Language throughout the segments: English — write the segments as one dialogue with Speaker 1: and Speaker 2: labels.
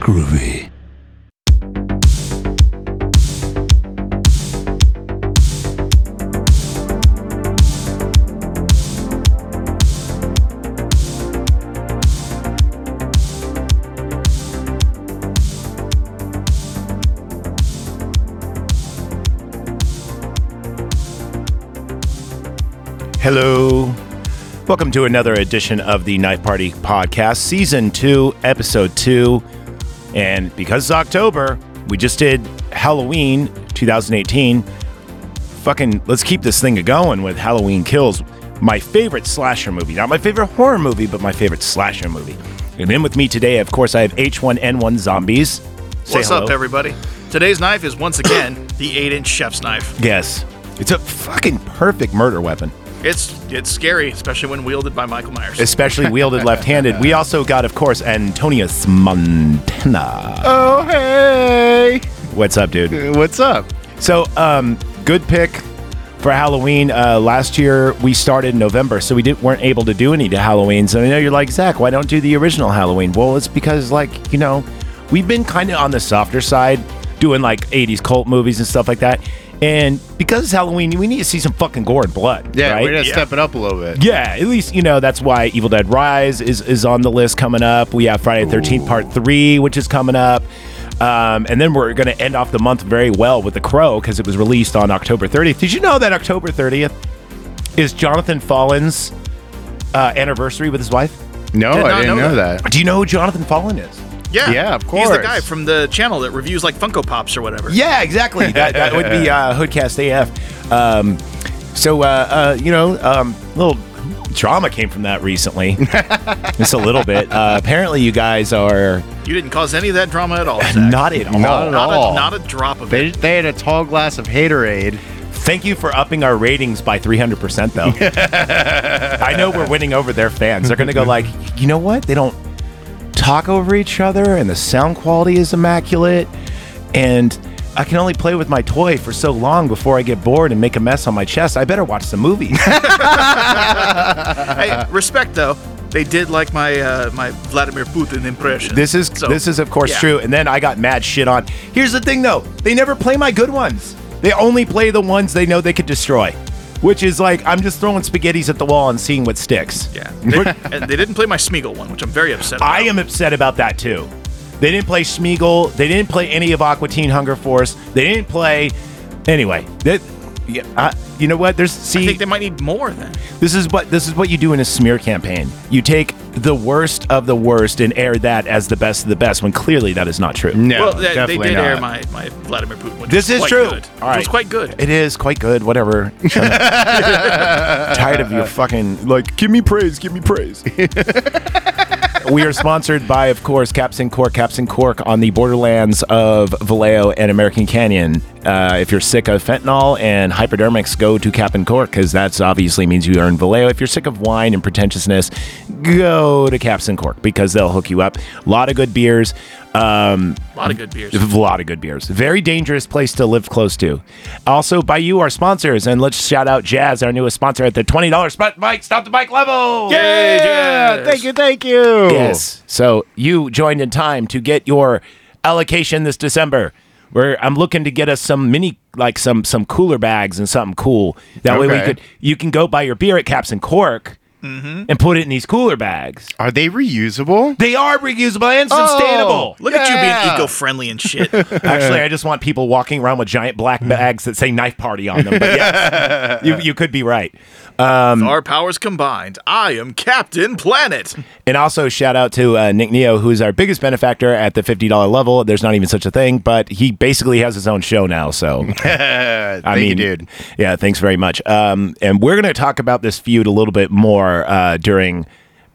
Speaker 1: groovy.
Speaker 2: Hello. Welcome to another edition of the Knife Party Podcast, Season 2, Episode 2. And because it's October, we just did Halloween 2018. Fucking, let's keep this thing going with Halloween Kills, my favorite slasher movie. Not my favorite horror movie, but my favorite slasher movie. And in with me today, of course, I have H1N1 Zombies. Say
Speaker 3: What's up,
Speaker 2: hello.
Speaker 3: everybody? Today's knife is once again the eight-inch chef's knife.
Speaker 2: Yes. It's a fucking perfect murder weapon.
Speaker 3: It's it's scary, especially when wielded by Michael Myers.
Speaker 2: especially wielded left-handed. We also got, of course, Antonius Montana.
Speaker 4: Oh hey,
Speaker 2: What's up, dude?
Speaker 4: what's up?
Speaker 2: So, um, good pick for Halloween. Uh, last year we started in November, so we didn't weren't able to do any to Halloweens. And I know you're like Zach, why don't do the original Halloween? Well, it's because like you know, we've been kind of on the softer side, doing like '80s cult movies and stuff like that. And because it's Halloween, we need to see some fucking gore and blood.
Speaker 4: Yeah,
Speaker 2: right?
Speaker 4: we're gonna step it up a little bit.
Speaker 2: Yeah, at least you know that's why Evil Dead Rise is is on the list coming up. We have Friday the Thirteenth Part Three, which is coming up, um, and then we're going to end off the month very well with The Crow because it was released on October 30th. Did you know that October 30th is Jonathan Fallen's uh, anniversary with his wife?
Speaker 4: No,
Speaker 3: Did
Speaker 4: I
Speaker 3: not
Speaker 4: didn't
Speaker 3: know
Speaker 4: know that.
Speaker 2: Do you know who Jonathan Fallen is?
Speaker 3: yeah,
Speaker 4: yeah, of
Speaker 3: He's
Speaker 4: course.
Speaker 3: the guy from the channel that reviews like Funko Pops or whatever.
Speaker 2: Yeah, exactly. that, that would be uh, Hoodcast AF. Um, so, uh, uh, you know, um, little drama came from that recently. Just a little bit. Uh, apparently, you guys are
Speaker 3: You didn't cause any of that drama at all. Zach.
Speaker 2: not at all.
Speaker 4: Not at
Speaker 3: Not
Speaker 4: all.
Speaker 3: a, not a drop of
Speaker 4: They,
Speaker 3: it.
Speaker 4: they had a tall glass of haterade.
Speaker 2: Thank you for upping our ratings by 300%, though. I know we're winning over their fans. They're going to go like, you know what? They don't talk over each other, and the sound quality is immaculate, and I can only play with my toy for so long before I get bored and make a mess on my chest. I better watch some movies. uh,
Speaker 3: Hey, respect though. They did like my uh, my Vladimir Putin impression.
Speaker 2: This is
Speaker 3: So,
Speaker 2: this is of course
Speaker 3: yeah.
Speaker 2: true. And then I got mad shit on. Here's the thing though, they never play my good ones. They only play the ones they know they could destroy. Which is like I'm just throwing spaghettis at the wall and seeing what sticks.
Speaker 3: Yeah, they, and they didn't play my Smeagol one, which I'm very upset. About.
Speaker 2: I am upset about that too. They didn't play Smeagol. They didn't play any of Aqua Teen Hunger Force. They didn't play. Anyway, that yeah, I, you know what? There's see.
Speaker 3: I think they might need more then.
Speaker 2: This is what this is what you do in a smear campaign. You take the worst of the worst and air that as the best of the best when clearly that is not true.
Speaker 4: No,
Speaker 3: well, they, they
Speaker 4: definitely
Speaker 3: did
Speaker 4: not.
Speaker 3: air my, my Vladimir Putin one.
Speaker 2: This is
Speaker 3: quite
Speaker 2: true.
Speaker 3: Good. It
Speaker 2: All right.
Speaker 3: was quite good.
Speaker 2: It is quite good. Whatever. Shut up. Tired of your fucking like. Give me praise. Give me praise. we are sponsored by, of course, Caps and Cork. Caps and Cork on the borderlands of Vallejo and American Canyon. Uh, if you're sick of fentanyl and hypodermics, go to Cap and Cork because that's obviously means you are in Vallejo. If you're sick of wine and pretentiousness, go to Caps and Cork because they'll hook you up. A lot of good beers. Um,
Speaker 3: A lot of good beers.
Speaker 2: a lot of good beers. Very dangerous place to live close to. Also, by you, our sponsors, and let's shout out Jazz, our newest sponsor at the twenty dollars spot bike. Stop the bike level.
Speaker 3: Hey,
Speaker 4: Yeah,
Speaker 3: Jazz.
Speaker 4: thank you, thank you.
Speaker 2: Yes. So you joined in time to get your allocation this December. Where I'm looking to get us some mini, like some some cooler bags and something cool. That way we
Speaker 4: Okay.
Speaker 2: could you can go buy your beer at Caps and Cork and put it in these cooler bags. Oh,
Speaker 4: Are they reusable?
Speaker 2: Mm-hmm. They are reusable and sustainable.
Speaker 3: Look at you being
Speaker 4: Yeah.
Speaker 3: eco-friendly and shit.
Speaker 2: Actually, I just want people walking around with giant black bags that say knife party on them. But yes, you, you could be right. Um,
Speaker 3: Our powers combined. I am Captain Planet.
Speaker 2: And also, shout out to uh, Nick Neo, who's our biggest benefactor at the $50 level. There's not even such a thing, but he basically has his own show now. So,
Speaker 4: Uh,
Speaker 2: I
Speaker 4: thank
Speaker 2: mean,
Speaker 4: you, dude.
Speaker 2: Yeah, thanks very much. Um, and we're going to talk about this feud a little bit more uh, during.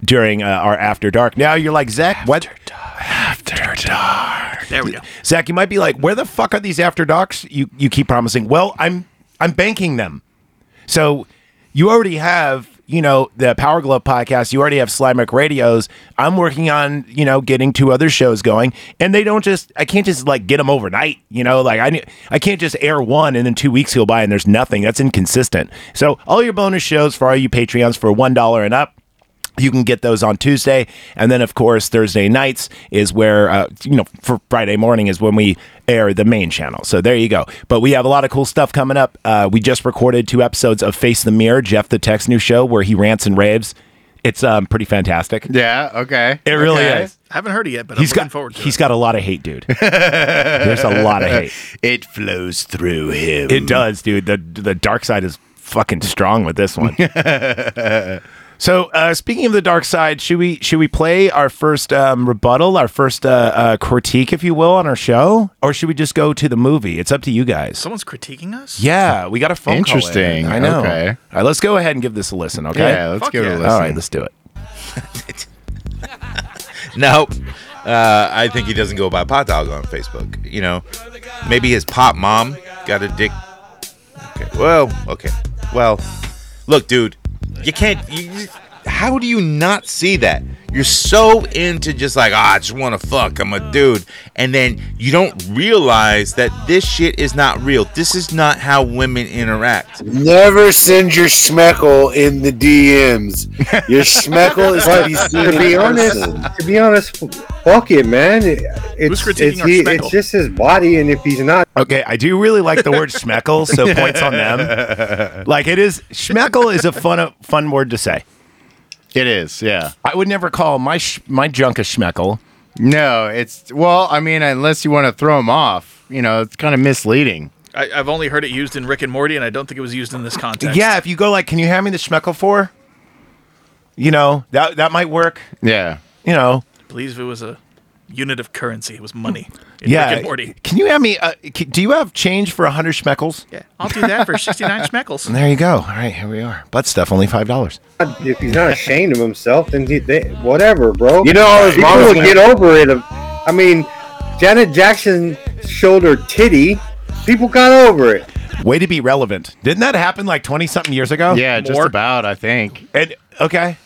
Speaker 2: During uh, our after dark, now you're like Zach. what after dark?
Speaker 3: There we go.
Speaker 2: Zach, you might be like, where the fuck are these after docs you, you keep promising? Well, I'm I'm banking them. So you already have, you know, the Power Glove podcast, you already have Slimeck Radios. I'm working on, you know, getting two other shows going. And they don't just I can't just like get them overnight, you know, like I ne- I can't just air one and then two weeks go by and there's nothing. That's inconsistent. So all your bonus shows for all you Patreons for one dollar and up You can get those on Tuesday, and then of course Thursday nights is where uh, you know for Friday morning is when we air the main channel. So there you go. But we have a lot of cool stuff coming up. Uh, we just recorded two episodes of Face the Mirror, Jeff the Tech's new show where he rants and raves. It's um, pretty fantastic.
Speaker 4: Yeah. Okay.
Speaker 2: It really
Speaker 4: Okay.
Speaker 2: is.
Speaker 3: I haven't heard it yet, but
Speaker 2: Oh, He's
Speaker 3: I'm looking
Speaker 2: got
Speaker 3: forward to
Speaker 2: he's
Speaker 3: it.
Speaker 2: got a lot of hate, dude. There's a lot of hate.
Speaker 4: It flows through him.
Speaker 2: It does, dude. The the dark side is fucking strong with this one. so uh, speaking of the dark side, should we should we play our first um, rebuttal, our first uh, uh, critique, if you will, on our show, or should we just go to the movie? It's up to you guys.
Speaker 3: Someone's critiquing us?
Speaker 2: Yeah, we got a phone. call in.
Speaker 4: Interesting.
Speaker 2: I know.
Speaker 4: Okay.
Speaker 2: All right, let's go ahead and give this a listen. Okay.
Speaker 4: Yeah. Let's
Speaker 3: Fuck
Speaker 4: give it
Speaker 3: yeah.
Speaker 4: a
Speaker 3: All
Speaker 4: listen.
Speaker 2: All right, let's do it.
Speaker 1: No, uh, I think he doesn't go by Pot Dog on Facebook. You know, maybe his pop mom got a dick. Okay. Well, okay. Well, look, dude, you can't. You, you- how do you not see that? You're so into just like, ah, I just want to fuck. I'm a dude, and then you don't realize that this shit is not real. This is not how women interact.
Speaker 5: Never send your schmeckle in the DMs. Your schmeckle is to be seen
Speaker 6: to be
Speaker 5: in
Speaker 6: honest,
Speaker 5: person.
Speaker 6: to be honest, fuck it, man. It- It's,
Speaker 3: critiquing
Speaker 6: it's,
Speaker 3: our
Speaker 6: he-
Speaker 3: Schmeckle?
Speaker 6: it's just his body, and if he's not,
Speaker 2: Okay, I do really like the word schmeckle, so points on them. Like it is schmeckle is a fun fun word to say.
Speaker 4: It is. Yeah.
Speaker 2: I would never call my sh- my junk a schmeckle.
Speaker 4: No. It's well. I mean, unless you want to throw him off, you know, it's kind of misleading.
Speaker 3: I, I've only heard it used in Rick and Morty, and I don't think it was used in this context.
Speaker 2: Yeah, if you go like, can you hand me the schmeckle for? You know that that might work.
Speaker 4: Yeah.
Speaker 2: You know,
Speaker 3: I believe it was a unit of currency. It was money. In
Speaker 2: yeah.
Speaker 3: Rick and Morty.
Speaker 2: Can you hand me? Uh, c do you have change for hundred schmeckles?
Speaker 3: Yeah, I'll do that for 69 schmeckles.
Speaker 2: There you go. All right, here we are. Butt stuff, only five dollars.
Speaker 6: if he's not ashamed of himself, then he, they, whatever, bro.
Speaker 5: You know, his
Speaker 6: people
Speaker 5: mom
Speaker 6: will
Speaker 5: was
Speaker 6: get over it. I mean, Janet Jackson showed her titty. People got over it.
Speaker 2: Way to be relevant. Didn't that happen like twenty something years ago?
Speaker 4: Yeah. Just
Speaker 2: More?
Speaker 4: about. I think.
Speaker 2: And okay,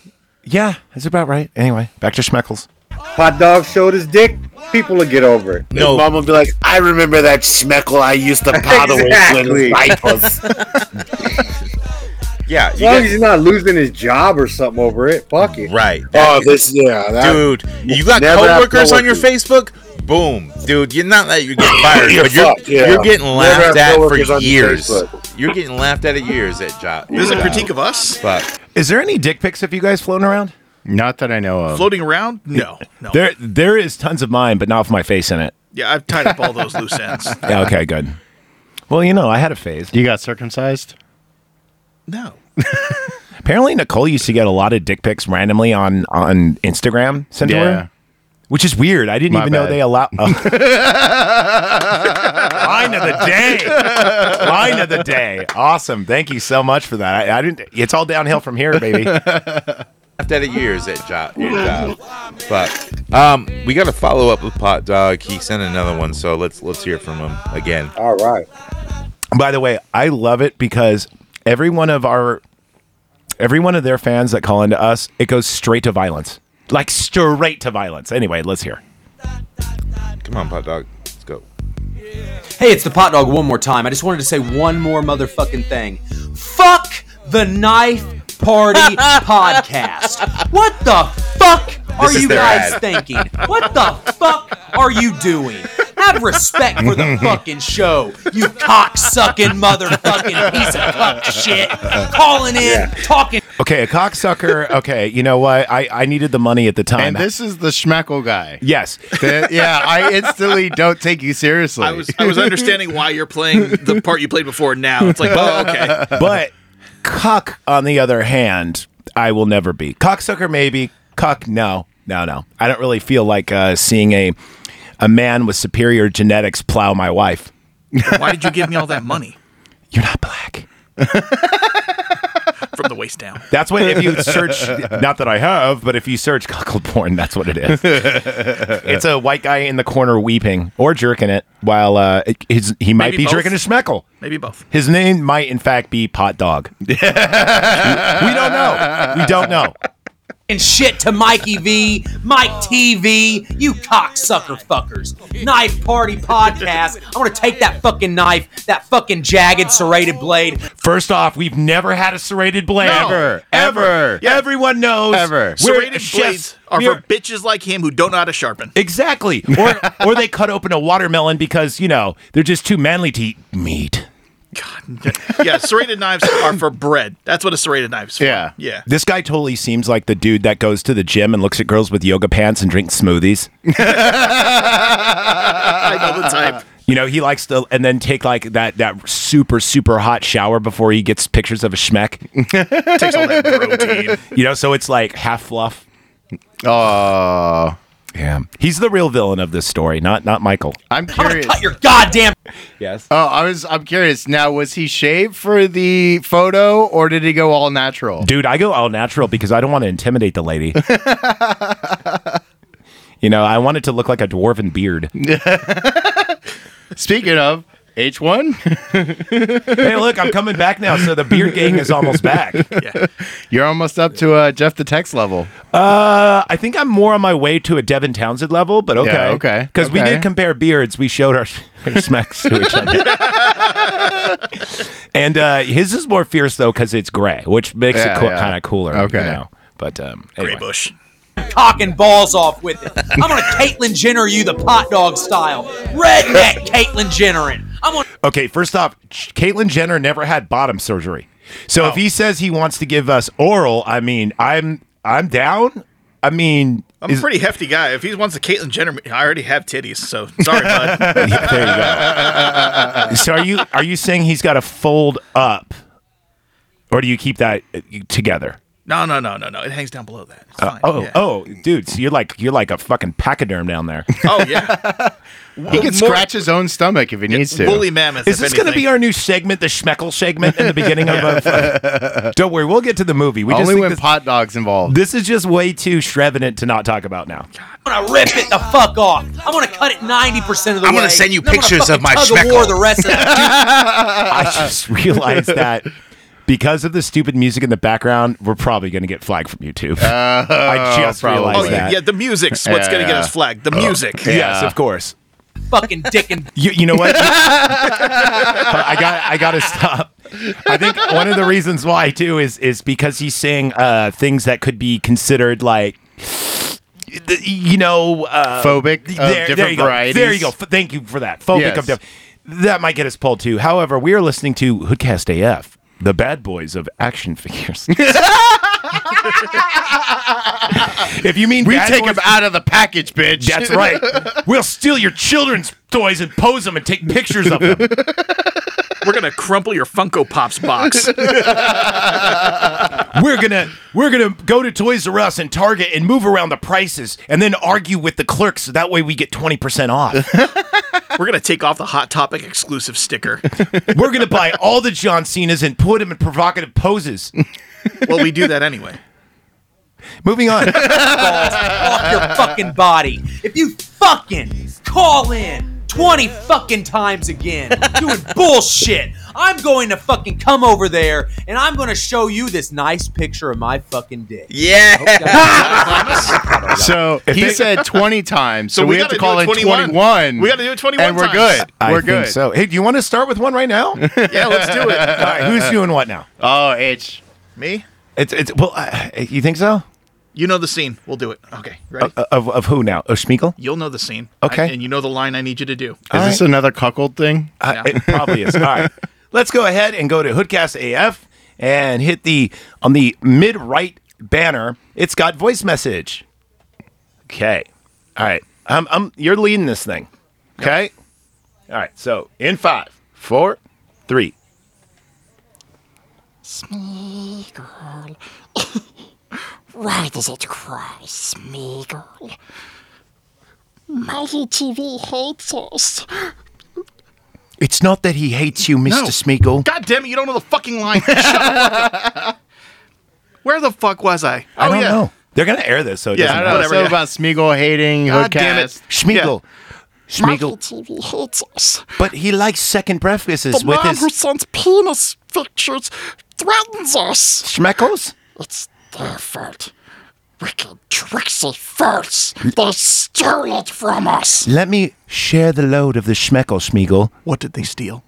Speaker 2: yeah, that's about right. Anyway, back to schmeckles.
Speaker 6: Hot dog showed his dick. People will get over it.
Speaker 5: His mom would be like, I remember that schmeckle I used to paddle
Speaker 6: Exactly.
Speaker 5: with when I was.
Speaker 1: Yeah.
Speaker 6: As
Speaker 1: you
Speaker 6: long
Speaker 1: get-
Speaker 6: as he's not losing his job or something over it, fuck it.
Speaker 1: right.
Speaker 5: Oh, this, yeah. That,
Speaker 1: dude. You got
Speaker 5: Never have
Speaker 1: coworkers on your
Speaker 5: coworkers.
Speaker 1: Facebook. Boom, dude. You're not that you're getting fired,
Speaker 5: You're
Speaker 1: but you're
Speaker 5: fucked, yeah.
Speaker 1: you're getting
Speaker 5: Never
Speaker 1: laughed
Speaker 5: have
Speaker 1: at for
Speaker 5: coworkers on your
Speaker 1: years.
Speaker 5: Facebook.
Speaker 1: You're getting laughed at at years at job.
Speaker 3: This is a critique of us?
Speaker 1: Fuck.
Speaker 2: Is there any dick pics of you guys floating around?
Speaker 4: Not that I know of.
Speaker 3: Floating around? No. No.
Speaker 2: There, there is tons of mine, but not with my face in it.
Speaker 3: Yeah, I've tied up all those loose ends.
Speaker 4: Uh-huh.
Speaker 2: Yeah, okay, good. Well, you know, I had a phase.
Speaker 4: You got circumcised?
Speaker 3: No.
Speaker 2: Apparently, Nicole used to get a lot of dick pics randomly on on Instagram sent to her, which is weird. I didn't
Speaker 4: My
Speaker 2: even know
Speaker 4: bad.
Speaker 2: they allow. Oh. Line of the day. Line of the day. Awesome. Thank you so much for that. I, I didn't. It's all downhill from here, baby.
Speaker 1: Laughed at at years at job. Your job. Fuck. Um, we got to follow up with Pot Dog. He sent another one, so let's let's hear from him again.
Speaker 6: All right.
Speaker 2: By the way, I love it because every one of our, every one of their fans that call into us, it goes straight to violence, like straight to violence. Anyway, let's hear.
Speaker 1: Come on, Pot Dog. Let's go.
Speaker 7: Hey, it's the pot dog one more time. I just wanted to say one more motherfucking thing. Fuck the knife party podcast. What the fuck are
Speaker 1: is
Speaker 7: you
Speaker 1: their
Speaker 7: guys
Speaker 1: ad.
Speaker 7: thinking? What the fuck are you doing? Have respect for the fucking show, you cocksucking motherfucking piece of cuck shit. Calling in, talking
Speaker 2: Okay, a cocksucker. okay, you know what? I, I needed the money at the time.
Speaker 4: And this is the schmeckle guy.
Speaker 2: yes.
Speaker 4: That- yeah, I instantly don't take you seriously.
Speaker 3: I was I was understanding why you're playing the part you played before now. It's like, oh, okay.
Speaker 2: But cuck, on the other hand, I will never be. Cocksucker, maybe. Cuck, no. No, no. I don't really feel like uh, seeing a, a man with superior genetics plow my wife.
Speaker 3: Why did you give me all that money
Speaker 2: You're not black.
Speaker 3: from the waist down?
Speaker 2: That's what if you search. Not that I have, but if you search cuckold porn, that's what it is. it's a white guy in the corner weeping or jerking it while uh, his, he might
Speaker 3: Maybe
Speaker 2: be
Speaker 3: both.
Speaker 2: jerking a schmeckle.
Speaker 3: Maybe both.
Speaker 2: His name might, in fact, be Pot Dog. we don't know. We don't know.
Speaker 7: and shit to Mikey V, Mike TV, you cocksucker fuckers. Knife Party Podcast. I want to take that fucking knife, that fucking jagged serrated blade.
Speaker 2: First off, we've never had a serrated blade.
Speaker 4: No. Ever. Ever.
Speaker 2: Everyone knows.
Speaker 4: Ever.
Speaker 2: We're
Speaker 3: Serrated
Speaker 2: chefs.
Speaker 3: blades are
Speaker 2: We're-
Speaker 3: for bitches like him who don't know how to sharpen.
Speaker 2: Exactly. Or or they cut open a watermelon because, you know, they're just too manly to eat meat.
Speaker 3: yeah, serrated knives are for bread. That's what a serrated knife's for.
Speaker 4: Yeah.
Speaker 3: Yeah.
Speaker 2: This guy totally seems like the dude that goes to the gym and looks at girls with yoga pants and drinks smoothies. Uh,
Speaker 3: I know the type.
Speaker 2: You know, he likes to and then take like that that super super hot shower before he gets pictures of a schmeck.
Speaker 3: Takes all that protein.
Speaker 2: You know, so it's like half fluff.
Speaker 4: Oh,
Speaker 2: Yeah. He's the real villain of this story, not not Michael.
Speaker 4: I'm
Speaker 7: I'm going
Speaker 4: curious.
Speaker 7: to cut your goddamn.
Speaker 2: Yes.
Speaker 4: Oh, I was. I'm curious. Now, was he shaved for the photo, or did he go all natural?
Speaker 2: Dude, I go all natural because I don't want to intimidate the lady. you know, I want it to look like a dwarven beard.
Speaker 4: Speaking of H one,
Speaker 2: hey, look, I'm coming back now. So the beard gang is almost back.
Speaker 4: you're almost up to uh, Jeff the Text level.
Speaker 2: Uh, I think I'm more on my way to a Devin Townsend level, but okay,
Speaker 4: Yeah, okay,
Speaker 2: because we
Speaker 4: okay.
Speaker 2: did compare beards. We showed our, our smacks to each other, and uh, his is more fierce though because it's gray, which makes
Speaker 4: Yeah,
Speaker 2: it co-
Speaker 4: yeah.
Speaker 2: kind of cooler. you
Speaker 4: Okay.
Speaker 2: know? but um,
Speaker 3: Gray
Speaker 2: anyway.
Speaker 3: bush.
Speaker 7: cock and balls off with it. I'm gonna Caitlyn Jenner you the pot dog style. Redneck Caitlyn Jenner it. I'm gonna
Speaker 2: Okay, first off, Ch- Caitlyn Jenner never had bottom surgery, so
Speaker 3: Oh.
Speaker 2: if he says he wants to give us oral, I mean, I'm I'm down. I mean,
Speaker 3: I'm a pretty hefty guy. If he wants a Caitlyn Jenner, I already have titties, so sorry, bud.
Speaker 2: Yeah, there you go. so are you are you saying he's got to fold up, or do you keep that uh, together?
Speaker 3: No, no, no, no, no. It hangs down below that. It's fine.
Speaker 2: Oh,
Speaker 3: yeah.
Speaker 2: oh, dude, so you're like you're like a fucking pachyderm down there.
Speaker 3: Oh, yeah.
Speaker 2: Uh,
Speaker 4: He can scratch his own stomach if he needs to.
Speaker 3: Woolly mammoth.
Speaker 2: Is
Speaker 3: if
Speaker 2: this going to
Speaker 3: anything.
Speaker 2: be our new segment, the Schmeckel segment, in the beginning of? of uh, don't worry, we'll get to the movie. We just
Speaker 4: Only
Speaker 2: think
Speaker 4: when
Speaker 2: this,
Speaker 4: pot dogs involved.
Speaker 2: this is just way too shrevenant to not talk about now.
Speaker 7: I'm gonna rip it the fuck off. I'm gonna cut it 90% of the way.
Speaker 1: I'm gonna send you
Speaker 7: and I'm gonna
Speaker 1: pictures of
Speaker 7: fucking
Speaker 1: my
Speaker 7: tug of war
Speaker 1: schmeckle.
Speaker 7: the rest of it.
Speaker 2: I just realized that. Because of the stupid music in the background, we're probably going to get flagged from YouTube. I just
Speaker 4: probably.
Speaker 3: Oh,
Speaker 2: realized
Speaker 3: yeah,
Speaker 2: that. Oh.
Speaker 3: yeah. The music's what's going to get
Speaker 4: Yeah.
Speaker 3: us flagged. The music.
Speaker 2: Yes, of course.
Speaker 7: fucking dick and
Speaker 2: You, you know what? But I got I got to stop. I think one of the reasons why too is is because he's saying uh, things that could be considered like th- you know uh,
Speaker 4: Phobic of different
Speaker 2: you go.
Speaker 4: varieties.
Speaker 2: There you go. F- thank you for that. Phobic
Speaker 4: Yes.
Speaker 2: of different. That might get us pulled too. However, we are listening to Hoodcast AF, the bad boys of action figures. if you mean
Speaker 4: We
Speaker 2: bad
Speaker 4: take
Speaker 2: boys-
Speaker 4: him out of the package, bitch.
Speaker 2: that's right. We'll steal your children's toys and pose them and take pictures of them.
Speaker 3: We're going to crumple your Funko Pops box.
Speaker 2: We're gonna we're gonna go to Toys R Us and Target and move around the prices and then argue with the clerks so that way we get twenty percent off.
Speaker 3: We're going to take off the Hot Topic exclusive sticker.
Speaker 2: we're gonna buy all the John Cena's and put them in provocative poses.
Speaker 3: Well, we do that anyway.
Speaker 2: Moving on.
Speaker 7: balls off your fucking body. If you fucking call in 20 fucking times again doing bullshit, I'm going to fucking come over there and I'm going to show you this nice picture of my fucking dick. Yeah.
Speaker 4: So he
Speaker 2: they-
Speaker 4: said 20 times. So,
Speaker 3: So
Speaker 4: we,
Speaker 3: we
Speaker 4: have to call
Speaker 3: gotta do
Speaker 4: in
Speaker 3: 21.
Speaker 4: 21.
Speaker 3: We gotta do it 21
Speaker 4: And we're
Speaker 3: times.
Speaker 4: good. we're good.
Speaker 2: so. Hey, do you want to start with one right now? all
Speaker 3: Yeah, let's do it.
Speaker 2: right, who's doing what now?
Speaker 4: Oh, H.
Speaker 3: Me?
Speaker 2: It's it's well, uh, you think so?
Speaker 3: You know the scene. We'll do it. Okay, ready?
Speaker 2: Uh, of of who now? Oh, Schmeagle?
Speaker 3: You'll know the scene.
Speaker 2: Okay.
Speaker 3: I- and you know the line I need you to do.
Speaker 4: Is this another cuckold thing?
Speaker 2: Uh, It probably is. All right. Let's go ahead and go to Hoodcast AF and hit the on the mid right banner. It's got voice message. Okay. All right. I'm, I'm you're leading this thing. Okay. All right. So in five, four, three.
Speaker 8: Smeagol. Why does it cry, Smeagol? Mikey TV hates us.
Speaker 2: It's not that he hates you, Mr. Smeagol.
Speaker 3: God damn it, you don't know the fucking line. Shut up. Where the fuck was I?
Speaker 2: I
Speaker 3: oh,
Speaker 2: don't
Speaker 3: yeah.
Speaker 2: know. They're gonna air this, so it
Speaker 3: Yeah,
Speaker 2: doesn't
Speaker 4: I
Speaker 3: I
Speaker 4: don't know.
Speaker 2: matter.
Speaker 3: Whatever,
Speaker 4: so
Speaker 3: yeah.
Speaker 4: about Smeagol hating
Speaker 3: God
Speaker 4: Hoodcast.
Speaker 3: damn it.
Speaker 2: Schmeagle.
Speaker 8: Mikey
Speaker 2: Schmeagle.
Speaker 8: TV hates us.
Speaker 2: But he likes second breakfasts
Speaker 8: The
Speaker 2: with
Speaker 8: man who
Speaker 2: his
Speaker 8: sends penis pictures threatens us.
Speaker 2: schmeckles?
Speaker 8: It's their fault. wicked, tricksy farts. They stole it from us.
Speaker 2: Let me share the load of the Schmeckel Schmiegel.
Speaker 9: What did they steal?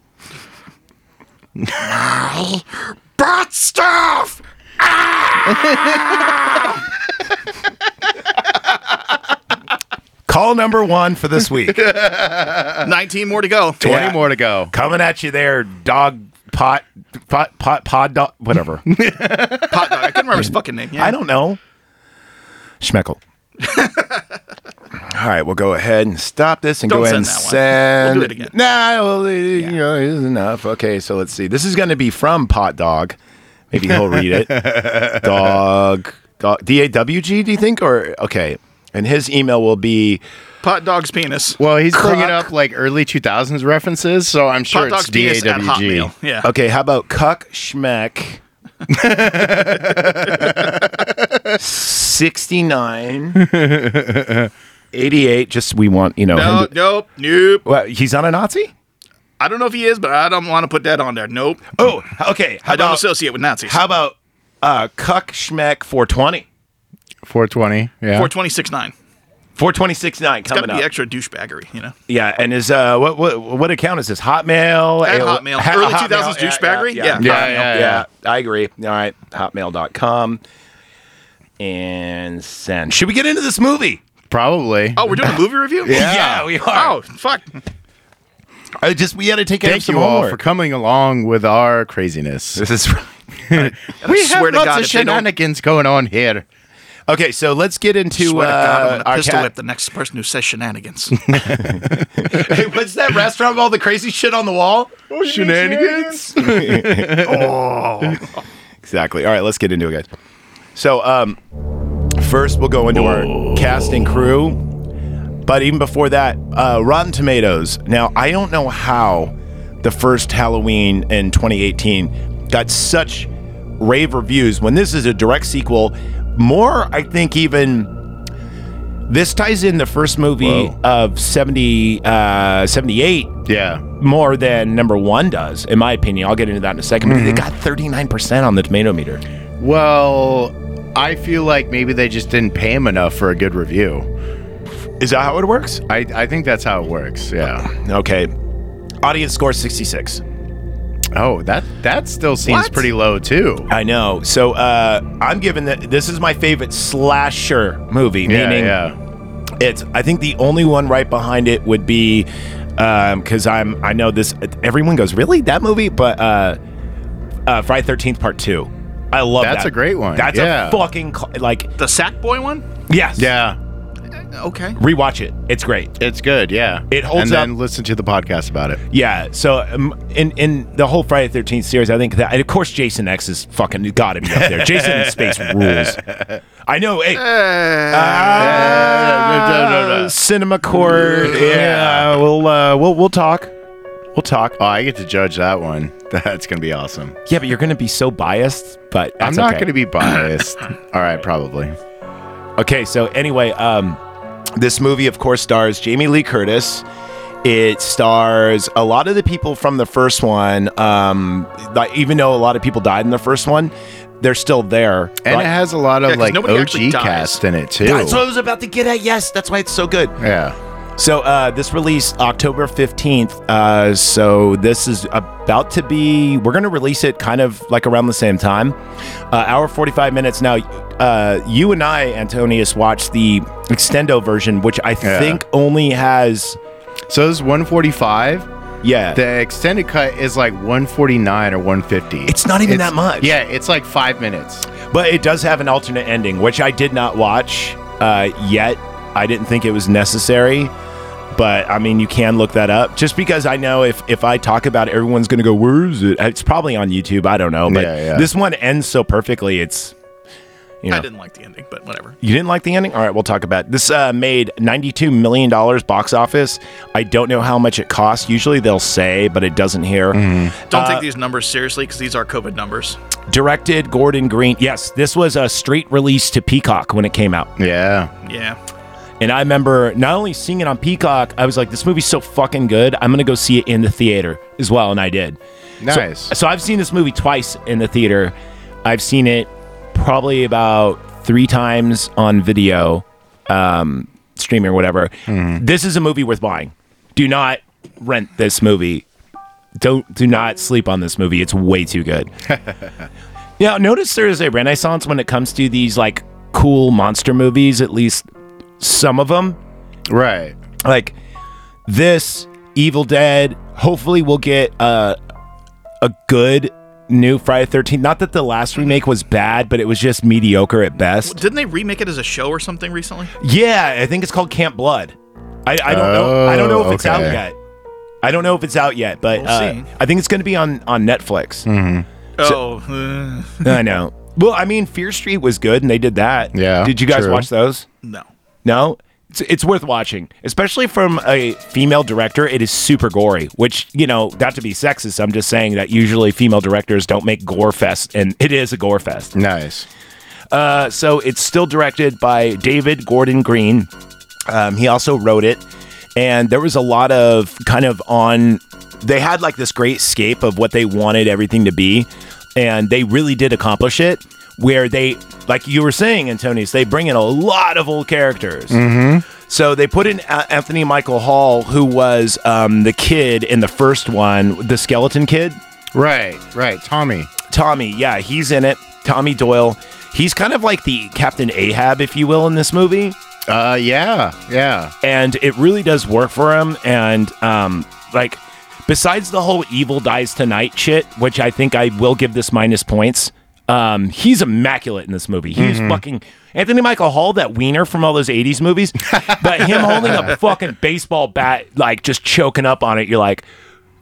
Speaker 8: I bought stuff.
Speaker 9: Ah!
Speaker 2: Call number one for this week.
Speaker 3: 19 more to go.
Speaker 4: 20
Speaker 2: Yeah.
Speaker 4: more to go.
Speaker 2: Coming at you there, dog pot, pot, pot, pod, dog, whatever.
Speaker 3: Hot dog. I couldn't remember his fucking name. Yeah.
Speaker 2: I don't know. Schmeckel. All right, we'll go ahead and stop this and
Speaker 3: Don't
Speaker 2: go ahead and
Speaker 3: send that one.
Speaker 2: send.
Speaker 3: We'll do it again.
Speaker 2: Nah, well, uh, you know, it is enough. Okay, so let's see. This is going to be from Pot Dog. Maybe he'll read it. dog, dog, D A W G. Do you think or okay? And his email will be
Speaker 3: Pot dog's penis.
Speaker 4: Well, he's bringing up like early 2000s references, so I'm sure
Speaker 3: Pot dog's
Speaker 4: it's
Speaker 3: penis at
Speaker 4: DAWG.
Speaker 3: Hotmail. Yeah.
Speaker 2: okay. How about Cuck Schmeck? Sixty nine. 88 just we want you know him
Speaker 3: No,
Speaker 2: to-
Speaker 3: nope, nope.
Speaker 2: Well, he's not a Nazi?
Speaker 3: I don't know if he is, but I don't want to put that on there. Nope.
Speaker 2: Oh, okay. How
Speaker 3: I don't
Speaker 2: about
Speaker 3: associate with Nazis.
Speaker 2: how about uh Cuck Schmeck 420?
Speaker 4: 420. Yeah.
Speaker 3: 426.9.
Speaker 2: 4269
Speaker 3: Got
Speaker 2: coming
Speaker 3: to
Speaker 2: up.
Speaker 3: be extra douchebaggery, you know?
Speaker 2: yeah, and is uh what what what account is this? Hotmail?
Speaker 3: At
Speaker 2: Eh,
Speaker 3: Hotmail.
Speaker 2: Ha-
Speaker 3: Early
Speaker 2: Hotmail,
Speaker 3: 2000s
Speaker 2: yeah,
Speaker 3: douchebaggery?
Speaker 2: Yeah. Yeah,
Speaker 4: Yeah,
Speaker 2: Hotmail,
Speaker 4: yeah,
Speaker 2: yeah, I agree. All right. Hotmail.com. And send. Should we get into this movie?
Speaker 4: Probably.
Speaker 3: Oh, we're doing a movie review?
Speaker 2: Yeah, we are.
Speaker 3: Oh, fuck.
Speaker 2: I just we had to take care of
Speaker 4: Thank
Speaker 2: some
Speaker 4: you all
Speaker 2: homework.
Speaker 4: for coming along with our craziness.
Speaker 2: this is
Speaker 4: We
Speaker 3: swear
Speaker 4: have
Speaker 3: to
Speaker 4: lots
Speaker 3: God,
Speaker 4: of
Speaker 3: if they don't-
Speaker 4: shenanigans going on here.
Speaker 2: okay. So let's get into
Speaker 3: Swear to God, I'm
Speaker 2: uh,
Speaker 3: gonna pistol
Speaker 2: cat-
Speaker 3: whip the next person who says shenanigans.
Speaker 2: Hey, what's that restaurant with all the crazy shit on the wall?
Speaker 4: Shenanigans?
Speaker 3: Oh.
Speaker 2: Exactly. All right, let's get into it, guys. So, um, first we'll go into our cast and crew, but even before that, uh, Rotten Tomatoes. Now, I don't know how the first Halloween in 2018 got such rave reviews when this is a direct sequel. More, I think, even this ties in the first movie of 70, uh, 78
Speaker 4: Yeah.
Speaker 2: more than number one does, in my opinion. I'll get into that in a 2nd But they got 39% on the tomato meter.
Speaker 4: Well, I feel like maybe they just didn't pay him enough for a good review.
Speaker 2: Is that how it works?
Speaker 4: I, I think that's how it works. Yeah.
Speaker 2: Okay. Audience score 66.
Speaker 4: Oh, that that still seems pretty low too.
Speaker 2: I know. So uh, I'm giving that this is my favorite slasher movie,
Speaker 4: Yeah,
Speaker 2: meaning
Speaker 4: yeah.
Speaker 2: it's I think the only one right behind it would be because I'm I know this everyone goes really that movie, but uh, uh, Friday Thirteenth Part Two. I love
Speaker 4: That's
Speaker 2: that.
Speaker 4: a great one,
Speaker 2: That's
Speaker 4: yeah.
Speaker 2: a fucking cl- like
Speaker 3: the sack boy one?
Speaker 2: yes
Speaker 4: Yeah.
Speaker 3: Okay.
Speaker 2: Rewatch it. It's great.
Speaker 4: It's good. Yeah.
Speaker 2: It
Speaker 4: and
Speaker 2: holds up.
Speaker 4: then listen to the podcast about it.
Speaker 2: Yeah. So um, in in the whole Friday Thirteenth series, I think that and of course Jason X is fucking got to be up there. Jason in space rules. I know. Hey. Ah, Cinema Court. Yeah. We'll uh, we'll we'll talk. We'll talk.
Speaker 4: Oh, I get to judge that one. That's gonna be awesome.
Speaker 2: Yeah, but you're gonna be so biased. But
Speaker 4: I'm
Speaker 2: that's
Speaker 4: not
Speaker 2: okay.
Speaker 4: gonna be biased. All right, probably.
Speaker 2: Okay, so anyway, um, this movie, of course, stars Jamie Lee Curtis. It stars a lot of the people from the first one. Um, like, even though a lot of people died in the first one, they're still there.
Speaker 4: And
Speaker 2: Like-
Speaker 4: it has a lot of
Speaker 3: 'cause
Speaker 4: like
Speaker 3: nobody actually
Speaker 4: OG
Speaker 3: dies.
Speaker 4: cast in it too.
Speaker 2: that's what I was about to get at. Yes, that's why it's so good.
Speaker 4: yeah.
Speaker 2: So uh, this released October 15th. Uh, so this is about to be, we're going to release it kind of like around the same time. Uh, hour 45 minutes. Now, uh, you and I, Antonius, watched the extendo version, which I
Speaker 4: Yeah.
Speaker 2: think only has,
Speaker 4: So this is 145.
Speaker 2: yeah.
Speaker 4: The extended cut is like 149 or 150.
Speaker 2: It's not even that much.
Speaker 4: Yeah, it's like five minutes.
Speaker 2: but it does have an alternate ending, which I did not watch uh, yet. I didn't think it was necessary. But I mean, you can look that up. Just because I know if if I talk about it, everyone's gonna go, "Where is it?" It's probably on YouTube. I don't know, but
Speaker 4: Yeah, yeah.
Speaker 2: this one ends so perfectly. It's you know,
Speaker 3: I didn't like the ending, but whatever.
Speaker 2: you didn't like the ending. All right, we'll talk about it. this. Uh, made ninety two million dollars box office. I don't know how much it costs. Usually they'll say, but it doesn't here.
Speaker 4: Mm-hmm.
Speaker 3: Don't
Speaker 2: Uh,
Speaker 3: take these numbers seriously because these are COVID numbers.
Speaker 2: Directed Gordon Green. Yes, this was a straight release to Peacock when it came out.
Speaker 4: Yeah.
Speaker 3: Yeah.
Speaker 2: And I remember not only seeing it on Peacock, I was like, this movie's so fucking good. I'm going to go see it in the theater as well. And I did.
Speaker 4: Nice.
Speaker 2: So I've seen this movie twice in the theater. I've seen it probably about three times on video, um, streaming or whatever. This is a movie worth buying. Do not rent this movie. Don't do not sleep on this movie. It's way too good. yeah, notice there is a renaissance when it comes to these like cool monster movies. At least some of them
Speaker 4: Right.
Speaker 2: like this Evil Dead. Hopefully, we'll get uh, a good new Friday Thirteenth. Not that the last remake was bad, but it was just mediocre at best.
Speaker 3: Didn't they remake it as a show or something recently?
Speaker 2: Yeah, I think it's called Camp Blood. I, I don't know. I don't know if
Speaker 4: Oh,
Speaker 2: it's out
Speaker 4: okay.
Speaker 2: yet. I don't know if it's out yet, but
Speaker 3: We'll
Speaker 2: uh,
Speaker 3: see.
Speaker 2: I think it's going to be on on Netflix.
Speaker 4: Hmm.
Speaker 3: Oh, uh,
Speaker 2: I know. Well, I mean, Fear Street was good, and they did that.
Speaker 4: Yeah,
Speaker 2: Did you guys
Speaker 4: true.
Speaker 2: watch those?
Speaker 3: no.
Speaker 2: No, it's, it's worth watching, especially from a female director. It is super gory, which you know, not to be sexist, I'm just saying that usually female directors don't make gore fest, and it is a gore fest.
Speaker 4: Nice.
Speaker 2: Uh, so it's still directed by David Gordon Green. Um, he also wrote it, and there was a lot of kind of on. They had like this great scape of what they wanted everything to be, and they really did accomplish it. Where they, like you were saying, Antonius, they bring in a lot of old characters. So they put in A- Anthony Michael Hall, who was um, the kid in the first one, the skeleton kid.
Speaker 4: Right. Right. Tommy.
Speaker 2: Tommy, yeah, he's in it. Tommy Doyle. He's kind of like the Captain Ahab, if you will, in this movie.
Speaker 4: Uh. Yeah. Yeah.
Speaker 2: And it really does work for him. And, um, like, besides the whole evil dies tonight shit, which I think I will give this minus points, um, he's immaculate in this movie. He's fucking Anthony Michael Hall, that wiener from all those 80s movies, but him holding a fucking baseball bat, like, just choking up on it, you're like,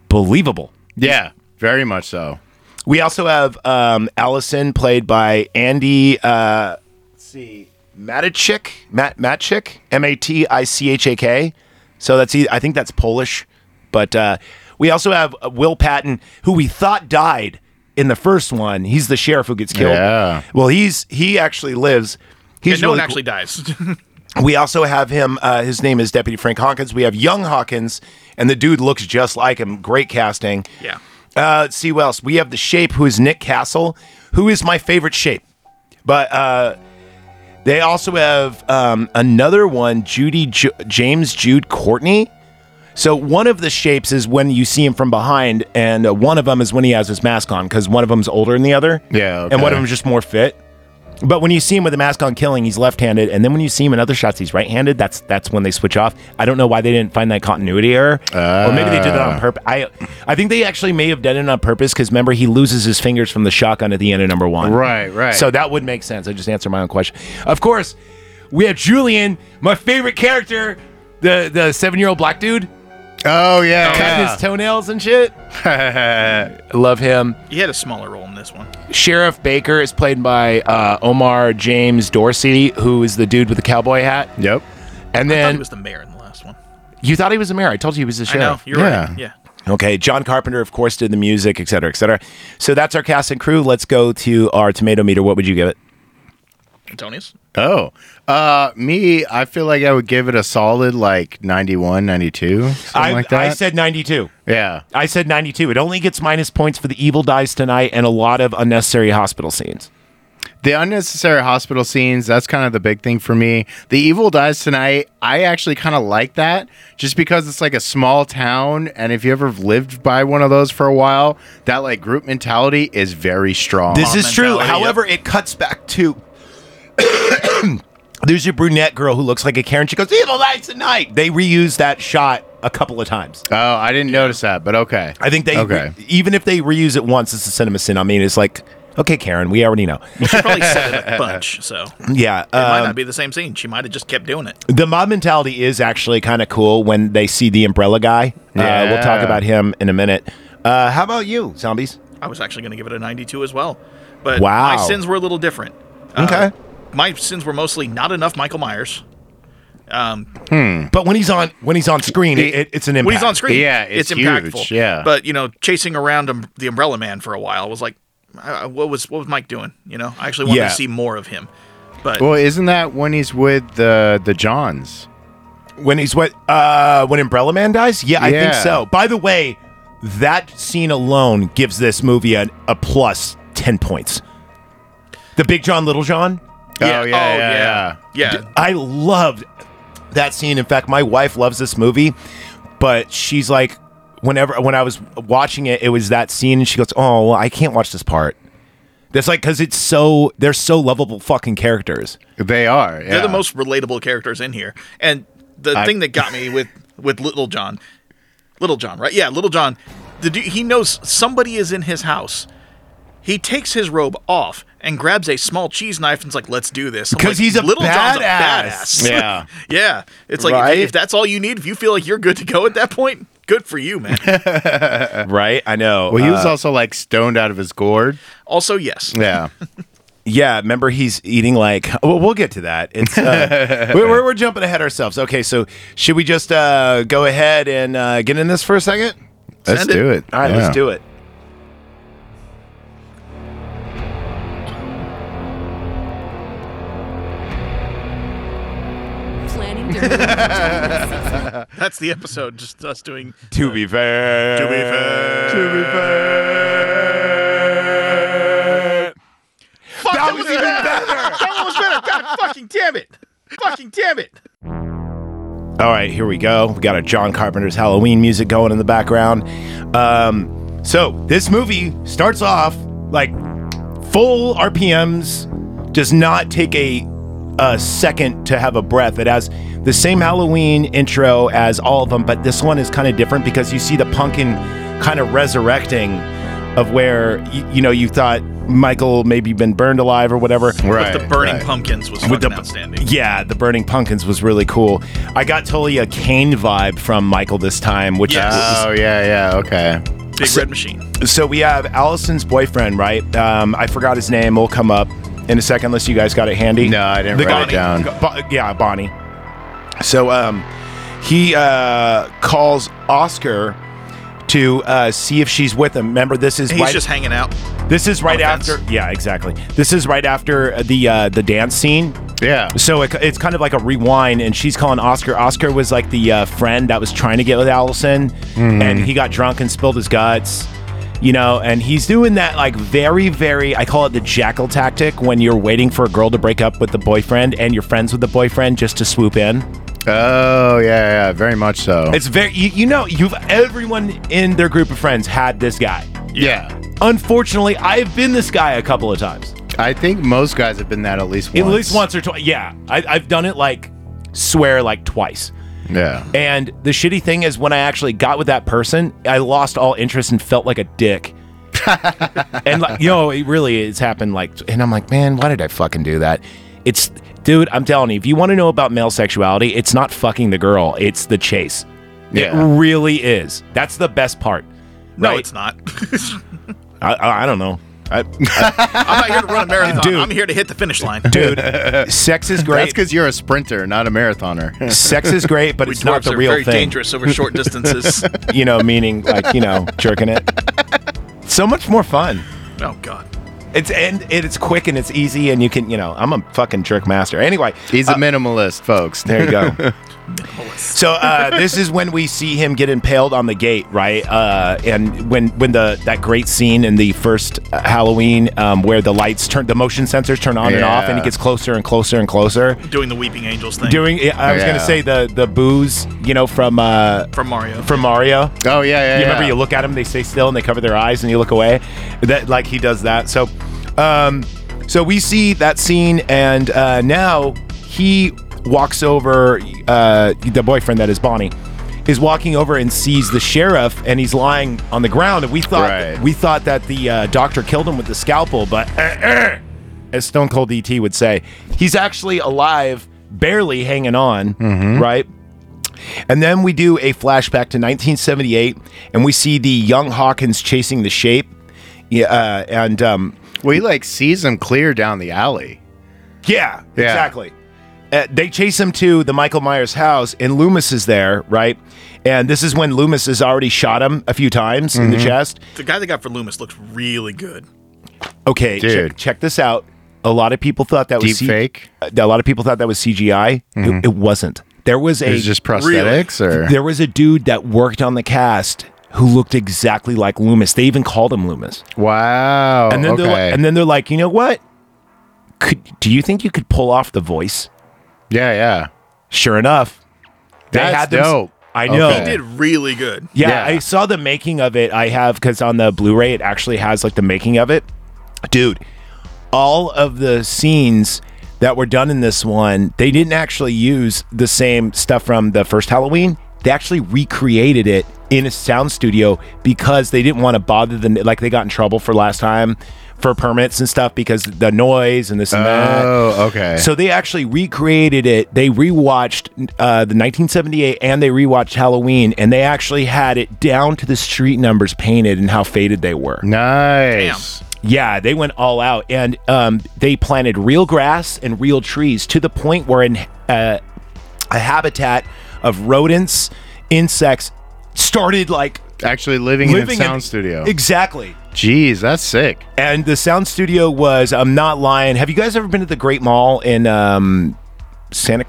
Speaker 2: believable.
Speaker 4: Yeah. Very much so.
Speaker 2: We also have um, Allison, played by Andy. Uh, let's see, Matichik, Mat Matchik, M A T I C H A K. So that's e- I think that's Polish, but uh, we also have uh, Will Patton, who we thought died in the first one. He's the sheriff who gets killed.
Speaker 4: Yeah.
Speaker 2: Well, he's he actually lives. He's
Speaker 3: And no one
Speaker 2: really cool.
Speaker 3: actually dies.
Speaker 2: We also have him. Uh, his name is Deputy Frank Hawkins. We have young Hawkins, and the dude looks just like him. Great casting.
Speaker 3: yeah.
Speaker 2: Uh, let's see who else. We have the shape, who is Nick Castle, who is my favorite shape. But uh, they also have um, another one, Judy Ju- James Jude Courtney. So one of the shapes is when you see him from behind, and uh, one of them is when he has his mask on because one of them's older than the other.
Speaker 4: Yeah,
Speaker 2: and one
Speaker 4: okay.
Speaker 2: of them's just more fit. But when you see him with the mask on killing, he's left-handed, and then when you see him in other shots, he's right-handed. That's that's when they switch off. I don't know why they didn't find that continuity error, or maybe they did it
Speaker 4: Ah.
Speaker 2: on purpose. I I think they actually may have done it on purpose because remember he loses his fingers from the shotgun at the end of number one.
Speaker 4: Right, right.
Speaker 2: So that would make sense. I just answered my own question. Of course, we have Julian, my favorite character, the the seven-year-old black dude
Speaker 4: Oh yeah.
Speaker 2: cutting his toenails and shit. Love him.
Speaker 3: He had a smaller role in this one.
Speaker 2: Sheriff Baker is played by uh, Omar James Dorsey, who is the dude with the cowboy hat.
Speaker 4: Yep.
Speaker 2: And
Speaker 3: I thought he
Speaker 2: then
Speaker 3: was the mayor in the last one.
Speaker 2: you thought he was a mayor. I told you he was a
Speaker 3: I know.
Speaker 2: sheriff.
Speaker 3: You're
Speaker 4: Yeah.
Speaker 3: right. Yeah.
Speaker 2: Okay. John Carpenter, of course, did the music, et cetera, et cetera. So that's our cast and crew. Let's go to our tomato meter. What would you give it?
Speaker 3: Antonius?
Speaker 4: Oh. Uh, me, I feel like I would give it a solid like 91, 92, something
Speaker 2: I,
Speaker 4: like that.
Speaker 2: I said 92.
Speaker 4: yeah.
Speaker 2: I said 92. It only gets minus points for the evil dies tonight and a lot of unnecessary hospital scenes.
Speaker 4: The unnecessary hospital scenes, that's kind of the big thing for me. The Evil Dies Tonight, I actually kind of like that just because it's like a small town. And if you ever lived by one of those for a while, that like group mentality is very strong.
Speaker 2: This
Speaker 3: Mob
Speaker 2: is true.
Speaker 3: mentality, yep.
Speaker 2: However, it cuts back to. There's a brunette girl who looks like a Karen. She goes, Evil Dies Tonight. They reuse that shot a couple of times.
Speaker 4: oh, I didn't notice that, but okay.
Speaker 2: I think they,
Speaker 4: Okay.
Speaker 2: even if they reuse it once, it's a cinema sin. I mean, it's like, okay, Karen, we already know.
Speaker 3: She probably said it a bunch, so it
Speaker 2: Yeah.
Speaker 3: might
Speaker 2: um,
Speaker 3: not be the same scene. She might have just kept doing it.
Speaker 2: the mob mentality is actually kind of cool when they see the umbrella guy. Uh, we'll talk
Speaker 4: Yeah.
Speaker 2: about him in a minute. Uh, how about you, zombies?
Speaker 3: I was actually going to give it a 92 as well. But
Speaker 2: Wow.
Speaker 3: my sins were a little different. Uh,
Speaker 2: Okay.
Speaker 3: my sins were mostly not enough Michael Myers.
Speaker 2: But when he's on when he's on screen, it, it- it's an impact.
Speaker 3: Hmm. When he's on screen,
Speaker 4: Yeah,
Speaker 3: it's,
Speaker 4: it's
Speaker 3: impactful.
Speaker 4: huge, yeah.
Speaker 3: But, you know, chasing around um, the Umbrella Man for a while was like, uh, what was what was Mike doing? You know, I actually wanted
Speaker 2: Yeah.
Speaker 3: to see more of him. But
Speaker 4: Well, isn't that when he's with the the Johns?
Speaker 2: when he's what uh when Umbrella Man dies? Yeah, I think
Speaker 4: Yeah.
Speaker 2: so. By the way, that scene alone gives this movie a, a plus ten points. The Big John Little John?
Speaker 3: Yeah.
Speaker 4: Oh, yeah,
Speaker 3: Oh,
Speaker 4: yeah,
Speaker 3: yeah.
Speaker 4: yeah.
Speaker 3: Yeah.
Speaker 2: I loved that scene. In fact, my wife loves this movie, but she's like, whenever when I was watching it, it was that scene, and she goes, "Oh, I can't watch this part." That's like because it's so they're so lovable fucking characters.
Speaker 4: They are.
Speaker 3: They're the
Speaker 4: yeah.
Speaker 3: most relatable characters in here. And the
Speaker 4: I-
Speaker 3: thing that got me with with Little John, Little John, right? Yeah, Little John. The du- he knows somebody is in his house. He takes his robe off and grabs a small cheese knife and's like, "Let's do this." I'm
Speaker 2: 'Cause
Speaker 3: like,
Speaker 2: he's a
Speaker 3: Little John's a
Speaker 2: badass.
Speaker 3: badass.
Speaker 4: Yeah.
Speaker 3: yeah. It's like
Speaker 4: Right?
Speaker 3: if, if that's all you need, if you feel like you're good to go at that point, good for you, man.
Speaker 2: Right? I know.
Speaker 4: Well, he was
Speaker 2: Uh,
Speaker 4: also like stoned out of his gourd.
Speaker 3: also, yes.
Speaker 4: Yeah.
Speaker 2: yeah. Remember, he's eating like. Well, we'll get to that. It's uh, we're, we're we're jumping ahead ourselves. Okay, so should we just uh, go ahead and uh, get in this for a second?
Speaker 4: Let's
Speaker 3: Send it.
Speaker 4: do it.
Speaker 2: All right, let's do it.
Speaker 9: Planning during
Speaker 3: That's the episode. Just us doing.
Speaker 2: To be fair.
Speaker 3: To be fair.
Speaker 2: To be fair.
Speaker 3: Fuck, that, was even better. that one was better. God fucking damn it! Fucking damn it!
Speaker 2: All right, here we go. We got our John Carpenter's Halloween music going in the background. Um, so this movie starts off like full RPMs, does not take a, a second to have a breath. It has the same Halloween intro as all of them, but this one is kind of different because you see the pumpkin kind of resurrecting of where you, you know you thought Michael maybe been burned alive or whatever.
Speaker 4: Right.
Speaker 3: the burning
Speaker 4: right.
Speaker 3: pumpkins was
Speaker 2: With
Speaker 3: fucking
Speaker 2: the-
Speaker 3: outstanding.
Speaker 2: Yeah, the Burning Pumpkins was really cool. I got totally a Kane vibe from Michael this time, which
Speaker 3: Yes.
Speaker 4: Oh yeah, yeah. Okay.
Speaker 3: Big red machine.
Speaker 2: so we have Allison's boyfriend, right? Um, I forgot his name. We'll come up in a second, unless you guys got it handy.
Speaker 4: No, I didn't
Speaker 2: The
Speaker 4: write it
Speaker 2: guy-
Speaker 4: down.
Speaker 2: Bo- yeah, Bonnie. So um, he uh, calls Oscar to uh, see if she's with him. Remember, this is
Speaker 3: He's
Speaker 2: right,
Speaker 3: just hanging out.
Speaker 2: this is right
Speaker 3: on the fence.
Speaker 2: after. Yeah, exactly. This is right after the uh, the dance scene.
Speaker 4: Yeah.
Speaker 2: So it, it's kind of like a rewind, and she's calling Oscar. Oscar was like the uh, friend that was trying to get with Allison, and he got drunk and spilled his guts, you know. And he's doing that like very, very, I call it the jackal tactic when you're waiting for a girl to break up with the boyfriend and you're friends with the boyfriend just to swoop in.
Speaker 4: Oh yeah, yeah. Very much so.
Speaker 2: It's very, you, you know, you've everyone in their group of friends had this guy.
Speaker 4: yeah.
Speaker 2: Unfortunately, I've been this guy a couple of times.
Speaker 4: I think most guys have been that at least once.
Speaker 2: At least once or twice. Yeah, I, I've done it like, swear, like twice.
Speaker 4: Yeah.
Speaker 2: And the shitty thing is, when I actually got with that person, I lost all interest and felt like a dick. and like, you know, it really it's happened. Like, and I'm like, man, why did I fucking do that? It's, dude, I'm telling you, if you want to know about male sexuality, it's not fucking the girl, it's the chase.
Speaker 4: Yeah.
Speaker 2: It really is. That's the best part.
Speaker 3: No,
Speaker 2: right?
Speaker 3: it's not.
Speaker 2: I, I, I don't know, I,
Speaker 3: I'm not here to run a marathon.
Speaker 2: Dude.
Speaker 3: I'm here to hit the finish line.
Speaker 2: dude. sex is
Speaker 4: That's
Speaker 2: great.
Speaker 4: because you're a sprinter, not a marathoner.
Speaker 2: Sex is great, but
Speaker 3: we
Speaker 2: it's not
Speaker 3: dwarves
Speaker 2: the
Speaker 3: are
Speaker 2: real
Speaker 3: very
Speaker 2: thing.
Speaker 3: dangerous over short distances.
Speaker 2: You know, meaning like you know, jerking it. So much more fun.
Speaker 3: oh God.
Speaker 2: It's and and it's quick and it's easy and you can you know I'm a fucking jerk master. Anyway,
Speaker 4: He's a minimalist, folks.
Speaker 2: there you go. so uh, this is when we see him get impaled on the gate, right? Uh, and when when the that great scene in the first uh, Halloween um, where the lights turn, the motion sensors turn on and off, and
Speaker 4: Yeah.
Speaker 2: he gets closer and closer and closer.
Speaker 3: Doing the Weeping Angels thing
Speaker 2: During I was
Speaker 4: Yeah.
Speaker 2: gonna say the the booze, you know, from uh,
Speaker 3: from Mario.
Speaker 2: from Mario.
Speaker 4: Oh yeah, yeah.
Speaker 2: You remember
Speaker 4: yeah.
Speaker 2: you look at them, they stay still, and they cover their eyes, and you look away. That like he does that. So, um, so we see that scene, and uh, now he walks over. Uh, the boyfriend that is Bonnie is walking over and sees the sheriff, and he's lying on the ground. And we thought
Speaker 4: Right.
Speaker 2: we thought that the uh, doctor killed him with the scalpel, but uh, as Stone Cold DT would say, he's actually alive, barely hanging on,
Speaker 4: Mm-hmm.
Speaker 2: right? And then we do a flashback to 1978, and we see the young Hawkins chasing the shape. Yeah, uh, and um,
Speaker 4: Well, he like sees him clear down the alley.
Speaker 2: yeah,
Speaker 4: Yeah.
Speaker 2: exactly. Uh, they chase him to the Michael Myers house, and Loomis is there, right? And this is when Loomis has already shot him a few times in
Speaker 4: Mm-hmm.
Speaker 2: the chest.
Speaker 3: the guy they got for Loomis looks really good.
Speaker 2: Okay, check,
Speaker 4: Dude.
Speaker 2: check this out. A lot of people thought that
Speaker 4: Deep
Speaker 2: was C-
Speaker 4: fake.
Speaker 2: uh, A lot of people thought that was CGI. It- It, wasn't. There was a
Speaker 4: It's just prosthetics, or
Speaker 2: there was a dude that worked on the cast who looked exactly like Loomis. They even called him Loomis.
Speaker 4: wow.
Speaker 2: And then
Speaker 4: Oh, okay.
Speaker 2: they're like, and then they're like, you know what? Could do you think you could pull off the voice?
Speaker 4: Yeah, yeah.
Speaker 2: Sure enough, they
Speaker 4: That's
Speaker 2: had them-
Speaker 4: dope.
Speaker 2: I know.
Speaker 4: Okay.
Speaker 3: He did really good.
Speaker 2: Yeah,
Speaker 4: Yeah.
Speaker 2: I saw the making of it. I have because on the Blu-ray it actually has like the making of it, dude. All of the scenes that were done in this one, they didn't actually use the same stuff from the first Halloween. They actually recreated it in a sound studio because they didn't want to bother them. Like they got in trouble for last time for permits and stuff because the noise and this and that.
Speaker 4: Oh, okay.
Speaker 2: So they actually recreated it. They rewatched uh, the 1978 and they rewatched Halloween, and they actually had it down to the street numbers painted and how faded they were.
Speaker 4: nice.
Speaker 2: Yeah, they went all out, and um, they planted real grass and real trees to the point where in uh, a habitat of rodents, insects started like
Speaker 4: Actually, living,
Speaker 2: living
Speaker 4: in a sound
Speaker 2: in-
Speaker 4: studio.
Speaker 2: Exactly.
Speaker 4: Jeez, that's sick.
Speaker 2: And the sound studio was, I'm not lying. Have you guys ever been to the Great Mall in um, Santa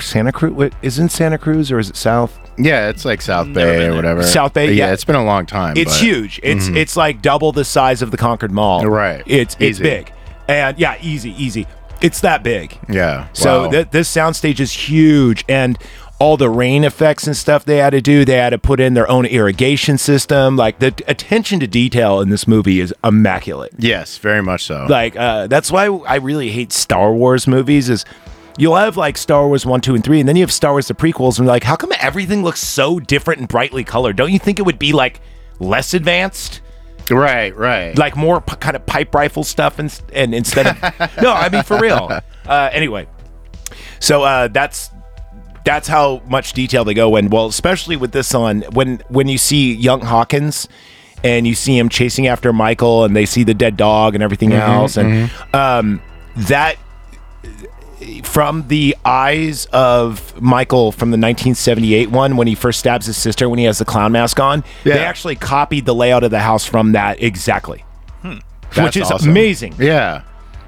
Speaker 2: Santa Cruz? What, is it in Santa Cruz or is it South?
Speaker 4: Yeah, it's like South
Speaker 3: Never
Speaker 4: Bay
Speaker 3: been
Speaker 4: or
Speaker 3: there.
Speaker 4: whatever.
Speaker 2: South Bay,
Speaker 4: But
Speaker 2: yeah.
Speaker 4: it's been a long time.
Speaker 2: It's
Speaker 4: but-
Speaker 2: huge. It's it's like double the size of the Concord Mall.
Speaker 4: Mm-hmm. Right.
Speaker 2: It's it's
Speaker 4: Easy.
Speaker 2: big. And yeah, easy, easy. It's that big.
Speaker 4: Yeah.
Speaker 2: So
Speaker 4: wow.
Speaker 2: th- this soundstage is huge, and all the rain effects and stuff they had to do. They had to put in their own irrigation system. Like the attention to detail in this movie is immaculate.
Speaker 4: yes, very much so.
Speaker 2: like uh, that's why I really hate Star Wars movies is you'll have like Star Wars 1, 2 and 3 and then you have Star Wars the prequels and you're like how come everything looks so different and brightly colored? Don't you think it would be like less advanced?
Speaker 4: right, right.
Speaker 2: Like more p- kind of pipe rifle stuff and, and instead of No, I mean for real. Uh, anyway. So uh, that's that's how much detail they go in. Well, especially with this one, when when you see young Hawkins and you see him chasing after Michael and they see the dead dog and everything else, and um, that from the eyes of Michael from the 1978 one when he first stabs his sister when he has the clown mask on,
Speaker 4: Yeah.
Speaker 2: they actually copied the layout of the house from that exactly. Which
Speaker 4: Hmm. That's
Speaker 2: is
Speaker 4: awesome.
Speaker 2: amazing.
Speaker 4: yeah.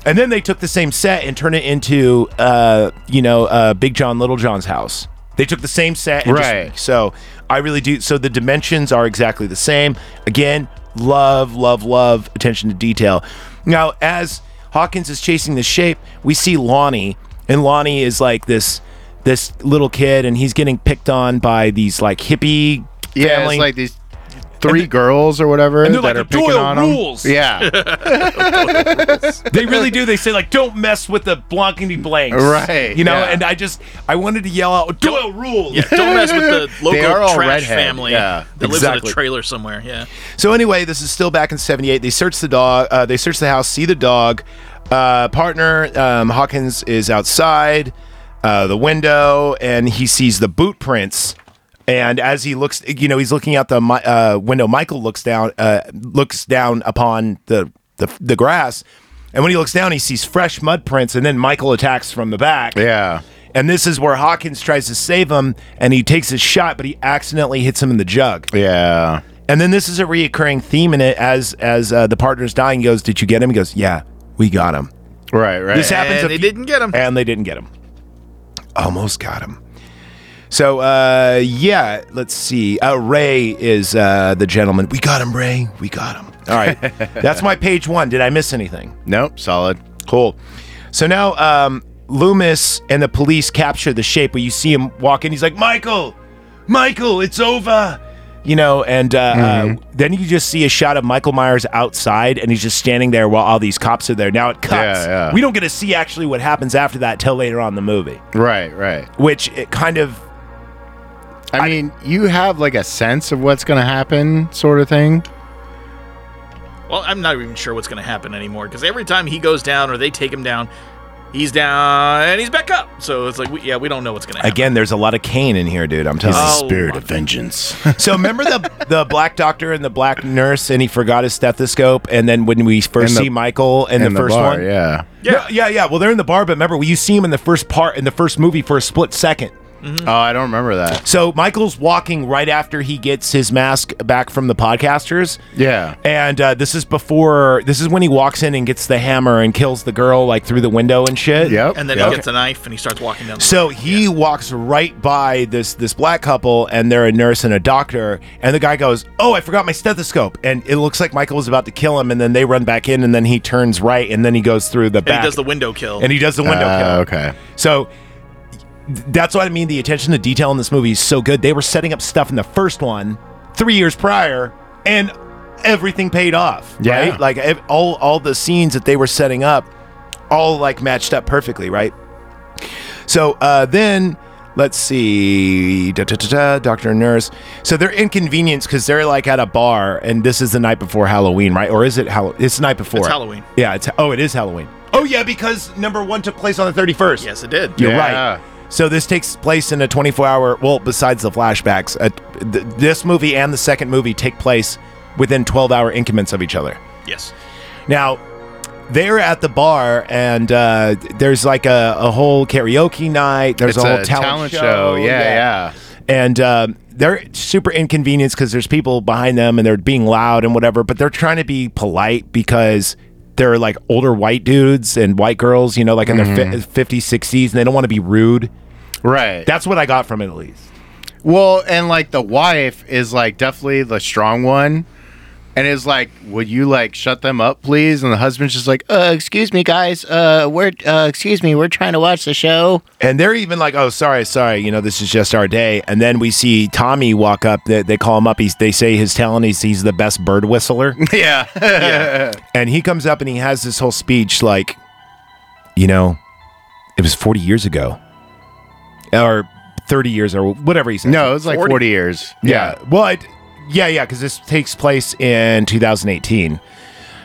Speaker 2: And then they took the same set and turned it into, uh, you know, uh, Big John Little John's house. They took the same set, and just-
Speaker 4: Right.
Speaker 2: so I really do. So the dimensions are exactly the same. Again, love, love, love attention to detail. Now, as Hawkins is chasing the shape, we see Lonnie, and Lonnie is like this this little kid, and he's getting picked on by these like hippie
Speaker 4: Yeah,
Speaker 2: family.
Speaker 4: it's like these three girls or whatever
Speaker 2: and
Speaker 4: that
Speaker 2: they're like,
Speaker 4: are
Speaker 2: "The
Speaker 4: picking
Speaker 2: Doyle
Speaker 4: on
Speaker 2: rules."
Speaker 4: him. Yeah,
Speaker 2: they really do. They say like, "Don't mess with the blankety blanks,"
Speaker 4: Right,
Speaker 2: You know,
Speaker 4: yeah.
Speaker 2: and I just I wanted to yell out, "Doyle rules!"
Speaker 3: Yeah, don't mess with the local
Speaker 4: They are all
Speaker 3: trash
Speaker 4: redhead,
Speaker 3: family
Speaker 4: yeah,
Speaker 3: that lives in
Speaker 2: exactly.
Speaker 3: a trailer somewhere. Yeah,
Speaker 2: So anyway, this is still back in '78. They search the dog. Uh, they search the house, see the dog. Uh, partner um, Hawkins is outside uh, the window, and he sees the boot prints. And as he looks, you know, he's looking out the mi- uh, window. Michael looks down, uh, looks down upon the, the the grass, and when he looks down, he sees fresh mud prints. And then Michael attacks from the back.
Speaker 4: yeah.
Speaker 2: And this is where Hawkins tries to save him, and he takes his shot, but he accidentally hits him in the jug.
Speaker 4: Yeah.
Speaker 2: And then this is a reoccurring theme in it as as uh, the partner's dying he goes, "Did you get him?" He goes, "Yeah, we got him."
Speaker 4: Right, right.
Speaker 2: This happens
Speaker 3: and
Speaker 2: a
Speaker 3: they
Speaker 2: few-
Speaker 3: didn't get him.
Speaker 2: and they didn't get him. Almost got him. So uh, yeah, let's see. Uh, Ray is uh, the gentleman. We got him, Ray. We got him. All right, that's my page one. Did I miss anything?
Speaker 4: nope, solid.
Speaker 2: Cool. So now um, Loomis and the police capture the shape where you see him walk in. He's like, Michael, Michael, it's over. You know, and uh, uh, then you just see a shot of Michael Myers outside, and he's just standing there while all these cops are there. Now it cuts.
Speaker 4: Yeah, yeah.
Speaker 2: We don't get to see actually what happens after that till later on in the movie,
Speaker 4: Right, right.
Speaker 2: which it kind of
Speaker 4: I, mean, you have like a sense of what's going to happen, sort of thing.
Speaker 3: Well, I'm not even sure what's going to happen anymore because every time he goes down or they take him down, he's down and he's back up. So it's like, we, yeah, we don't know what's going to happen.
Speaker 2: again, there's a lot of Kane in here, dude. I'm telling you.
Speaker 3: Oh, spirit of
Speaker 4: vengeance.
Speaker 2: So remember the the black doctor and the black nurse, and he forgot his stethoscope. And then when we first
Speaker 4: And the-
Speaker 2: see Michael in the, first
Speaker 4: bar,
Speaker 2: one,
Speaker 4: Yeah.
Speaker 2: Yeah. yeah, yeah. Well, they're in the bar, but remember, you see him in the first part in the first movie for a split second.
Speaker 4: Oh, I don't remember that.
Speaker 2: So Michael's walking right after he gets his mask back from the podcasters.
Speaker 4: Yeah.
Speaker 2: And uh, this is before, this is when he walks in and gets the hammer and kills the girl like through the window and shit.
Speaker 4: Yep.
Speaker 3: And then
Speaker 2: Yeah.
Speaker 3: he gets a knife and he starts walking down. The
Speaker 2: So he walks right by this this black couple, and they're a nurse and a doctor. And the guy goes, "Oh, I forgot my stethoscope." And it looks like Michael is about to kill him, and then they run back in, and then he turns right, and then he goes through the
Speaker 3: and
Speaker 2: back,
Speaker 3: he does the window kill.
Speaker 2: and he does the window
Speaker 4: Uh,
Speaker 2: kill.
Speaker 4: okay.
Speaker 2: So th- that's what I mean. The attention to detail in this movie is so good. They were setting up stuff in the first one three years prior, and everything paid off.
Speaker 4: Yeah.
Speaker 2: Right? Like ev- all all the scenes that they were setting up, all like matched up perfectly. Right. So uh, then. Let's see, da, da, da, da, doctor and nurse. So they're inconvenienced because they're like at a bar, and this is the night before Halloween, right? Or is it Halloween? It's the night before.
Speaker 3: It's Halloween.
Speaker 2: Yeah. It's oh, it is Halloween. Oh yeah, because number one took place on the thirty first.
Speaker 3: yes, it did.
Speaker 2: You're
Speaker 4: Yeah.
Speaker 2: right. So this takes place in a 24-hour. Well, besides the flashbacks, uh, th- this movie and the second movie take place within 12-hour increments of each other.
Speaker 3: Yes.
Speaker 2: Now, they're at the bar, and uh, there's like a, a whole karaoke night. There's
Speaker 4: It's
Speaker 2: a whole
Speaker 4: a talent
Speaker 2: talent,
Speaker 4: show. Yeah, yeah.
Speaker 2: And um, they're super inconvenienced because there's people behind them, and they're being loud and whatever. But they're trying to be polite because they're like older white dudes and white girls, you know, like in
Speaker 4: Mm-hmm.
Speaker 2: their fi- 50s, 60s, and they don't want to be rude.
Speaker 4: Right.
Speaker 2: That's what I got from it, at least.
Speaker 4: Well, and like the wife is like definitely the strong one. And is like, would you like shut them up, please? And the husband's just like, uh, excuse me, guys. Uh, we're, uh, excuse me, we're trying to watch the show.
Speaker 2: And they're even like, "Oh, sorry, sorry. You know, this is just our day." And then we see Tommy walk up. They, they call him up. He's, they say his talent is he's the best bird whistler.
Speaker 4: yeah.
Speaker 2: and he comes up and he has this whole speech like, you know, it was forty years ago, or thirty years, or whatever he said.
Speaker 4: No, it was like 40, years.
Speaker 2: Yeah. Well, it, yeah, yeah, because this takes place in 2018.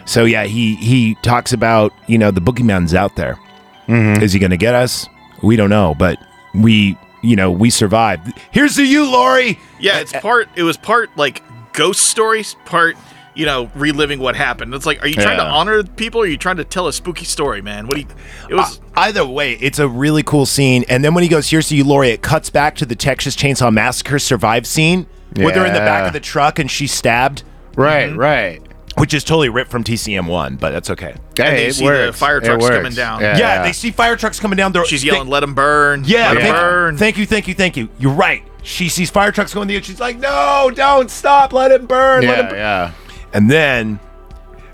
Speaker 2: So yeah, he he talks about you know the boogeyman's out there. Is he going to get us? We don't know, but we you know we survived. Here's to you, Lori.
Speaker 3: Yeah, it's part. It was part like ghost stories, part you know reliving what happened. It's like, are you trying to
Speaker 4: Yeah.
Speaker 3: honor people? Or are you trying to tell a spooky story, man? What do you? It
Speaker 2: Uh,
Speaker 3: was.
Speaker 2: Either way, it's a really cool scene. And then when he goes, "Here's to you, Lori," it cuts back to the Texas Chainsaw Massacre survive scene where they're in the back
Speaker 4: Yeah.
Speaker 2: of the truck and she's stabbed,
Speaker 4: Right,
Speaker 3: Mm-hmm.
Speaker 4: right.
Speaker 2: which is totally ripped from TCM one, but that's okay.
Speaker 4: Hey,
Speaker 3: they
Speaker 4: it
Speaker 3: see the
Speaker 4: works.
Speaker 3: fire
Speaker 4: It
Speaker 3: trucks coming
Speaker 4: works.
Speaker 3: down.
Speaker 4: Yeah.
Speaker 2: Yeah, they see fire trucks coming down. They're,
Speaker 3: she's
Speaker 2: they-
Speaker 3: yelling, "Let him burn!
Speaker 2: Yeah,
Speaker 3: let him
Speaker 2: thank,
Speaker 3: burn!"
Speaker 2: thank you, thank you, thank you. You're right. She sees fire trucks going the air. She's like, no, don't stop. Let it burn. let it
Speaker 4: yeah,
Speaker 2: burn.
Speaker 4: yeah.
Speaker 2: And then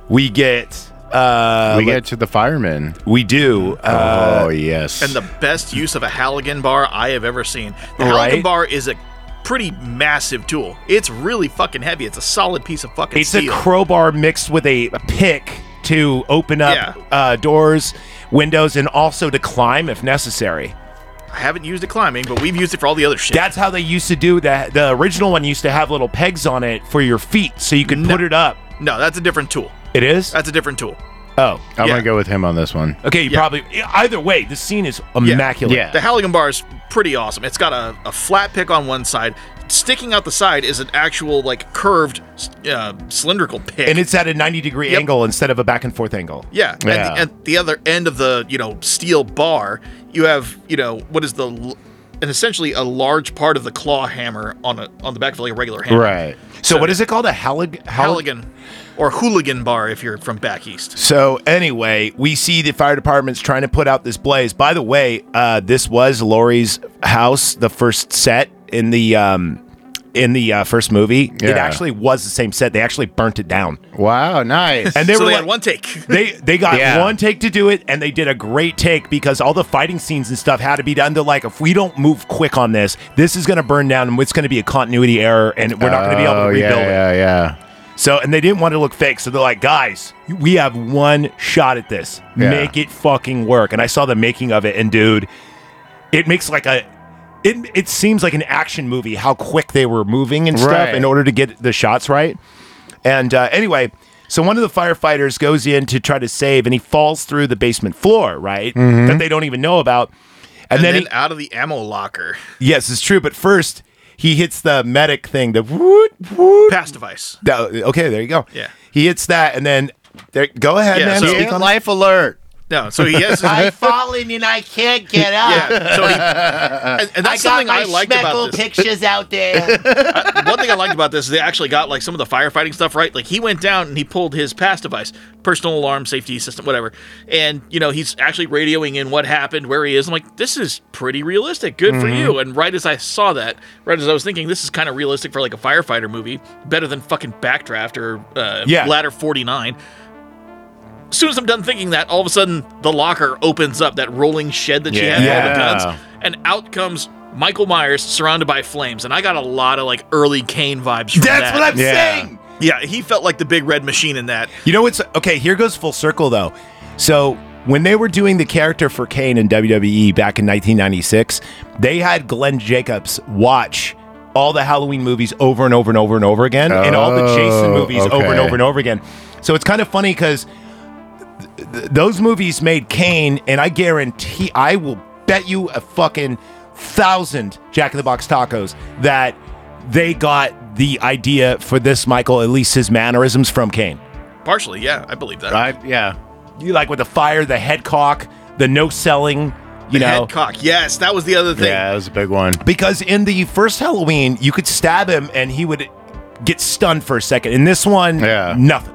Speaker 2: we get, uh,
Speaker 4: we
Speaker 2: we,
Speaker 4: get to the firemen.
Speaker 2: do. Uh,
Speaker 4: oh, yes.
Speaker 3: and the best use of a Halligan bar I have ever seen. The Halligan
Speaker 2: Right.
Speaker 3: bar is a pretty massive tool. It's really fucking heavy. It's a solid piece of fucking
Speaker 2: it's
Speaker 3: steel.
Speaker 2: a crowbar mixed with a, a pick to open up
Speaker 3: Yeah.
Speaker 2: uh, doors, windows, and also to climb if necessary.
Speaker 3: I haven't used it climbing, but we've used it for all the other shit.
Speaker 2: That's how they used to do that. The original one used to have little pegs on it for your feet so you could
Speaker 3: No.
Speaker 2: put it up.
Speaker 3: no, that's a different tool.
Speaker 2: It is?
Speaker 3: That's a different tool.
Speaker 2: oh.
Speaker 4: I'm
Speaker 3: yeah.
Speaker 4: going to go with him on this one.
Speaker 2: Okay, you probably. Either way, the scene is immaculate.
Speaker 4: Yeah.
Speaker 3: The Halligan bar is pretty awesome. It's got a, a flat pick on one side. Sticking out the side is an actual, like, curved, s- uh, cylindrical pick.
Speaker 2: and it's at a 90 degree
Speaker 3: Yep.
Speaker 2: angle instead of a back and forth angle.
Speaker 3: Yeah,
Speaker 4: Yeah.
Speaker 3: At, the, at the other end of the you know steel bar, you have you know what is the l- and essentially a large part of the claw hammer on a on the back of like a regular hammer.
Speaker 4: Right.
Speaker 2: So, what is it called? A halig- halig-
Speaker 3: Halligan or hooligan bar if you're from back east.
Speaker 2: So anyway, we see the fire department's trying to put out this blaze. By the way, uh, this was Laurie's house, the first set in the um, in the uh, first movie.
Speaker 4: Yeah.
Speaker 2: It actually was the same set. They actually burnt it down,
Speaker 4: Wow, nice.
Speaker 2: and they
Speaker 3: so
Speaker 2: were
Speaker 3: they
Speaker 2: like,
Speaker 3: had one take.
Speaker 2: they they got
Speaker 4: Yeah.
Speaker 2: one take to do it, and they did a great take because all the fighting scenes and stuff had to be done. They're like, if we don't move quick on this, this is going to burn down, and it's going to be a continuity error, and we're not going to be able to
Speaker 4: Oh,
Speaker 2: rebuild it.
Speaker 4: yeah, yeah, yeah.
Speaker 2: So, and they didn't want to look fake. So they're like, guys, we have one shot at this.
Speaker 4: Yeah.
Speaker 2: Make it fucking work. And I saw the making of it, and dude, it makes like a. It, it seems like an action movie how quick they were moving and stuff
Speaker 4: Right.
Speaker 2: in order to get the shots right. And uh, anyway, so one of the firefighters goes in to try to save, and he falls through the basement floor, right? That they don't even know about. And,
Speaker 3: and
Speaker 2: then,
Speaker 3: then,
Speaker 2: he-
Speaker 3: out of the ammo locker,
Speaker 2: yes, it's true. But first, he hits the medic thing, the woot, woot,
Speaker 3: pass device.
Speaker 2: that- okay, there you go.
Speaker 3: Yeah.
Speaker 2: He hits that, and then there, go ahead,
Speaker 3: Yeah,
Speaker 2: man.
Speaker 3: so-
Speaker 2: speak
Speaker 3: Yeah,
Speaker 2: on it.
Speaker 4: Life alert.
Speaker 3: No, so he has.
Speaker 9: I've fallen and I can't get up.
Speaker 3: yeah, so he, and, and
Speaker 9: I
Speaker 3: that's
Speaker 9: got
Speaker 3: something
Speaker 9: my
Speaker 3: I liked about
Speaker 9: speckle
Speaker 3: this.
Speaker 9: pictures out there.
Speaker 3: One thing I liked about this is they actually got like some of the firefighting stuff right. Like he went down and he pulled his pass device, personal alarm safety system, whatever, and you know he's actually radioing in what happened, where he is. I'm like, this is pretty realistic. Good
Speaker 2: Mm-hmm.
Speaker 3: for you. And right as I saw that, right as I was thinking, this is kind of realistic for like a firefighter movie, better than fucking Backdraft or uh,
Speaker 2: Yeah.
Speaker 3: Ladder 49. As soon as I'm done thinking that, all of a sudden the locker opens up, that rolling shed that she had with all the
Speaker 2: Yeah.
Speaker 3: guns and out comes Michael Myers surrounded by flames. And I got a lot of like early Kane vibes from that.
Speaker 2: I'm saying.
Speaker 3: Yeah, he felt like the big red machine in that.
Speaker 2: You know what's okay? Here goes full circle though. So when they were doing the character for Kane in WWE back in 1996, they had Glenn Jacobs watch all the Halloween movies over and over and over and over again, and all the Jason
Speaker 4: Oh,
Speaker 2: movies over and
Speaker 4: okay.
Speaker 2: over and over again. So it's kind of funny because those movies made Kane, and I guarantee, I will bet you a fucking thousand Jack in the Box tacos that they got the idea for this Michael, at least his mannerisms from Kane.
Speaker 3: Partially, yeah, I believe that.
Speaker 4: I, yeah.
Speaker 2: You like with the fire, the head cock, the no selling, you
Speaker 3: The
Speaker 2: know.
Speaker 3: head cock. Yes, that was the other thing.
Speaker 4: Yeah, that was a big one.
Speaker 2: because in the first Halloween, you could stab him and he would get stunned for a second. In this one,
Speaker 4: Yeah.
Speaker 2: nothing.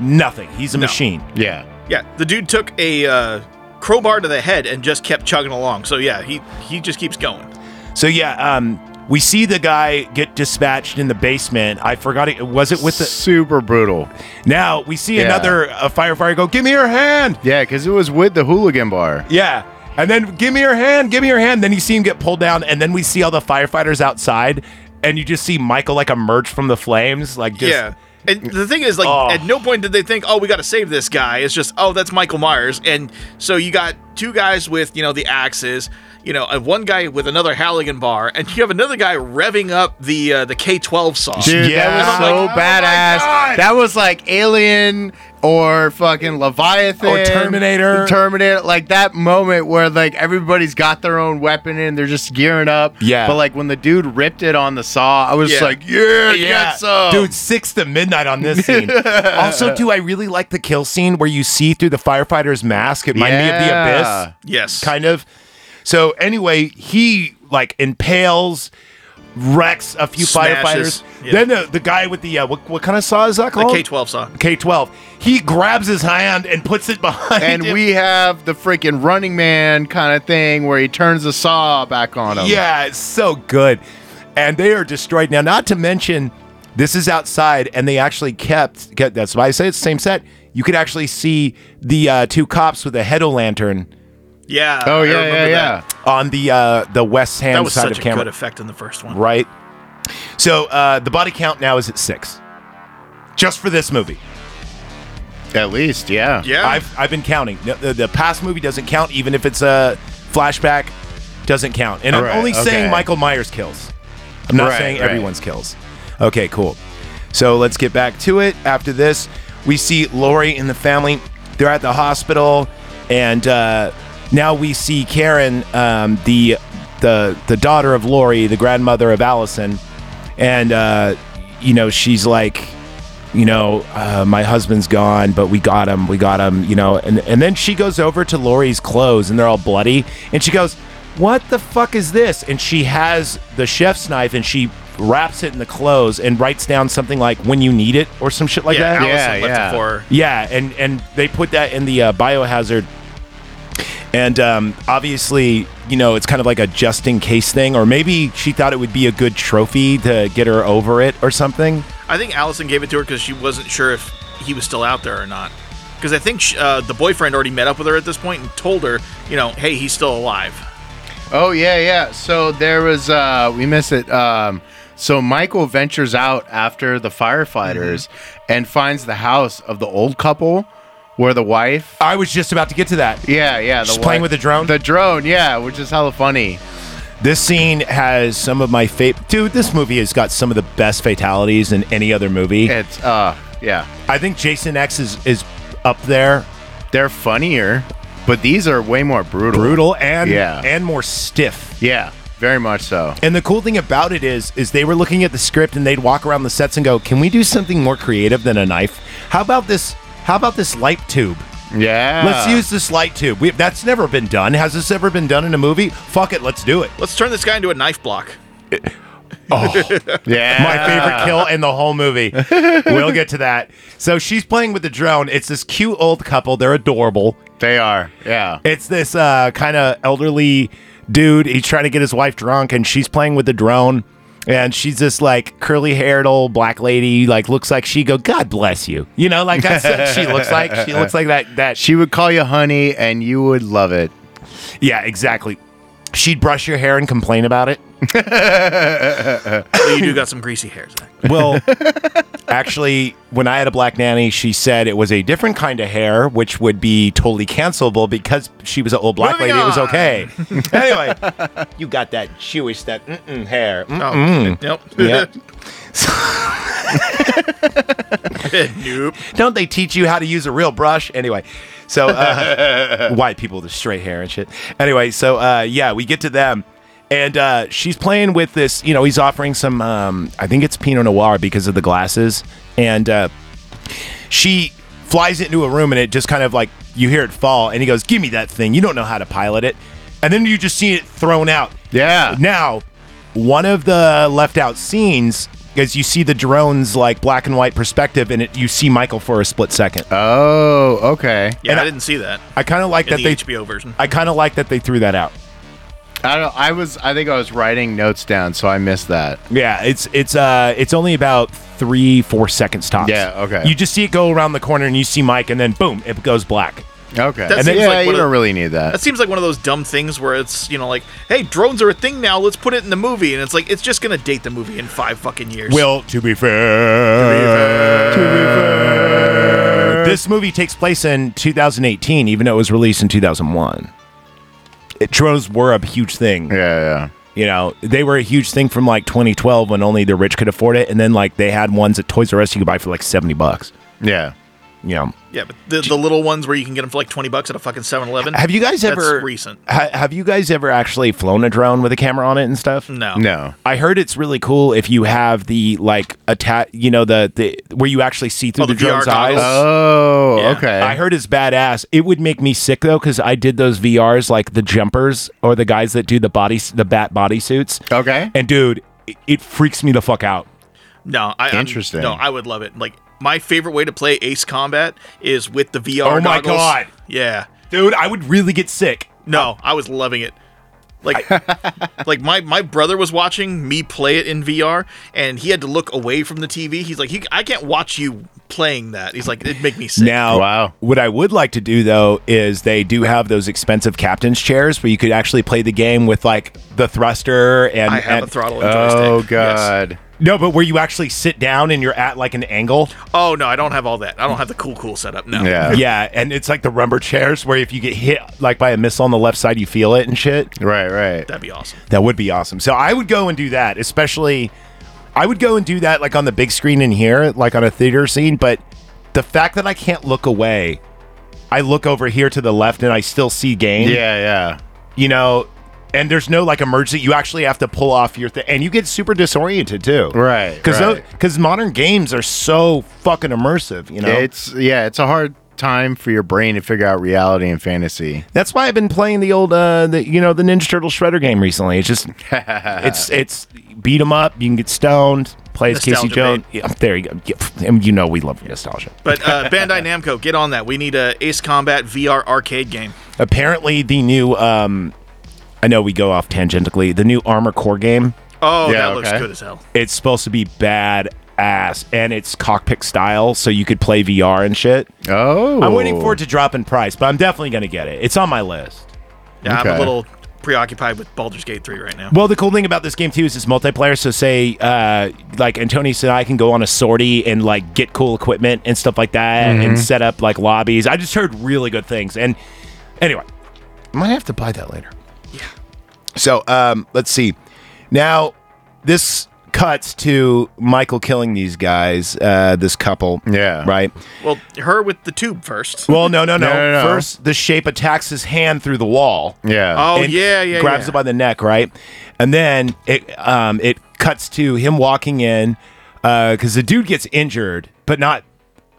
Speaker 2: Nothing. He's a machine.
Speaker 4: Yeah.
Speaker 3: Yeah, the dude took a uh, crowbar to the head and just kept chugging along. So yeah, he he just keeps going.
Speaker 2: So yeah, um, we see the guy get dispatched in the basement. I forgot it was it with the
Speaker 4: super brutal.
Speaker 2: now we see
Speaker 4: Yeah.
Speaker 2: another uh, firefighter go, Give me your hand.
Speaker 4: Yeah, because it was with the hooligan bar.
Speaker 2: Yeah. And then give me your hand, give me your hand. Then you see him get pulled down, and then we see all the firefighters outside, and you just see Michael like emerge from the flames, like just
Speaker 3: yeah. And the thing is, like,
Speaker 2: Oh.
Speaker 3: at no point did they think, "Oh, we got to save this guy." It's just, "Oh, that's Michael Myers." And so you got two guys with, you know, the axes, you know, and one guy with another Halligan bar, and you have another guy revving up the uh, the K twelve saw.
Speaker 4: Dude,
Speaker 2: Yeah.
Speaker 4: that was so
Speaker 2: Oh my
Speaker 4: badass. That was like Alien or fucking Leviathan
Speaker 2: Or Terminator.
Speaker 4: Terminator, like that moment where like everybody's got their own weapon and they're just gearing up.
Speaker 2: Yeah.
Speaker 4: But like when the dude ripped it on the saw, I was just
Speaker 3: Yeah.
Speaker 4: like, yeah, yeah, so.
Speaker 2: Dude, six to midnight on this scene. also, too, I really like the kill scene where you see through the firefighter's mask. It reminded me of the
Speaker 4: Yeah.
Speaker 2: abyss.
Speaker 3: Yes.
Speaker 2: kind of. So anyway, he like impales, wrecks a few
Speaker 3: Smashes.
Speaker 2: firefighters.
Speaker 3: Yeah.
Speaker 2: Then the, the guy with the uh, what, what kind of saw is that
Speaker 3: the
Speaker 2: called?
Speaker 3: K twelve saw.
Speaker 2: K twelve. He grabs his hand and puts it behind.
Speaker 4: and
Speaker 2: him.
Speaker 4: we have the freaking running man kind of thing where he turns the saw back on him.
Speaker 2: Yeah, it's so good. And they are destroyed now. Not to mention, this is outside, and they actually kept. kept- that's why I say it's the same set. You could actually see the uh, two cops with a head lantern
Speaker 3: Yeah.
Speaker 4: Oh
Speaker 3: I
Speaker 4: yeah,
Speaker 3: remember
Speaker 4: yeah,
Speaker 3: that.
Speaker 4: yeah.
Speaker 2: on the uh, the west hand
Speaker 3: That was
Speaker 2: side
Speaker 3: such
Speaker 2: of
Speaker 3: a
Speaker 2: camera,
Speaker 3: good effect in the first one.
Speaker 2: right? So uh, the body count now is at six, just for this movie.
Speaker 4: At least, yeah.
Speaker 3: Yeah.
Speaker 2: I've I've been counting. No, The, the past movie doesn't count, even if it's a flashback, doesn't count. And I'm
Speaker 4: Right,
Speaker 2: only saying
Speaker 4: okay.
Speaker 2: Michael Myers kills. I'm not
Speaker 4: Right,
Speaker 2: saying
Speaker 4: right.
Speaker 2: everyone's kills. Okay, cool. So let's get back to it. After this, we see Lori and the family. They're at the hospital, and uh, now we see Karen, um, the the the daughter of Lori, the grandmother of Allison, and uh, you know she's like, you know, uh, my husband's gone, but we got him, we got him, you know. And, and then she goes over to Lori's clothes and they're all bloody. And she goes, What the fuck is this? And she has the chef's knife and she wraps it in the clothes and writes down something like when you need it or some shit like
Speaker 3: yeah,
Speaker 2: that.
Speaker 3: Allison
Speaker 4: Yeah,
Speaker 3: left
Speaker 4: yeah.
Speaker 3: it for her.
Speaker 2: Yeah, and and they put that in the uh, biohazard. And um, obviously, you know, it's kind of like a just in case thing, or maybe she thought it would be a good trophy to get her over it or something.
Speaker 3: I think Allison gave it to her because she wasn't sure if he was still out there or not. Because I think sh uh, the boyfriend already met up with her at this point and told her, you know, hey, he's still alive.
Speaker 4: Oh yeah, yeah. So there was uh we miss it. Um so Michael ventures out after the firefighters
Speaker 2: Mm-hmm.
Speaker 4: and finds the house of the old couple where the wife
Speaker 2: I was just about to get to that.
Speaker 4: yeah, yeah. The
Speaker 2: She's playing
Speaker 4: wife-
Speaker 2: with the drone?
Speaker 4: The drone, yeah, which is hella funny.
Speaker 2: This scene has some of my favorite. Dude, this movie has got some of the best fatalities in any other movie.
Speaker 4: It's uh, yeah,
Speaker 2: I think Jason X is is up there,
Speaker 4: they're funnier, but these are way more brutal.
Speaker 2: brutal and
Speaker 4: Yeah.
Speaker 2: and more stiff.
Speaker 4: Yeah, very much so.
Speaker 2: And the cool thing about it is, is they were looking at the script and they'd walk around the sets and go, "Can we do something more creative than a knife? How about this? How about this light tube?
Speaker 4: Yeah.
Speaker 2: Let's use this light tube. We, that's never been done. Has this ever been done in a movie? Fuck it, let's do it.
Speaker 3: Let's turn this guy into a knife block.
Speaker 4: Yeah.
Speaker 2: My favorite kill in the whole movie. we'll get to that. So she's playing with the drone. It's this cute old couple. They're adorable.
Speaker 4: They are. Yeah.
Speaker 2: It's this uh, kind of elderly dude. He's trying to get his wife drunk, and she's playing with the drone. And she's this like curly haired old black lady, like looks like she go, God bless you. You know, like that's what she looks like. She looks like that that
Speaker 4: She would call you honey and you would love it.
Speaker 2: Yeah, exactly. She'd brush your hair and complain about it.
Speaker 3: But you do got some greasy hair, Zach.
Speaker 2: Well, actually, when I had a black nanny, she said it was a different kind of hair, which would be totally cancelable because she was an old black
Speaker 3: Moving
Speaker 2: lady. It was
Speaker 3: on.
Speaker 2: okay. anyway, you got that Jewish, that mm-mm hair.
Speaker 3: Oh, nope.
Speaker 2: Mm. Yep.
Speaker 3: nope.
Speaker 2: Don't they teach you how to use a real brush? Anyway, so uh, white people with the straight hair and shit. Anyway, so uh, yeah, we get to them, and uh, she's playing with this. You know, he's offering some. Um, I think it's Pinot Noir because of the glasses, and uh, she flies it into a room, and it just kind of like you hear it fall, and he goes, "Give me that thing. You don't know how to pilot it," and then you just see it thrown out.
Speaker 4: Yeah.
Speaker 2: Now, one of the left out scenes is you see the drone's like black and white perspective, and it, you see Michael for a split second.
Speaker 4: Oh, okay.
Speaker 3: Yeah,
Speaker 2: And
Speaker 3: I
Speaker 2: I-
Speaker 3: didn't see that
Speaker 2: I kind of like
Speaker 3: in
Speaker 2: that
Speaker 3: the
Speaker 2: they.
Speaker 3: HBO version.
Speaker 2: I kind of like that they threw that out.
Speaker 4: I don't I was I think I was writing notes down, so I missed that.
Speaker 2: Yeah, it's it's uh it's only about three four seconds tops.
Speaker 4: Yeah, okay.
Speaker 2: You just see it go around the corner, and you see Mike, and then boom, it goes black.
Speaker 4: Okay. and
Speaker 3: That
Speaker 4: then,
Speaker 3: seems
Speaker 4: yeah,
Speaker 3: like
Speaker 4: you
Speaker 3: one of-
Speaker 4: don't really need that.
Speaker 3: That seems like one of those dumb things where it's, you know, like, hey, drones are a thing now. Let's put it in the movie. And it's like, it's just going to date the movie in five fucking years.
Speaker 2: Well, to be fair, to be fair, this movie takes place in 2018, even though it was released in 2001. It, drones were a huge thing.
Speaker 4: Yeah, yeah.
Speaker 2: You know, they were a huge thing from like 2012 when only the rich could afford it, and then like they had ones at Toys R Us you could buy for like 70 bucks.
Speaker 4: Yeah.
Speaker 2: You know,
Speaker 3: Yeah, but the, the little ones where you can get them for like 20 bucks at a fucking 7 Eleven.
Speaker 2: have you guys
Speaker 3: That's
Speaker 2: ever
Speaker 3: recent.
Speaker 2: ha- have you guys ever actually flown a drone with a camera on it and stuff?
Speaker 3: No.
Speaker 4: No.
Speaker 2: I heard it's really cool if you have the like attach, you know, the the where you actually see through
Speaker 3: Oh,
Speaker 2: the,
Speaker 3: the VR
Speaker 2: drone's eyes.
Speaker 3: goggles?
Speaker 4: Oh,
Speaker 3: Yeah.
Speaker 4: okay.
Speaker 2: I heard it's badass. It would make me sick though, because I did those VRs like the jumpers or the guys that do the body the bat body suits.
Speaker 3: Oh.
Speaker 4: okay.
Speaker 2: And dude, it, it freaks me the fuck out.
Speaker 3: No. I, I'm-
Speaker 4: Interesting.
Speaker 3: no, I would love it. Like, my favorite way to play Ace Combat is with the VR.
Speaker 2: Oh my
Speaker 3: goggles.
Speaker 2: God.
Speaker 3: Yeah.
Speaker 2: Dude, I would really get sick.
Speaker 3: No, I was loving it. Like, like my my brother was watching me play it in VR, and he had to look away from the TV. He's like, he, I can't watch you playing that. He's like, it'd make me sick.
Speaker 2: Now,
Speaker 4: Wow.
Speaker 2: what I would like to do though is they do have those expensive captain's chairs where you could actually play the game with like the thruster and,
Speaker 3: I have
Speaker 2: and- Uh,
Speaker 3: a throttle and joystick.
Speaker 4: Oh
Speaker 3: Yes.
Speaker 4: god.
Speaker 2: no, but where you actually sit down and you're at like an angle.
Speaker 3: Oh no, I don't have all that. I don't have the cool cool setup. No.
Speaker 4: Yeah.
Speaker 2: yeah, and it's like the rubber chairs where if you get hit like by a missile on the left side, you feel it and shit.
Speaker 4: Right, right.
Speaker 3: That'd be awesome.
Speaker 2: That would be awesome. So I would go and do that, especially I would go and do that like on the big screen in here, like on a theater scene, but the fact that I can't look away, I look over here to the left and I still see game.
Speaker 4: Yeah, yeah.
Speaker 2: You know, and there's no like emergency. You actually have to pull off your thing and you get super disoriented too.
Speaker 4: Right,
Speaker 2: Because
Speaker 4: right.
Speaker 2: modern games are so fucking immersive, you know?
Speaker 4: It's yeah, it's a hard time for your brain to figure out reality and fantasy.
Speaker 2: That's why I've been playing the old, uh, the, you know, the Ninja Turtle Shredder game recently. It's just, it's, it's beat 'em up. You can get stoned. Play as Casey
Speaker 3: Nostalgia
Speaker 2: Jones. Yeah, there you go. Yeah, pff, and you know we love nostalgia.
Speaker 3: But uh, Bandai Namco, get on that. We need a Ace Combat VR arcade game.
Speaker 2: Apparently, the new, um, I know we go off tangentially. The new Armor Core game.
Speaker 3: Oh,
Speaker 4: Yeah,
Speaker 3: that looks
Speaker 4: okay.
Speaker 3: good as hell.
Speaker 2: It's supposed to be bad ass, and it's cockpit style, so you could play VR and shit.
Speaker 4: Oh,
Speaker 2: I'm waiting for it to drop in price, but I'm definitely gonna get it. It's on my list.
Speaker 3: Yeah, I'm
Speaker 4: Okay.
Speaker 3: a little preoccupied with Baldur's Gate 3 right now.
Speaker 2: Well, the cool thing about this game too is it's multiplayer. So say, uh, like Antonius and I can go on a sortie and like get cool equipment and stuff like that, and set up like lobbies. I just heard really good things. And anyway, I might have to buy that later. Yeah. So um, let's see. Now this cuts to Michael killing these guys, uh, this couple.
Speaker 4: Yeah.
Speaker 2: Right.
Speaker 3: Well, her with the tube first.
Speaker 2: Well, no, no, no.
Speaker 4: No, no, no.
Speaker 2: First, the shape attacks his hand through the wall
Speaker 4: Yeah.
Speaker 3: Oh
Speaker 2: and
Speaker 3: yeah, yeah.
Speaker 2: grabs
Speaker 3: yeah.
Speaker 2: it by the neck, right? And then it um, uh, it cuts to him walking in because the dude gets injured, but not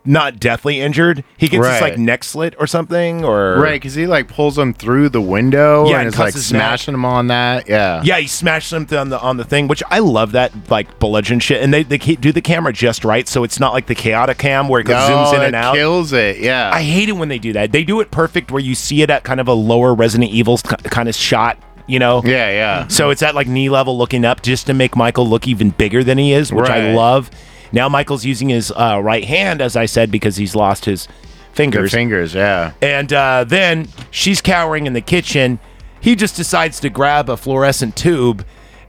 Speaker 2: not deathly injured. He gets
Speaker 4: Right.
Speaker 2: his like neck slit or something, or
Speaker 4: Right, because he like pulls him through the window
Speaker 2: Yeah, and
Speaker 4: and is
Speaker 2: cuts
Speaker 4: like
Speaker 2: his neck.
Speaker 4: smashing him on that. Yeah.
Speaker 2: Yeah, he smashed something on the on the thing, which I love that like bludgeon shit. And they they ca- do the camera just right, so it's not like the chaotic cam where it goes,
Speaker 4: No,
Speaker 2: zooms in
Speaker 4: Oh, it
Speaker 2: and out.
Speaker 4: Kills it. Yeah.
Speaker 2: I hate it when they do that. They do it perfect where you see it at kind of a lower Resident Evil kind of shot, you know?
Speaker 4: yeah. Yeah.
Speaker 2: So it's at like knee level looking up just to make Michael look even bigger than he is, which I
Speaker 4: Right.
Speaker 2: love. Now Michael's using his uh, right hand, as I said, because he's lost his
Speaker 4: Your
Speaker 2: fingers.
Speaker 4: fingers. Yeah.
Speaker 2: and uh, then she's cowering in the kitchen. He just decides to grab a fluorescent tube,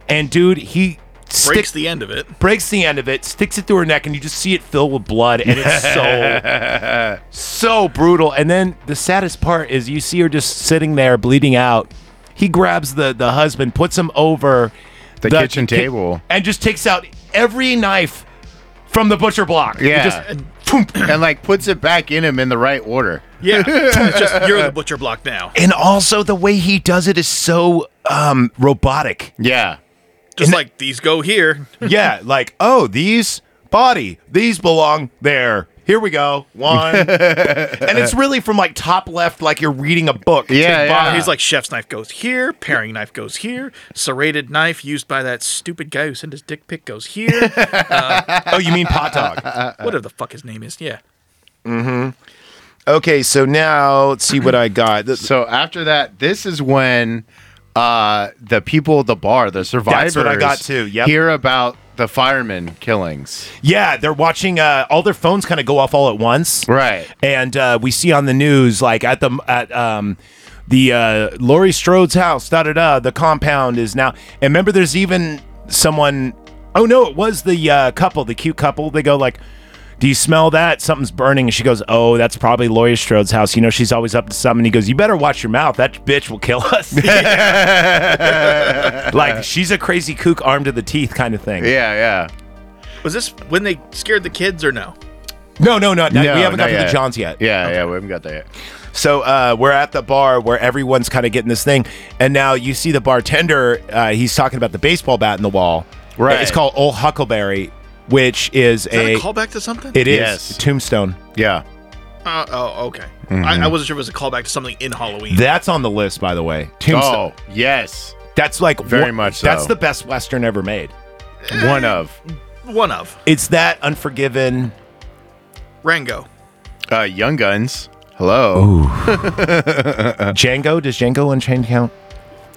Speaker 2: and dude, he
Speaker 3: Breaks
Speaker 2: sticks
Speaker 3: the end of it.
Speaker 2: breaks the end of it, sticks it through her neck, and you just see it fill with blood, and it's so so brutal. And then the saddest part is you see her just sitting there bleeding out. He grabs the the husband, puts him over
Speaker 4: The kitchen table.
Speaker 2: and just takes out every knife from the butcher block. He
Speaker 4: Yeah.
Speaker 2: just-
Speaker 4: uh, and like puts it back in him in the right order.
Speaker 3: Yeah. it's just you're the butcher block now.
Speaker 2: and also the way he does it is so um robotic.
Speaker 4: Yeah.
Speaker 3: Just like these go here.
Speaker 2: yeah, like, oh, these body, these belong there. Here we go. One. and it's really from like top left, like you're reading a book.
Speaker 4: Yeah,
Speaker 2: To
Speaker 4: yeah.
Speaker 2: bottom.
Speaker 3: He's like chef's knife goes here, paring knife goes here, serrated knife used by that stupid guy who sent his dick pic goes here.
Speaker 2: oh, you mean pot dog.
Speaker 3: Whatever the fuck his name is. Yeah.
Speaker 2: okay, so now let's see what I got. This-
Speaker 4: So after that, this is when uh the people at the bar, the survivors,
Speaker 2: what I got too, yep.
Speaker 4: hear about the firemen killings.
Speaker 2: yeah, they're watching uh, all their phones kind of go off all at once.
Speaker 4: Right.
Speaker 2: and uh, we see on the news like at the at um the uh, Laurie Strode's house, da da da. The compound is now, and remember, there's even someone. Oh no, it was the uh, couple, the cute couple. They go like, "Do you smell that? Something's burning." And she goes, "Oh, that's probably Laurie Strode's house. You know, she's always up to something." And he goes, "You better watch your mouth. That bitch will kill us." like she's a crazy kook, armed to the teeth, kind of thing.
Speaker 4: Yeah, yeah.
Speaker 3: Was this when they scared the kids or no?
Speaker 2: No, no, no, no.
Speaker 4: No,
Speaker 2: We haven't
Speaker 4: not
Speaker 2: got to the
Speaker 4: yet.
Speaker 2: Johns yet.
Speaker 4: Yeah, yeah, we haven't got that yet.
Speaker 2: So uh, we're at the bar where everyone's kind of getting this thing, and now you see the bartender. Uh, he's talking about the baseball bat in the wall. Uh,
Speaker 4: Right.
Speaker 2: It's called Old Huckleberry, which is,
Speaker 3: Is that
Speaker 2: a.
Speaker 3: a callback to something?
Speaker 2: It is
Speaker 4: Yes.
Speaker 2: tombstone.
Speaker 4: Yeah.
Speaker 3: Uh, oh, okay.
Speaker 4: Mm-hmm.
Speaker 3: I, I wasn't sure if it was a callback to something in Halloween.
Speaker 2: That's on the list, by the way. Tombstone.
Speaker 4: Oh, yes.
Speaker 2: That's like
Speaker 4: Very
Speaker 2: one-
Speaker 4: much so.
Speaker 2: That's the best western ever made.
Speaker 4: One of.
Speaker 3: One of
Speaker 2: It's that Unforgiven.
Speaker 3: Rango.
Speaker 4: Uh Young Guns. Hello.
Speaker 2: Django. Does Django Unchained count?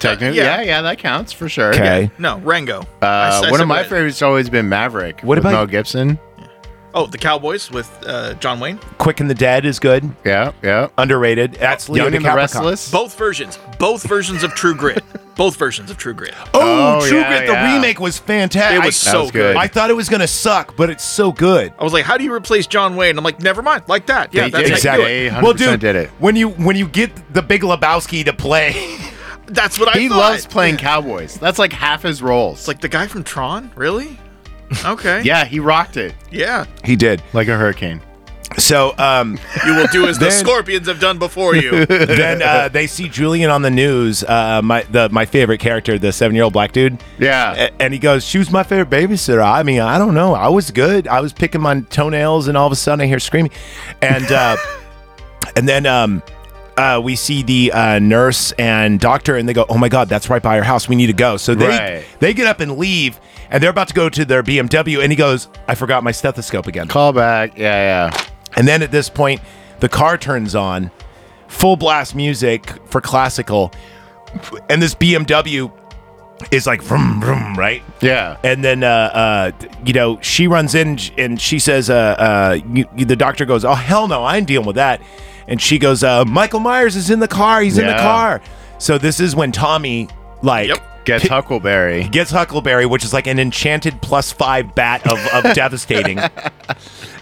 Speaker 4: Technically,
Speaker 3: Yeah.
Speaker 4: yeah. yeah, that counts for sure.
Speaker 2: Okay.
Speaker 3: No, Rango. I s-
Speaker 4: Uh,
Speaker 3: I
Speaker 4: one
Speaker 3: said
Speaker 4: of my
Speaker 3: what I-
Speaker 4: favorites has always been Maverick.
Speaker 2: What
Speaker 4: with
Speaker 2: about-
Speaker 4: Mel Gibson?
Speaker 3: Oh, the Cowboys with uh, John Wayne.
Speaker 2: Quick and the Dead is good.
Speaker 4: Yeah, yeah.
Speaker 2: Underrated. That's Leo
Speaker 4: Young and Uh, the
Speaker 2: DiCaprico.
Speaker 4: Restless.
Speaker 3: Both versions. Both versions of True Grit. Both versions of True Grit.
Speaker 2: Oh,
Speaker 4: Oh,
Speaker 2: True
Speaker 4: yeah,
Speaker 2: Grit, the
Speaker 4: yeah.
Speaker 2: remake was fantastic.
Speaker 3: It was
Speaker 2: I-
Speaker 4: That
Speaker 3: so
Speaker 4: was good.
Speaker 2: I thought it was gonna suck, but it's so good.
Speaker 3: I was like, how do you replace John Wayne? I'm like, never mind. Like that. Yeah,
Speaker 4: They
Speaker 3: that's
Speaker 4: did
Speaker 3: how you do
Speaker 4: exactly.
Speaker 3: it.
Speaker 4: They 100%
Speaker 2: Well, dude,
Speaker 4: did it.
Speaker 2: when you when you get the Big Lebowski to play,
Speaker 3: That's what I
Speaker 4: He
Speaker 3: thought.
Speaker 4: loves playing cowboys. That's like half his roles.
Speaker 3: It's like eh. the guy from Tron, really? Okay.
Speaker 4: yeah, he rocked it
Speaker 3: Yeah.
Speaker 2: he did.
Speaker 4: like a hurricane.
Speaker 2: So um,
Speaker 3: You will do as the
Speaker 2: Then-
Speaker 3: scorpions have done before you.
Speaker 2: then uh, they see Julian on the news. Uh, my the my favorite character, the seven year old black dude.
Speaker 3: Eh.
Speaker 4: Yeah.
Speaker 2: A- And he goes, "She was my favorite babysitter. I mean, I don't know. I was good. I was picking my toenails, and all of a sudden, I hear screaming, and uh, and then um, uh, we see the uh, nurse and doctor, and they go, "Oh my God, that's right by her house. We need to go." So they
Speaker 4: Right.
Speaker 2: they get up and leave, and they're about to go to their BMW, and he goes, "I forgot my stethoscope again."
Speaker 4: Callback. Yeah, yeah.
Speaker 2: And then at this point, the car turns on, full blast music for classical, and this BMW is like vroom vroom right.
Speaker 4: Yeah.
Speaker 2: And then, uh, uh, you know, she runs in and she says, uh, uh, you, you- the doctor goes, oh, hell no, I ain't dealing with that. And she goes, uh, Michael Myers is in the car. He's in the
Speaker 4: Yeah.
Speaker 2: car. So this is when Tommy, like,
Speaker 3: Yep.
Speaker 4: Gets Huckleberry.
Speaker 2: gets Huckleberry, which is like an enchanted plus five bat of, of devastating,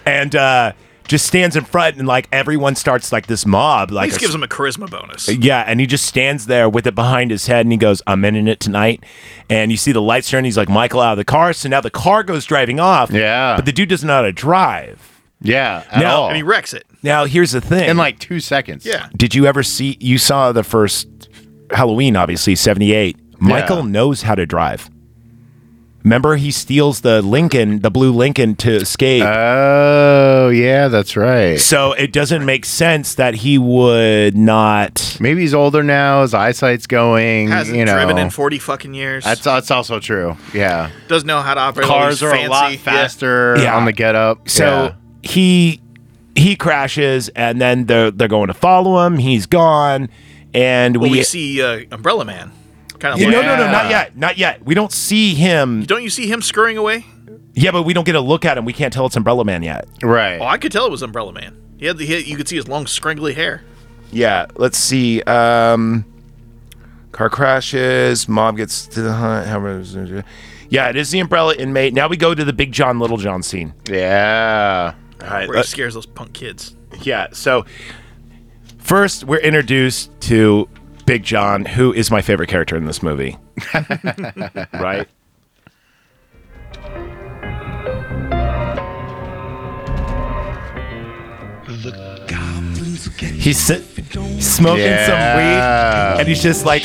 Speaker 2: and uh, just stands in front and like everyone starts like this mob.
Speaker 3: At
Speaker 2: Like,
Speaker 3: least
Speaker 2: a-
Speaker 3: gives him a charisma bonus.
Speaker 2: yeah, and he just stands there with it behind his head and he goes, I'm in it tonight. And you see the lights turn. He's like, Michael out of the car. So now the car goes driving off.
Speaker 4: Yeah.
Speaker 2: But the dude doesn't know how to drive.
Speaker 4: Yeah. At
Speaker 2: Now-
Speaker 4: all.
Speaker 3: And he wrecks it.
Speaker 2: Now, here's the thing.
Speaker 4: in like two seconds.
Speaker 3: Yeah.
Speaker 2: did you ever see, you saw the first Halloween, obviously, 78. Michael knows how to drive. Remember, he steals the Lincoln, the blue Lincoln, to escape.
Speaker 4: Uh, Oh, yeah, that's right.
Speaker 2: so it doesn't make sense that he would not.
Speaker 4: Maybe he's older now. His eyesight's going.
Speaker 3: Hasn't
Speaker 4: Mm, you know,
Speaker 3: driven in forty fucking years.
Speaker 4: that's that's also true. Yeah,
Speaker 3: Does know how to operate. all
Speaker 4: cars
Speaker 3: these
Speaker 4: are
Speaker 3: fancy,
Speaker 4: a lot
Speaker 3: yeah.
Speaker 4: faster
Speaker 2: Yeah.
Speaker 4: on the get up.
Speaker 2: So he he crashes, and then they're they're going to follow him. He's gone, and
Speaker 3: Well, we
Speaker 2: we.
Speaker 3: see uh, Umbrella Man. Kind of.
Speaker 2: Yeah,
Speaker 3: like,
Speaker 2: No, no, no, not
Speaker 4: Yeah.
Speaker 2: yet, not yet. We don't see him.
Speaker 3: Don't you see him scurrying away?
Speaker 2: Yeah, but we don't get a look at him. We can't tell it's Umbrella Man yet.
Speaker 4: right.
Speaker 3: Oh, I could tell it was Umbrella Man. He had the, he, you could see his long, scrangly hair.
Speaker 1: Yeah, let's see. Um, car crashes. Mom gets to the hunt. How
Speaker 2: Yeah, it is the Umbrella Inmate. Now we go to the Big John Little John scene.
Speaker 4: yeah.
Speaker 2: All right,
Speaker 3: Where he scares those punk kids.
Speaker 2: Yeah. So first, we're introduced to Big John, who is my favorite character in this movie. right. He's si- smoking some
Speaker 4: Yeah.
Speaker 2: weed, and he's just like,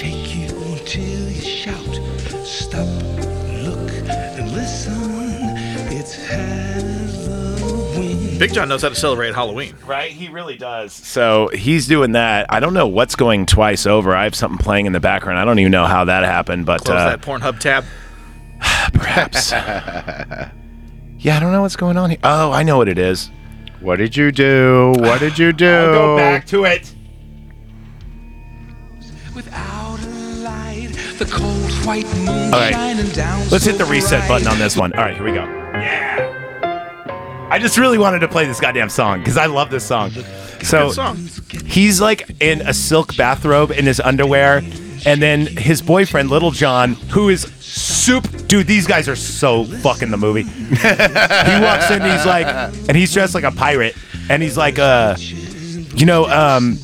Speaker 3: Big John knows how to celebrate Halloween.
Speaker 2: right? He really does. So he's doing that. I don't know what's going twice over. I have something playing in the background. I don't even know how that happened, but
Speaker 3: Close
Speaker 2: uh,
Speaker 3: that Pornhub tab.
Speaker 2: perhaps. yeah, I don't know what's going on here. Oh, I know what it is.
Speaker 4: What did you do? What did you do?
Speaker 2: to it. All right, let's hit the reset button on this one. All right, here we go. Yeah. I just really wanted to play this goddamn song because I love this song. So
Speaker 3: song.
Speaker 2: oh, he's like in a silk bathrobe in his underwear, and then his boyfriend Little John, who is soup dude. These guys are so fucking the movie. he walks in, he's like, and he's dressed like a pirate, and he's like, uh, you know, um,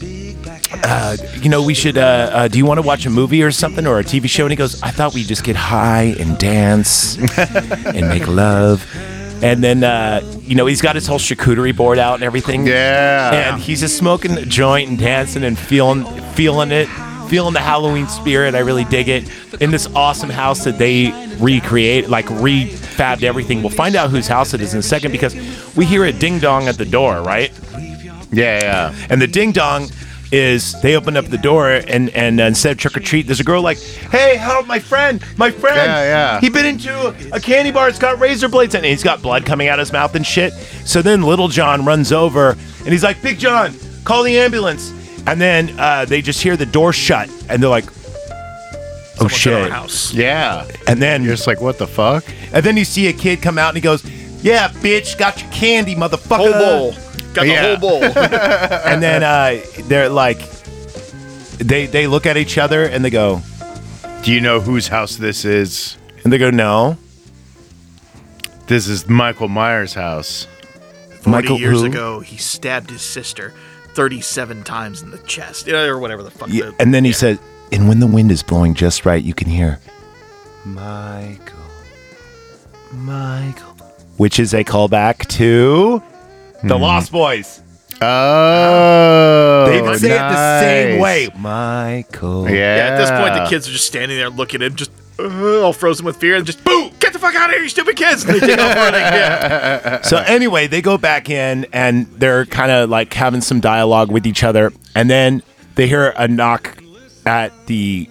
Speaker 2: uh, you know, we should. Uh, uh, do you want to watch a movie or something or a TV show? And he goes, I thought we'd just get high and dance and make love. And then, uh, you know, he's got his whole charcuterie board out and everything.
Speaker 4: Yeah.
Speaker 2: And he's just smoking a joint and dancing and feeling, feeling it, feeling the Halloween spirit. I really dig it. In this awesome house that they recreate, like refabbed everything. We'll find out whose house it is in a second because we hear a ding dong at the door, right?
Speaker 4: yeah, yeah.
Speaker 2: And the ding dong is they open up the door and and uh, instead of trick or treat, there's a girl like, "Hey, help my friend, my friend!
Speaker 4: Yeah, yeah.
Speaker 2: He bit into a candy bar. It's got razor blades in it. and He's got blood coming out of his mouth and shit." So then Little John runs over and he's like, "Big John, call the ambulance!" And then uh, they just hear the door shut and they're like, "Oh
Speaker 3: Someone's in our
Speaker 2: shit!"
Speaker 3: House.
Speaker 4: Yeah.
Speaker 2: And then
Speaker 4: You're just like, what the fuck?
Speaker 2: and then you see a kid come out and he goes, "Yeah, bitch, got your candy, motherfucker!"
Speaker 3: Whole bowl. Got the
Speaker 4: Yeah.
Speaker 3: whole bowl.
Speaker 2: and then uh, they're like, they they look at each other and they go,
Speaker 4: Do you know whose house this is?
Speaker 2: and they go, no,
Speaker 4: This is Michael Myers' house.
Speaker 3: Forty
Speaker 2: Michael
Speaker 3: years
Speaker 2: who?
Speaker 3: ago, he stabbed his sister thirty-seven times in the chest, Yeah, or whatever the fuck.
Speaker 2: Yeah,
Speaker 3: the-
Speaker 2: and then he
Speaker 3: yeah.
Speaker 2: said, and when the wind is blowing just right, you can hear, Michael, Michael, which is a callback to the Lost Boys.
Speaker 4: Oh.
Speaker 2: They even say it the same
Speaker 4: nice.
Speaker 2: way, Michael.
Speaker 4: Yeah.
Speaker 3: Yeah, at this point, the kids are just standing there looking at him, just uh, all frozen with fear, and just boo, get the fuck out of here, you stupid kids! And they take off running. Yeah.
Speaker 2: So anyway, they go back in and they're kind of like having some dialogue with each other, and then they hear a knock at the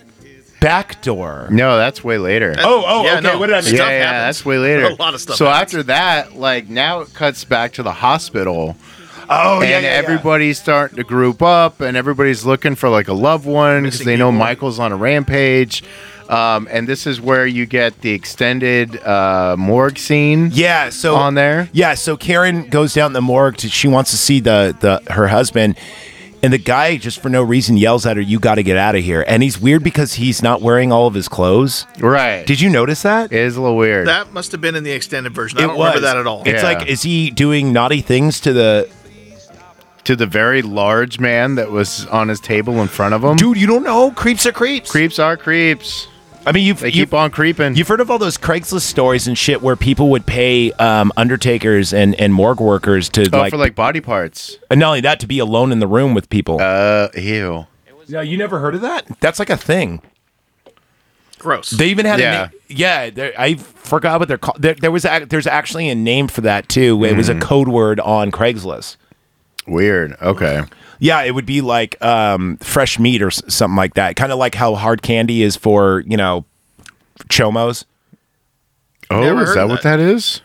Speaker 2: back door.
Speaker 4: No, that's way later.
Speaker 2: Oh, oh,
Speaker 3: Yeah,
Speaker 2: okay.
Speaker 3: no.
Speaker 2: What did I miss?
Speaker 3: Stuff
Speaker 4: yeah, yeah,
Speaker 3: happens.
Speaker 4: that's way later.
Speaker 3: A lot of stuff
Speaker 4: So
Speaker 3: happens.
Speaker 4: after that, like now it cuts back to the hospital,
Speaker 2: Oh,
Speaker 4: and everybody's starting to group up, and everybody's looking for like a loved one because
Speaker 3: Missing
Speaker 4: they know
Speaker 3: people.
Speaker 4: Michael's on a rampage. Um, and this is where you get the extended uh, morgue scene.
Speaker 2: Yeah, so
Speaker 4: on there?
Speaker 2: Yeah, so Karen goes down to the morgue. To, she wants to see the the her husband, and the guy just for no reason yells at her, "You got to get out of here!" And he's weird because he's not wearing all of his clothes.
Speaker 4: Right.
Speaker 2: Did you notice that?
Speaker 4: it is a little weird.
Speaker 3: That must have been in the extended version. I don't remember that at all.
Speaker 4: Yeah.
Speaker 2: It's like, is he doing naughty things to the
Speaker 4: to the very large man that was on his table in front of him.
Speaker 2: dude? You don't know? Creeps are creeps.
Speaker 4: Creeps are creeps.
Speaker 2: I mean, you've
Speaker 4: They
Speaker 2: you've,
Speaker 4: keep on creeping.
Speaker 2: you've heard of all those Craigslist stories and shit where people would pay um, undertakers and and morgue workers to
Speaker 4: oh,
Speaker 2: like,
Speaker 4: for like body parts.
Speaker 2: and not only that to be alone in the room with people.
Speaker 4: Uh, ew.
Speaker 2: no, you never heard of that? That's like a thing.
Speaker 3: Gross.
Speaker 2: They even had a
Speaker 4: Yeah.
Speaker 2: na- yeah. there- I forgot what they're called. There, there was ac- there's actually a name for that too. It was a code word on Craigslist.
Speaker 4: Weird. Okay.
Speaker 2: Yeah, it would be like um, fresh meat or s- something like that. Kind of like how hard candy is for you know chomos.
Speaker 4: Oh,
Speaker 3: Never
Speaker 4: is
Speaker 3: heard
Speaker 4: that
Speaker 3: of
Speaker 4: what
Speaker 3: that.
Speaker 4: that is?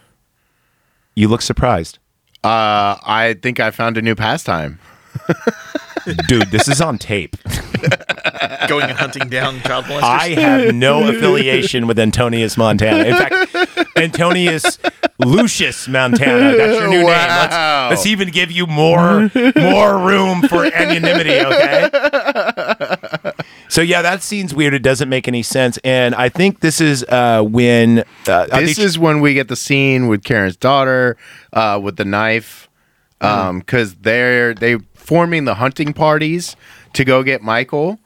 Speaker 2: You look surprised,
Speaker 4: Uh, I think I found a new pastime.
Speaker 2: dude. This is on tape.
Speaker 3: Going and hunting down child molesters.
Speaker 2: I have no affiliation with Antonius Montana. In fact, Antonius Lucius Montana. That's your new name. Let's,
Speaker 4: Wow.
Speaker 2: let's even give you more more room for anonymity, okay? So yeah, that scene's weird. It doesn't make any sense, and I think this is uh, when uh, I
Speaker 4: this
Speaker 2: think-
Speaker 4: is when we get the scene with Karen's daughter uh, with the knife, because they're they forming the hunting parties to go get Michael.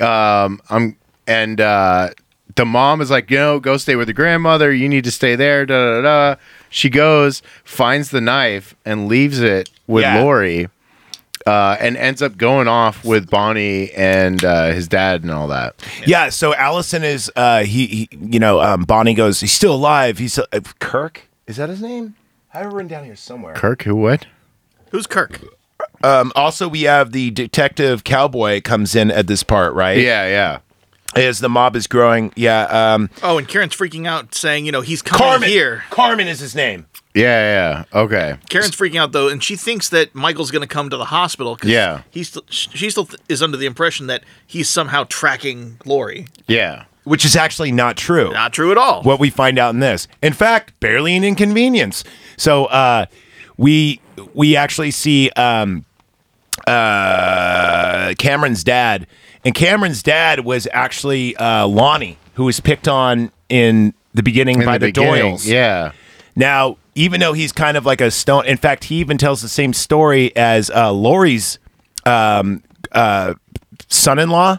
Speaker 4: Um, I'm and uh, the mom is like, you know, go stay with your grandmother. You need to stay there. Da da da. She goes, finds the knife, and leaves it with
Speaker 2: Yeah.
Speaker 4: Lori. Uh, and ends up going off with Bonnie and uh, his dad and all that.
Speaker 2: yeah. So Allison is uh, he, he you know um, Bonnie goes he's still alive. He's uh, Kirk. Is that his name? I have it written down here somewhere.
Speaker 4: Kirk, who what?
Speaker 3: Who's Kirk?
Speaker 2: Um, also, we have the detective cowboy comes in at this part, right?
Speaker 4: Yeah, yeah.
Speaker 2: As the mob is growing, yeah. Um,
Speaker 3: Oh, and Karen's freaking out, saying, you know, he's coming here.
Speaker 2: Carmen is his name.
Speaker 4: Yeah, yeah. Okay.
Speaker 3: Karen's freaking out though, and she thinks that Michael's going to come to the hospital. 'cause
Speaker 4: Yeah.
Speaker 3: he's still, sh- she still th- is under the impression that he's somehow tracking Lori.
Speaker 4: Yeah.
Speaker 2: Which is actually not true.
Speaker 3: Not true at all.
Speaker 2: what we find out in this. In fact, barely an inconvenience. So uh, we we actually see um, uh, Cameron's dad, and Cameron's dad was actually uh, Lonnie, who was picked on in the beginning
Speaker 4: In
Speaker 2: by the,
Speaker 4: beginning,
Speaker 2: Doyles.
Speaker 4: Yeah.
Speaker 2: Now, even though he's kind of like a stone, in fact, he even tells the same story as uh, Lori's um, uh, son-in-law.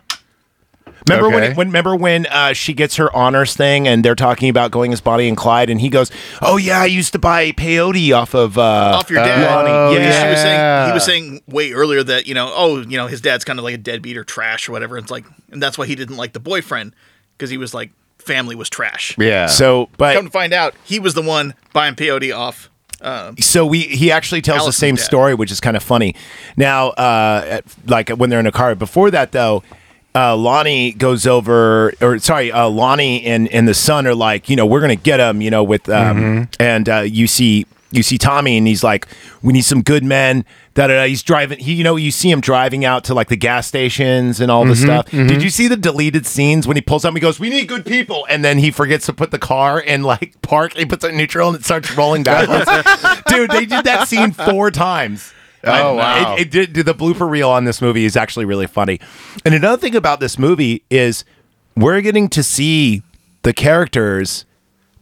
Speaker 2: Remember when,
Speaker 4: Okay.
Speaker 2: when? Remember when uh, she gets her honors thing, and they're talking about going as Bonnie and Clyde, and he goes, "Oh yeah, I used to buy peyote off of uh,
Speaker 3: off your dad.
Speaker 2: Lonnie."
Speaker 3: Because
Speaker 2: Yeah.
Speaker 3: she was saying he was
Speaker 4: yeah.
Speaker 3: saying way earlier that you know, oh, you know, his dad's kind of like a deadbeat or trash or whatever. It's like, and that's why he didn't like the boyfriend because he was like family was trash.
Speaker 4: Yeah.
Speaker 2: So, but
Speaker 3: Come to find out, he was the one buying peyote off. Uh,
Speaker 2: so we he actually tells the
Speaker 3: Allison's
Speaker 2: same
Speaker 3: dad.
Speaker 2: story, which is kind of funny. Now, uh, at- like when they're in a car. Before that, though, uh, Lonnie goes over, or sorry, uh, Lonnie and and the son are like, you know, we're gonna get him, you know, with um, and uh, you see you see Tommy, and he's like, we need some good men. Da da da. uh, He's driving. He, you know, you see him driving out to like the gas stations and all
Speaker 4: Mm-hmm,
Speaker 2: this stuff. Did you see the deleted scenes when he pulls up? and He goes, "We need good people," and then he forgets to put the car in like park. He puts it in neutral, and it starts rolling backwards. Dude, they did that scene four times.
Speaker 4: Oh, wow.
Speaker 2: It, it did, did the blooper reel on this movie is actually really funny. And another thing about this movie is we're getting to see the characters,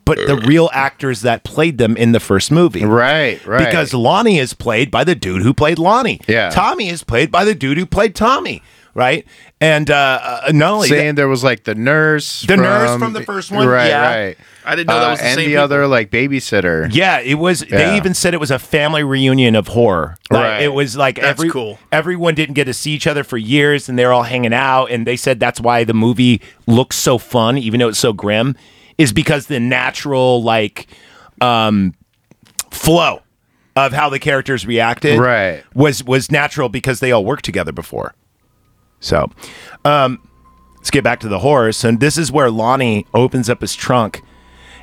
Speaker 2: but the real actors that played them in the first movie.
Speaker 4: right, right.
Speaker 2: Because Lonnie is played by the dude who played Lonnie.
Speaker 4: Yeah.
Speaker 2: Tommy is played by the dude who played Tommy. Right. And uh, uh, not only that-
Speaker 4: saying there was like the nurse,
Speaker 2: The nurse from the first one,
Speaker 4: Right,
Speaker 2: yeah.
Speaker 4: right.
Speaker 3: I didn't know
Speaker 4: Uh,
Speaker 3: that was the
Speaker 4: and
Speaker 3: same.
Speaker 4: the
Speaker 3: people.
Speaker 4: other like babysitter.
Speaker 2: Yeah, it was. They
Speaker 4: Yeah.
Speaker 2: even said it was a family reunion of horror. Like,
Speaker 4: Right.
Speaker 2: It was like
Speaker 3: That's
Speaker 2: every
Speaker 3: cool.
Speaker 2: everyone didn't get to see each other for years, and they're all hanging out. And they said that's why the movie looks so fun, even though it's so grim, is because the natural like um, flow of how the characters reacted
Speaker 4: Right.
Speaker 2: was was natural because they all worked together before. So, um, let's get back to the horror. So this is where Lonnie opens up his trunk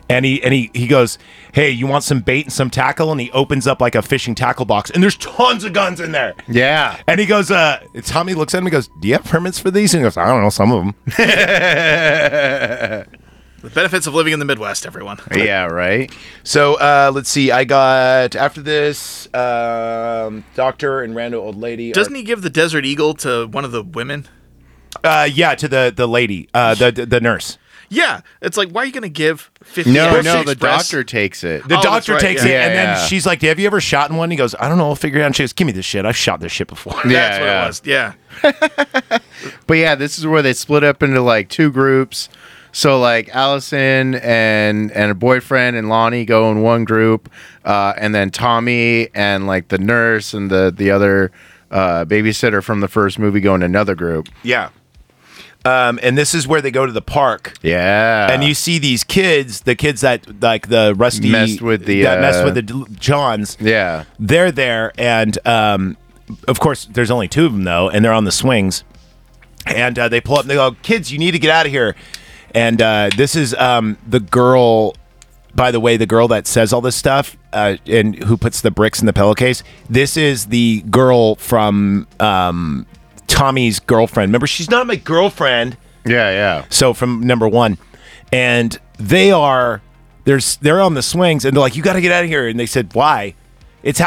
Speaker 2: and he and he he goes, "Hey, you want some bait and some tackle?" And he opens up like a fishing tackle box, and there's tons of guns in there.
Speaker 4: Yeah.
Speaker 2: And he goes, uh, Tommy looks at him and goes, Do you have permits for these? And he goes, I don't know, some of them.
Speaker 3: the benefits of living in the Midwest, everyone.
Speaker 4: Yeah, right.
Speaker 2: So uh, let's see. I got, after this, um, Doctor and Randall Old Lady.
Speaker 3: Doesn't he give the Desert Eagle to one of the women?
Speaker 2: Uh, yeah, to the, the lady, uh, the, the, the nurse.
Speaker 3: Yeah, it's like why are you going to give fifty?
Speaker 4: No,
Speaker 3: Post
Speaker 4: no, the
Speaker 3: Express-
Speaker 4: doctor takes it.
Speaker 2: The
Speaker 3: Oh, that's
Speaker 2: doctor
Speaker 3: right,
Speaker 2: takes
Speaker 3: yeah.
Speaker 2: it, and
Speaker 4: Yeah,
Speaker 2: then
Speaker 4: yeah.
Speaker 2: she's like, Have you ever shot in one? He goes, I don't know, I'll figure it out. And she goes, Give me this shit. I've shot this shit before.
Speaker 4: Yeah,
Speaker 3: That's what
Speaker 4: yeah.
Speaker 3: it was. Yeah,
Speaker 4: But yeah, this is where they split up into like two groups. So like Allison and and a boyfriend and Lonnie go in one group, uh, and then Tommy and like the nurse and the the other uh, babysitter from the first movie go in another group.
Speaker 2: Yeah. Um, and this is where they go to the park.
Speaker 4: Yeah.
Speaker 2: And you see these kids, the kids that like the rusty
Speaker 4: Messed with the,
Speaker 2: that messed
Speaker 4: uh,
Speaker 2: with the D- Johns.
Speaker 4: Yeah.
Speaker 2: They're there, and um, of course, there's only two of them though, and they're on the swings. And uh, they pull up and they go, "Kids, you need to get out of here." And uh, this is um, the girl. By the way, the girl that says all this stuff uh, and who puts the bricks in the pillowcase. This is the girl from um, Tommy's girlfriend. Remember, she's not my girlfriend.
Speaker 4: Yeah, yeah.
Speaker 2: So from number one, and they are there's they're on the swings and they're like, you got to get out of here. And they said, why? It's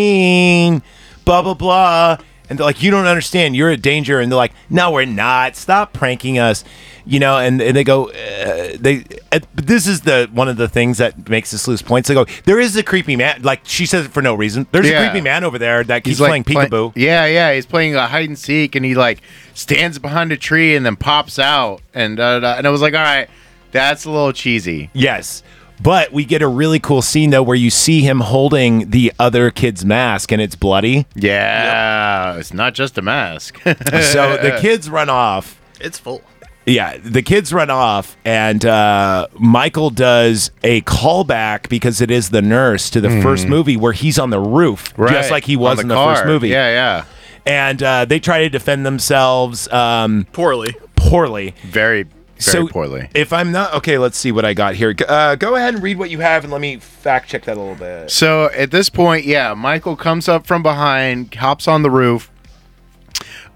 Speaker 2: Halloween, blah blah blah. And they're like, you don't understand. You're a danger. And they're like, no, we're not. Stop pranking us, you know. And, and they go, uh, they. Uh, but this is the one of the things that makes us lose points. They go, there is a creepy man. Like she says it for no reason. There's
Speaker 4: Yeah.
Speaker 2: a creepy man over there that keeps playing
Speaker 4: play-
Speaker 2: peekaboo.
Speaker 4: yeah, yeah. He's playing a hide and seek, and he like stands behind a tree and then pops out, and da, da, da. and I was like, all right, that's a little cheesy.
Speaker 2: Yes. But we get a really cool scene though where you see him holding the other kid's mask and it's bloody.
Speaker 4: Yeah, it's not just a mask.
Speaker 2: So the kids run off.
Speaker 3: It's full.
Speaker 2: Yeah, the kids run off, and uh, Michael does a callback because it is the nurse to the first movie where he's on the roof, just like he was
Speaker 4: Mm-hmm. On
Speaker 2: in the first
Speaker 4: car.
Speaker 2: movie.
Speaker 4: Yeah, yeah.
Speaker 2: And uh, they try to defend themselves um,
Speaker 3: Poorly.
Speaker 2: poorly.
Speaker 4: Very, very
Speaker 2: so
Speaker 4: poorly.
Speaker 2: If I'm not okay, let's see what I got here. G- Uh, go ahead and read what you have, and let me fact check that a little bit.
Speaker 4: So at this point, yeah, Michael comes up from behind, hops on the roof.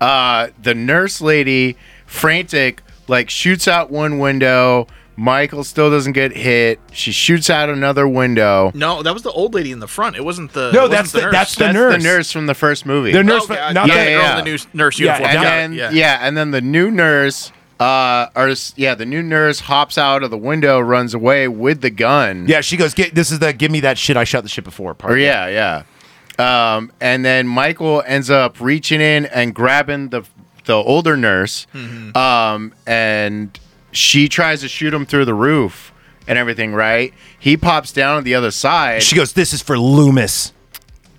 Speaker 4: Uh, the nurse lady, frantic, like shoots out one window. Michael still doesn't get hit. She shoots out another window.
Speaker 3: No, that was the old lady in the front. It wasn't the.
Speaker 2: No,
Speaker 3: it wasn't
Speaker 2: that's the-
Speaker 3: nurse.
Speaker 2: that's
Speaker 4: That's
Speaker 2: nurse.
Speaker 4: the nurse from the first movie.
Speaker 2: The nurse,
Speaker 3: Okay, I
Speaker 2: not
Speaker 3: got
Speaker 2: the
Speaker 3: it.
Speaker 4: yeah,
Speaker 3: Girl in
Speaker 4: yeah.
Speaker 3: the new nurse
Speaker 2: Yeah,
Speaker 3: uniform.
Speaker 4: and
Speaker 3: Got
Speaker 4: then
Speaker 3: it.
Speaker 4: yeah. and then the new nurse, uh, or s- yeah, the new nurse hops out of the window, runs away with the gun.
Speaker 2: Yeah, she goes. Get this is the give me that shit. I shot the shit before. Part.
Speaker 4: Or yeah, yeah. Um, and then Michael ends up reaching in and grabbing the the older nurse, um, and she tries to shoot him through the roof and everything. Right? He pops down on the other side.
Speaker 2: She goes. This is for Loomis,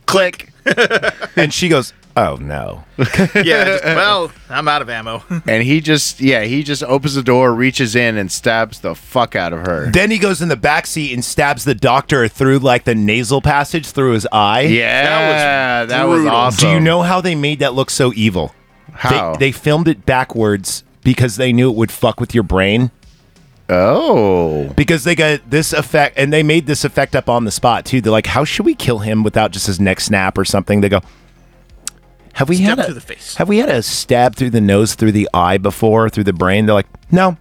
Speaker 4: click,
Speaker 2: and she goes. Oh no.
Speaker 3: yeah. just- well, I'm out of ammo.
Speaker 4: and he just yeah he just opens the door, reaches in, and stabs the fuck out of her.
Speaker 2: Then he goes in the back seat and stabs the doctor through like the nasal passage through his eye.
Speaker 4: Yeah, that was,
Speaker 3: brutal.
Speaker 4: awesome.
Speaker 2: Do you know how they made that look so evil?
Speaker 4: how?
Speaker 2: They, they filmed it backwards because they knew it would fuck with your brain.
Speaker 4: oh,
Speaker 2: Because they got this effect, and they made this effect up on the spot too. They're like, "How should we kill him without just his neck snap or something?" They go, "Have we
Speaker 3: Stab
Speaker 2: had a
Speaker 3: through the face.
Speaker 2: Have we had a stab through the nose, through the eye before, through the brain?" They're like, "No."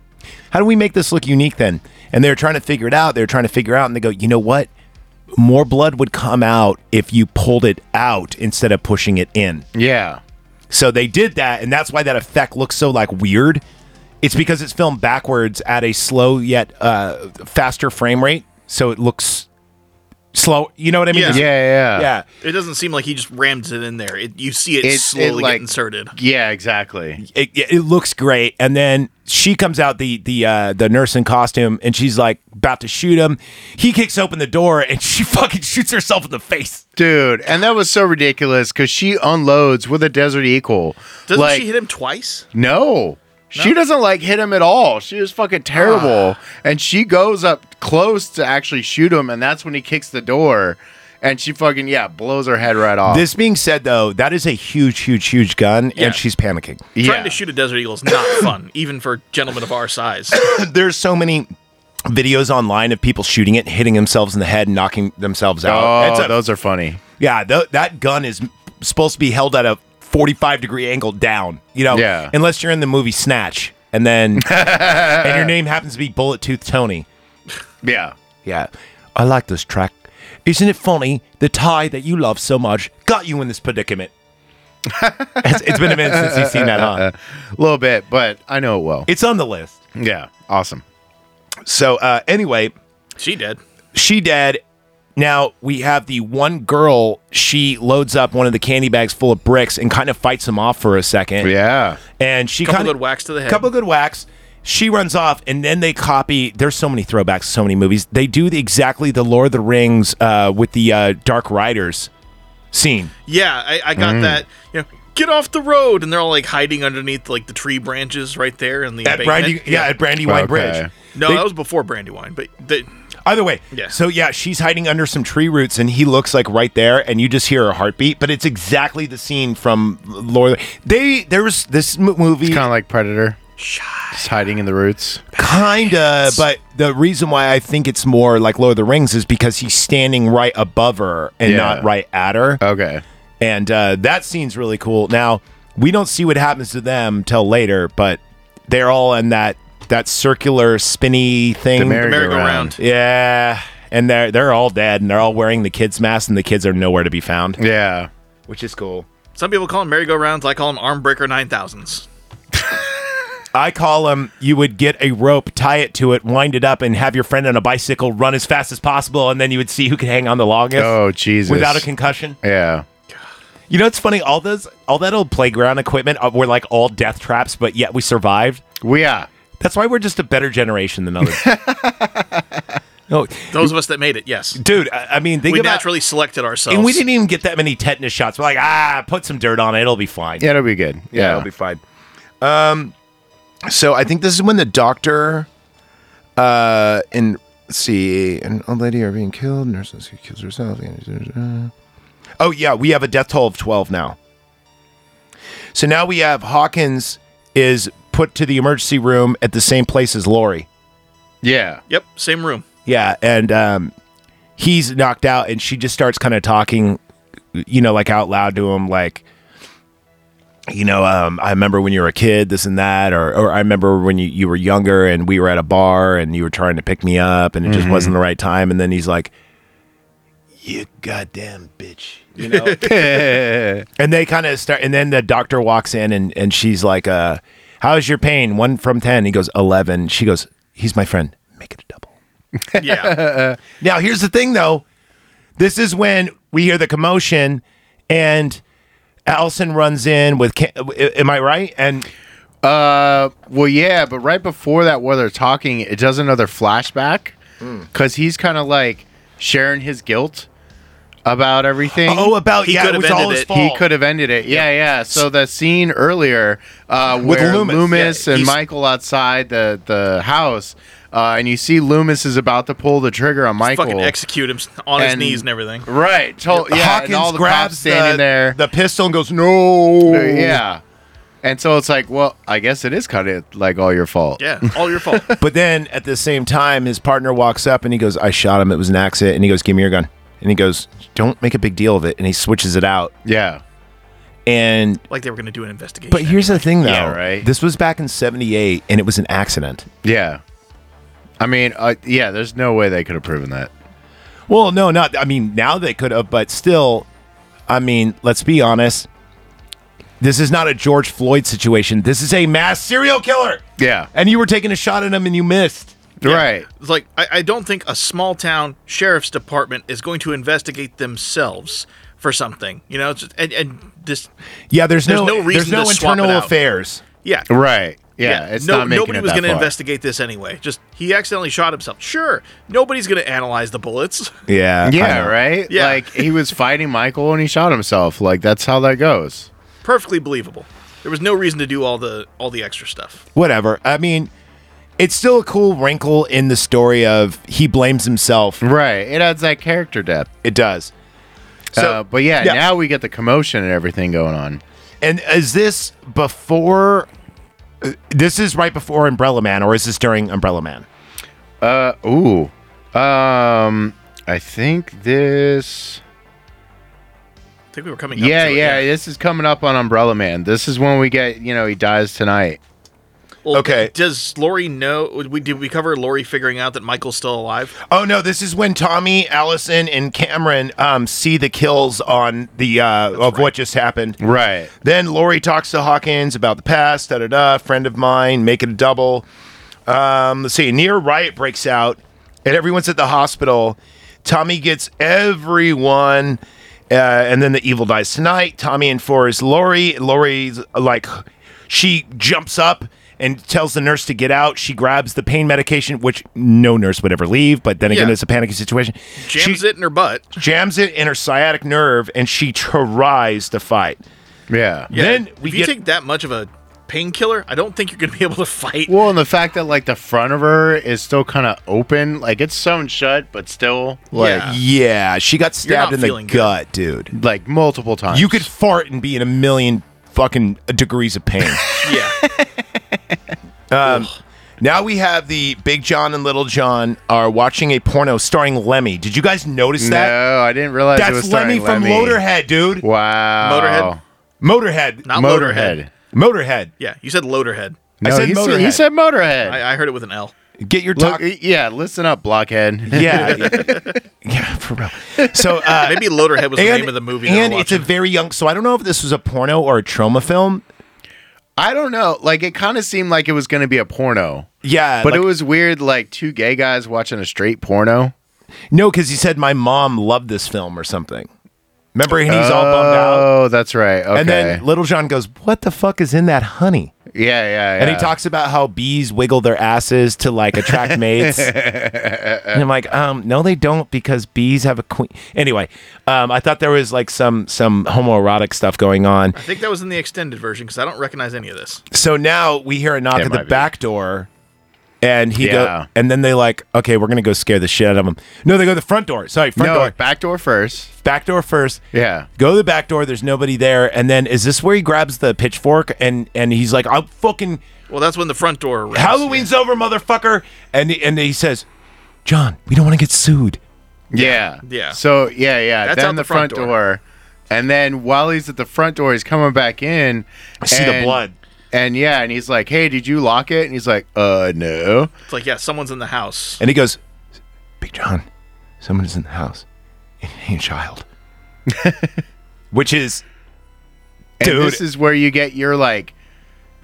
Speaker 2: How do we make this look unique then? And they're trying to figure it out. They're trying to figure out, and they go, "You know what? More blood would come out if you pulled it out instead of pushing it in."
Speaker 4: yeah.
Speaker 2: So they did that, and that's why that effect looks so like weird. It's because it's filmed backwards at a slow yet uh, faster frame rate, so it looks slow. You know what I mean?
Speaker 3: Yeah.
Speaker 4: Yeah, yeah,
Speaker 2: yeah.
Speaker 3: It doesn't seem like he just rams it in there. It, you see it,
Speaker 4: It- it,
Speaker 3: slowly
Speaker 4: like-
Speaker 3: get inserted.
Speaker 4: yeah exactly.
Speaker 2: It, it it looks great, and then she comes out the the uh, the nurse in costume, and she's like about to shoot him. He kicks open the door, and she fucking shoots herself in the face.
Speaker 4: Dude, and that was so ridiculous because she unloads with a Desert Eagle.
Speaker 3: Doesn't
Speaker 4: like,
Speaker 3: she hit him twice?
Speaker 4: No. She doesn't like hit him at all. She was fucking terrible.
Speaker 3: Ah.
Speaker 4: And she goes up close to actually shoot him, and that's when he kicks the door. And she fucking, yeah, blows her head right off.
Speaker 2: This being said, though, that is a huge, huge, huge gun,
Speaker 3: Yeah.
Speaker 2: and she's panicking.
Speaker 4: yeah.
Speaker 3: Trying to shoot a desert eagle is not fun, even for gentlemen of our size.
Speaker 2: there's so many videos online of people shooting it, hitting themselves in the head, and knocking themselves out.
Speaker 4: Oh,
Speaker 2: It's a-
Speaker 4: those are funny.
Speaker 2: yeah, th- that gun is m- supposed to be held at a 45 degree angle down. You know,
Speaker 4: Yeah.
Speaker 2: unless you're in the movie Snatch, and then and your name happens to be Bullet Tooth Tony.
Speaker 4: Yeah.
Speaker 2: Yeah, I like this track. Isn't it funny? The tie that you love so much got you in this predicament. it's, it's been a minute since you've seen that, huh?
Speaker 4: A little bit, but I know it well.
Speaker 2: It's on the list.
Speaker 4: Yeah. Awesome.
Speaker 2: So uh, anyway,
Speaker 3: she did.
Speaker 2: she dead. Now we have the one girl. She loads up one of the candy bags full of bricks and kind of fights him off for a second.
Speaker 4: Yeah.
Speaker 2: And she
Speaker 3: Couple
Speaker 2: kind of
Speaker 3: good whacks to the head.
Speaker 2: couple good whacks. She runs off, and then they copy. There's so many throwbacks, so many movies. They do the, exactly the Lord of the Rings uh, with the uh, Dark Riders scene.
Speaker 3: yeah, I, I got that. You know, get off the road, and they're all like hiding underneath like the tree branches right there in the
Speaker 2: at
Speaker 3: embankment.
Speaker 2: Brandy, yeah, at Brandywine
Speaker 4: Okay.
Speaker 2: Bridge.
Speaker 3: No,
Speaker 2: They-
Speaker 3: that was before Brandywine, but they,
Speaker 2: Either way,
Speaker 3: Yeah.
Speaker 2: So yeah, she's hiding under some tree roots, and he looks like right there, and you just hear her heartbeat. But it's exactly the scene from Lord. They there was this m- movie,
Speaker 4: Kind of like Predator. Just hiding in the roots.
Speaker 2: kinda, but the reason why I think it's more like Lord of the Rings is because he's standing right above her and
Speaker 4: Yeah.
Speaker 2: not right at her.
Speaker 4: Okay.
Speaker 2: and uh, that scene's really cool. Now we don't see what happens to them till later, but they're all in that that circular spinny thing.
Speaker 4: The merry-go-round.
Speaker 3: merry-go-round.
Speaker 2: yeah, and they're they're all dead, and they're all wearing the kids' masks, and the kids are nowhere to be found,
Speaker 4: Yeah.
Speaker 2: which is cool.
Speaker 3: Some people call them merry-go-rounds. I call them armbreaker nine thousands.
Speaker 2: I call them. You would get a rope, tie it to it, wind it up, and have your friend on a bicycle run as fast as possible, and then you would see who could hang on the longest
Speaker 4: Oh Jesus.
Speaker 2: without a concussion.
Speaker 4: yeah.
Speaker 2: You know, it's funny. All those, all that old playground equipment uh, were like all death traps, but yet we survived.
Speaker 4: We are.
Speaker 2: That's why we're just a better generation than others. no,
Speaker 3: Those of us that made it, yes,
Speaker 2: dude. I, I mean, think
Speaker 3: we
Speaker 2: about
Speaker 3: naturally selected ourselves.
Speaker 2: and we didn't even get that many tetanus shots. We're like, ah, put some dirt on it; it'll be fine.
Speaker 4: Yeah, it'll be good.
Speaker 2: Yeah,
Speaker 4: Yeah.
Speaker 2: it'll be fine. Um, so I think this is when the doctor, uh, and let's see, an old lady are being killed. Nurses who kills herself. Oh yeah, we have a death toll of twelve now. So now we have Hawkins is put to the emergency room at the same place as Lori.
Speaker 4: yeah.
Speaker 3: Yep, same room.
Speaker 2: Yeah, and um, he's knocked out, and she just starts kind of talking, you know, like out loud to him, like, you know, um, I remember when you were a kid, this and that, or, or I remember when you, you were younger and we were at a bar and you were trying to pick me up and it just wasn't the right time. And then he's like, you goddamn bitch. You know? and they kind of start, and then the doctor walks in and, and she's like, uh, how's your pain? One from 10. He goes, 11. She goes, he's my friend. Make it a double.
Speaker 3: Yeah,
Speaker 2: Now, here's the thing, though. This is when we hear the commotion, and Allison runs in with. Ca- am I right? And
Speaker 4: Uh, well, yeah, but right before that, while they're talking, it does another flashback
Speaker 2: Hmm.
Speaker 4: because he's kind of like sharing his guilt about everything.
Speaker 2: oh, about
Speaker 3: He
Speaker 2: yeah, it
Speaker 3: could've
Speaker 2: was all
Speaker 3: ended
Speaker 2: his
Speaker 3: it.
Speaker 2: fault.
Speaker 4: He could have ended it. Yeah, yeah. So the scene earlier uh,
Speaker 2: With
Speaker 4: where
Speaker 2: Loomis.
Speaker 4: Loomis,
Speaker 2: Yeah,
Speaker 4: and
Speaker 2: he's-
Speaker 4: Michael outside the the house, uh, and you see Loomis is about to pull the trigger on Michael.
Speaker 3: fucking execute him on his
Speaker 4: And-
Speaker 3: knees and everything.
Speaker 4: right. Tol- yeah.
Speaker 2: Hawkins
Speaker 4: and all the
Speaker 2: grabs
Speaker 4: cops standing
Speaker 2: the,
Speaker 4: there.
Speaker 2: the pistol and goes, "No,
Speaker 4: Uh, yeah. And so it's like, well, I guess it is kind of like all your fault.
Speaker 3: Yeah, all your fault.
Speaker 2: But then at the same time, his partner walks up and he goes, "I shot him. It was an accident." And he goes, "Give me your gun." And he goes, "Don't make a big deal of it." And he switches it out.
Speaker 4: Yeah.
Speaker 2: And
Speaker 3: like they were gonna do an investigation.
Speaker 2: but here's the thing, though.
Speaker 4: Yeah, right.
Speaker 2: This was back in '78, and it was an accident.
Speaker 4: Yeah. I mean, uh, yeah, there's no way they could have proven that.
Speaker 2: Well, no, not. I mean, now they could have, but still, I mean, let's be honest. This is not a George Floyd situation. This is a mass serial killer,
Speaker 4: Yeah.
Speaker 2: and you were taking a shot at him and you missed.
Speaker 4: Right.
Speaker 3: It's like I, I don't think a small town sheriff's department is going to investigate themselves for something. You know, it's just, and and this
Speaker 2: Yeah, there's,
Speaker 3: There's
Speaker 2: no,
Speaker 3: no reason
Speaker 2: there's no
Speaker 3: to swap it
Speaker 2: internal
Speaker 3: out.
Speaker 2: affairs.
Speaker 3: yeah.
Speaker 4: Right. Yeah. It's
Speaker 3: no,
Speaker 4: not making
Speaker 3: nobody
Speaker 4: it
Speaker 3: was
Speaker 4: that
Speaker 3: going to
Speaker 4: far.
Speaker 3: investigate this anyway. Just he accidentally shot himself. Sure, nobody's going to analyze the bullets.
Speaker 2: Yeah, I
Speaker 4: Yeah,
Speaker 2: know.
Speaker 4: right?
Speaker 3: Yeah.
Speaker 4: Like he was fighting Michael and he shot himself. Like that's how that goes.
Speaker 3: Perfectly believable. There was no reason to do all the all the extra stuff.
Speaker 2: Whatever. I mean, it's still a cool wrinkle in the story of he blames himself.
Speaker 4: Right. It adds that character depth.
Speaker 2: It does.
Speaker 4: uh, but yeah,
Speaker 2: yeah.
Speaker 4: now we get the commotion and everything going on.
Speaker 2: And is this before? uh, This is right before Umbrella Man, or is this during Umbrella Man?
Speaker 4: Uh ooh. Um I think this
Speaker 3: I think we were coming.
Speaker 4: Yeah,
Speaker 3: up to it,
Speaker 4: yeah, this is coming up on Umbrella Man. This is when we get, you know, he dies tonight.
Speaker 3: Well,
Speaker 2: Okay.
Speaker 3: Does Lori know? We did we cover Lori figuring out that Michael's still alive?
Speaker 2: Oh no! This is when Tommy, Allison, and Cameron um, see the kills on the uh, of what just happened.
Speaker 4: Right.
Speaker 2: Then Lori talks to Hawkins about the past. Da da da. Friend of mine, make it a double. Um, let's see. Near riot breaks out, and everyone's at the hospital. Tommy gets everyone, uh, and then the evil dies tonight. Tommy informs Lori. Lori's like, she jumps up and tells the nurse to get out. She grabs the pain medication, which no nurse would ever leave. But then again,
Speaker 3: Yeah.
Speaker 2: it's a panicky situation.
Speaker 3: Jams
Speaker 2: she
Speaker 3: it in her butt.
Speaker 2: jams it in her sciatic nerve, and she tries to fight.
Speaker 4: Yeah.
Speaker 3: Yeah,
Speaker 2: Then we
Speaker 3: if you
Speaker 2: get-
Speaker 3: take that much of a painkiller, I don't think you're going to be able to fight.
Speaker 4: Well, and the fact that like the front of her is still kind of open, like it's sewn shut, but still like
Speaker 3: Yeah.
Speaker 2: Yeah, she got stabbed
Speaker 3: not
Speaker 2: in the
Speaker 3: feeling good.
Speaker 2: gut, dude.
Speaker 4: like multiple times.
Speaker 2: You could fart and be in a million fucking degrees of pain.
Speaker 3: Yeah.
Speaker 2: um, now we have the Big John and Little John are watching a porno starring Lemmy. Did you guys notice that?
Speaker 4: no, Oh, I didn't realize it
Speaker 2: That's
Speaker 4: was
Speaker 2: Lemmy
Speaker 4: starring
Speaker 2: from Motorhead, dude.
Speaker 4: Wow.
Speaker 3: Motorhead?
Speaker 2: Motorhead.
Speaker 3: Not Motorhead.
Speaker 4: Motorhead.
Speaker 2: Motorhead.
Speaker 3: Yeah, you said Loaderhead.
Speaker 2: I
Speaker 4: No,
Speaker 2: said
Speaker 4: he
Speaker 2: Motorhead.
Speaker 4: Said, he said Motorhead.
Speaker 3: I, I heard it with an L.
Speaker 2: Get your
Speaker 4: Look,
Speaker 2: talk.
Speaker 4: yeah, listen up, blockhead.
Speaker 2: yeah. yeah, for real. So uh,
Speaker 3: Maybe Loaderhead was the name of the movie. they were
Speaker 2: And it's a
Speaker 3: watching.
Speaker 2: very young. So I don't know if this was a porno or a trauma film.
Speaker 4: I don't know. Like it kind of seemed like it was going to be a porno,
Speaker 2: Yeah,
Speaker 4: but
Speaker 2: like-
Speaker 4: it was weird. Like two gay guys watching a straight porno.
Speaker 2: no, because he said my mom loved this film or something. Remember, and he's all bummed out.
Speaker 4: Oh, that's right. Okay.
Speaker 2: And then Little John goes, "What the fuck is in that honey?"
Speaker 4: yeah, yeah, yeah.
Speaker 2: And he talks about how bees wiggle their asses to like attract mates. and I'm like, um, no, they don't because bees have a queen. Anyway, um, I thought there was like some some homoerotic stuff going on.
Speaker 3: I think that was in the extended version because I don't recognize any of this.
Speaker 2: So now we hear a knock
Speaker 4: It
Speaker 2: at the
Speaker 4: might be.
Speaker 2: back door, and he
Speaker 4: Yeah.
Speaker 2: go, and then they like, okay, we're gonna go scare the shit out of him. No, they go to the front door. Sorry, front
Speaker 4: no
Speaker 2: door,
Speaker 4: back door first.
Speaker 2: back door first.
Speaker 4: Yeah.
Speaker 2: Go to the back door. There's nobody there. And then is this where he grabs the pitchfork and and he's like, I'll fucking
Speaker 3: Well, that's when the front door. rings.
Speaker 2: Halloween's over, motherfucker. And he- and he says, John, we don't want to get sued.
Speaker 4: Yeah.
Speaker 3: Yeah.
Speaker 4: So yeah, yeah.
Speaker 3: That's
Speaker 4: then
Speaker 3: out
Speaker 4: the front, door. And then while he's at the front door, he's coming back in. I
Speaker 2: see the blood.
Speaker 4: And yeah, and he's like, Hey, did you lock it? And he's like, Uh no.
Speaker 3: It's like, yeah, someone's in the house.
Speaker 2: And he goes, Big John, someone is in the house. It ain't child. Which is
Speaker 4: And
Speaker 2: Dude.
Speaker 4: this is where you get your like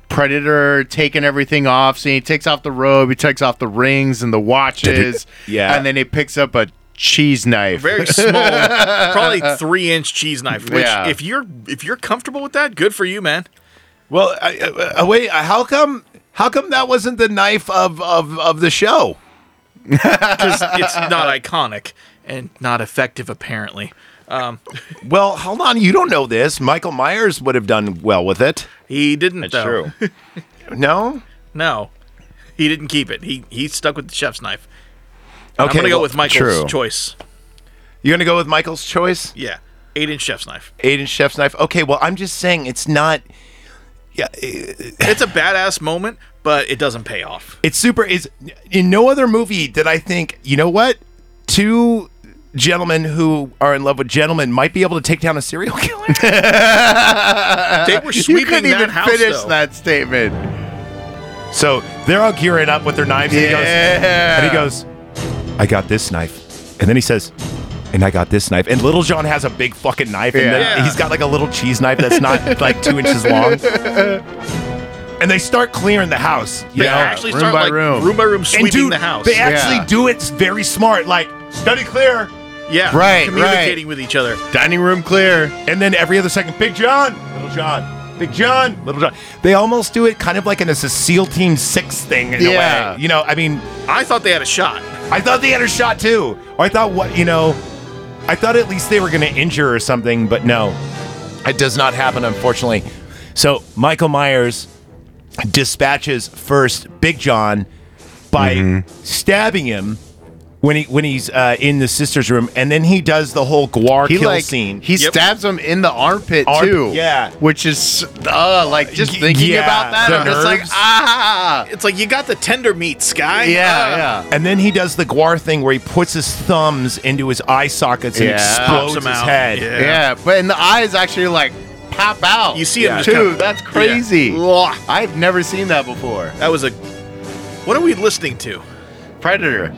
Speaker 4: predator taking everything off. So he takes off the robe, he takes off the rings and the watches.
Speaker 2: Yeah.
Speaker 4: And then he picks up a cheese knife.
Speaker 3: Very small, probably three inch cheese knife. Which,
Speaker 4: Yeah.
Speaker 3: if you're if you're comfortable with that, good for you, man.
Speaker 2: Well, I, uh, uh, wait. uh, How come? How come that wasn't the knife of of of the show?
Speaker 3: Because it's not iconic and not effective, apparently. Um,
Speaker 2: Well, hold on. You don't know this. Michael Myers would have done well with it.
Speaker 3: he didn't. though.
Speaker 4: true.
Speaker 2: No.
Speaker 3: No, he didn't keep it. He he stuck with the chef's knife.
Speaker 2: Okay.
Speaker 3: I'm gonna go
Speaker 2: well,
Speaker 3: with Michael's
Speaker 2: true.
Speaker 3: choice.
Speaker 2: You're gonna go with Michael's choice.
Speaker 3: Yeah, eight inch chef's knife.
Speaker 2: Eight inch chef's knife. Okay. Well, I'm just saying it's not. Yeah, i-
Speaker 3: It's a badass moment, but it doesn't pay off.
Speaker 2: it's super. Is in no other movie did I think. You know what? Two gentlemen who are in love with gentlemen might be able to take down a serial killer.
Speaker 3: They were sweeping
Speaker 4: Uh, you couldn't
Speaker 3: that
Speaker 4: even
Speaker 3: house.
Speaker 4: finish
Speaker 3: though.
Speaker 4: that statement.
Speaker 2: so they're all gearing up with their knives. and he goes,
Speaker 4: Yeah.
Speaker 2: And he goes, I got this knife. And then he says, and I got this knife. And Little John has a big fucking knife. And
Speaker 4: Yeah.
Speaker 2: then
Speaker 3: Yeah.
Speaker 2: he's got like a little cheese knife that's not like two inches long. And they start clearing the house. You
Speaker 3: They
Speaker 2: know?
Speaker 3: actually
Speaker 4: room
Speaker 3: start
Speaker 4: by
Speaker 3: like
Speaker 4: room.
Speaker 3: room. by room sweeping
Speaker 2: and dude,
Speaker 3: the house.
Speaker 2: they actually
Speaker 4: Yeah.
Speaker 2: do it very smart. Like, study clear.
Speaker 3: yeah,
Speaker 4: Right,
Speaker 3: communicating with each other.
Speaker 4: Dining room clear.
Speaker 2: And then every other second, Big John, Little John, Big John, Little John. They almost do it kind of like in a Cecile Team 6 thing in
Speaker 4: Yeah.
Speaker 2: a way. You know, I mean,
Speaker 3: I thought they had a shot.
Speaker 2: I thought they had a shot too. Or I thought what you know, I thought at least they were going to injure or something, but no, it does not happen unfortunately. So Michael Myers dispatches first Big John by
Speaker 4: Mm-hmm.
Speaker 2: stabbing him when he when he's uh, in the sister's room, and then he does the whole Guar
Speaker 4: He
Speaker 2: kill
Speaker 4: like
Speaker 2: scene.
Speaker 4: he
Speaker 3: Yep.
Speaker 4: stabs him in the armpit
Speaker 2: Arm-
Speaker 4: too.
Speaker 2: yeah.
Speaker 4: which is uh like just
Speaker 2: Y-
Speaker 4: thinking
Speaker 2: yeah,
Speaker 4: about that.
Speaker 2: the
Speaker 4: I'm just like
Speaker 2: nerves.
Speaker 4: ah.
Speaker 3: It's like you got the tender meats, guy. Ah.
Speaker 4: Yeah, yeah.
Speaker 2: and then he does the Guar thing where he puts his thumbs into his eye sockets and
Speaker 4: Yeah.
Speaker 2: explodes
Speaker 3: Pops
Speaker 2: his
Speaker 3: him out.
Speaker 2: head.
Speaker 3: Yeah.
Speaker 4: Yeah. but and the eyes actually like pop out.
Speaker 3: You see him just
Speaker 4: too.
Speaker 3: kinda-
Speaker 4: That's crazy.
Speaker 3: Yeah. Ugh.
Speaker 4: I've never seen that before.
Speaker 3: That was a. What are we listening to?
Speaker 4: Predator.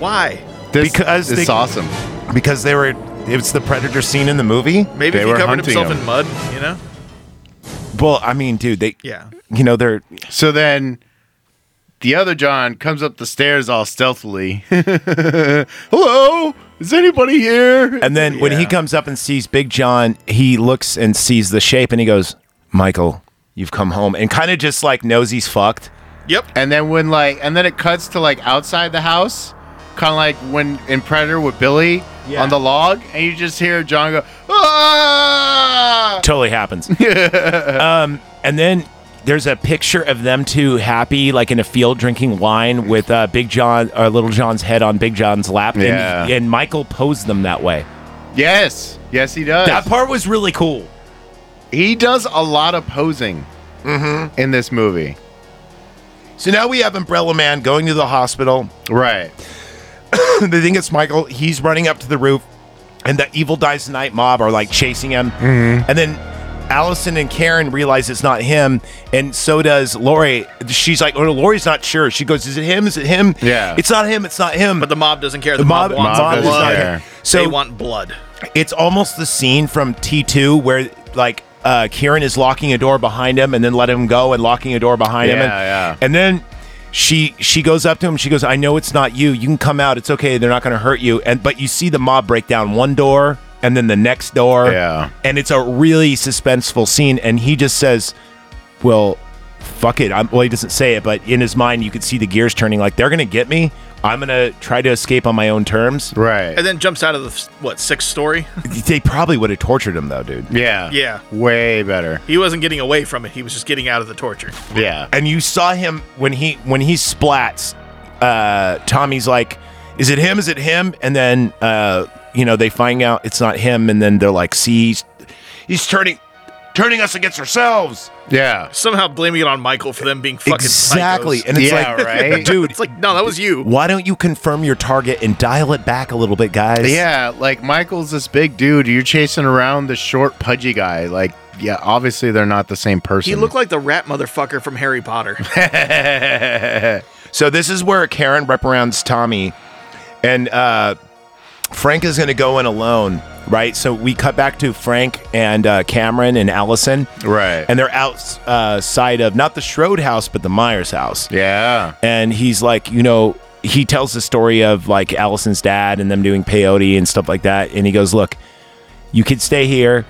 Speaker 3: Why?
Speaker 4: This,
Speaker 2: Because
Speaker 4: this
Speaker 2: they-
Speaker 4: is awesome.
Speaker 2: Because they were it's the predator scene in the movie.
Speaker 4: They
Speaker 3: Maybe if he
Speaker 4: were
Speaker 3: covered
Speaker 4: hunting
Speaker 3: himself
Speaker 4: him.
Speaker 3: in mud, you know?
Speaker 2: Well, I mean, dude, they
Speaker 3: Yeah.
Speaker 2: you know they're
Speaker 4: So then the other John comes up the stairs all stealthily. Hello, is anybody here?
Speaker 2: and then when he comes up and sees Big John, he looks and sees the shape and he goes, "Michael, you've come home." And kind of just like knows he's fucked.
Speaker 3: Yep.
Speaker 4: And then when like, and then it cuts to like outside the house, kind of like when in Predator with Billy on the log, and you just hear John go, "Ah!"
Speaker 10: totally happens. um, and then there's a picture of them two happy, like in a field drinking wine with uh, Big John or Little John's head on Big John's lap. and-
Speaker 4: Yeah.
Speaker 10: And, Michael posed them that way.
Speaker 4: Yes. Yes, he does.
Speaker 10: That part was really cool.
Speaker 4: he does a lot of posing in this movie.
Speaker 2: So now we have Umbrella Man going to the hospital.
Speaker 4: Right.
Speaker 2: they think it's Michael. He's running up to the roof, and the Evil Dies Tonight mob are like chasing him. And then Allison and Karen realize it's not him, and so does Lori. She's like, "Oh, no, Lori's not sure." She goes, "Is it him? Is it him?
Speaker 4: Yeah.
Speaker 2: It's not him. It's not him."
Speaker 3: But the mob doesn't care. The,
Speaker 2: The
Speaker 3: mob,
Speaker 2: mob-
Speaker 3: wants
Speaker 2: mob
Speaker 4: doesn't
Speaker 3: blood.
Speaker 4: care.
Speaker 3: they
Speaker 2: So-
Speaker 3: want blood.
Speaker 2: it's almost the scene from T2 where like uh, Kieran is locking a door behind him and then let him go and locking a door behind him. And,
Speaker 4: Yeah, yeah.
Speaker 2: and then she she goes up to him. She goes, "I know it's not you. You can come out. It's okay. They're not going to hurt you." And but you see the mob break down one door and then the next door.
Speaker 4: Yeah.
Speaker 2: And it's a really suspenseful scene. And he just says, "Well, fuck it." I'm, well, he doesn't say it, but in his mind, you could see the gears turning. Like they're going to get me. I'm going to try to escape on my own terms.
Speaker 4: Right.
Speaker 3: And then jumps out of the what sixth story.
Speaker 2: They probably would have tortured him though, dude.
Speaker 4: yeah.
Speaker 3: Yeah.
Speaker 4: Way better.
Speaker 3: He wasn't getting away from it. He was just getting out of the torture.
Speaker 4: Yeah.
Speaker 2: and you saw him when he when he splats uh tommy's like is it him is it him and then uh you know they find out it's not him and then they're like see he's, he's turning turning us against ourselves
Speaker 4: Yeah.
Speaker 3: Somehow blaming it on Michael for them being fucking
Speaker 2: exactly
Speaker 3: psychos.
Speaker 2: and it's
Speaker 4: Yeah,
Speaker 2: like
Speaker 4: right?
Speaker 2: dude
Speaker 3: It's like no, that was you.
Speaker 2: why don't you confirm your target and dial it back a little bit guys
Speaker 4: Yeah, like Michael's this big dude. You're chasing around the short, pudgy guy. Like, yeah, obviously they're not the same person.
Speaker 3: He looked like the rat motherfucker from Harry Potter.
Speaker 2: So this is where Karen reprimands Tommy, and uh, Frank is going to go in alone, right? So we cut back to Frank and uh, Cameron and Allison,
Speaker 4: Right.
Speaker 2: And they're outside of not the Schroed house, but the Myers house.
Speaker 4: yeah.
Speaker 2: And he's like, you know, he tells the story of like Allison's dad and them doing peyote and stuff like that. And he goes, look, you could stay here.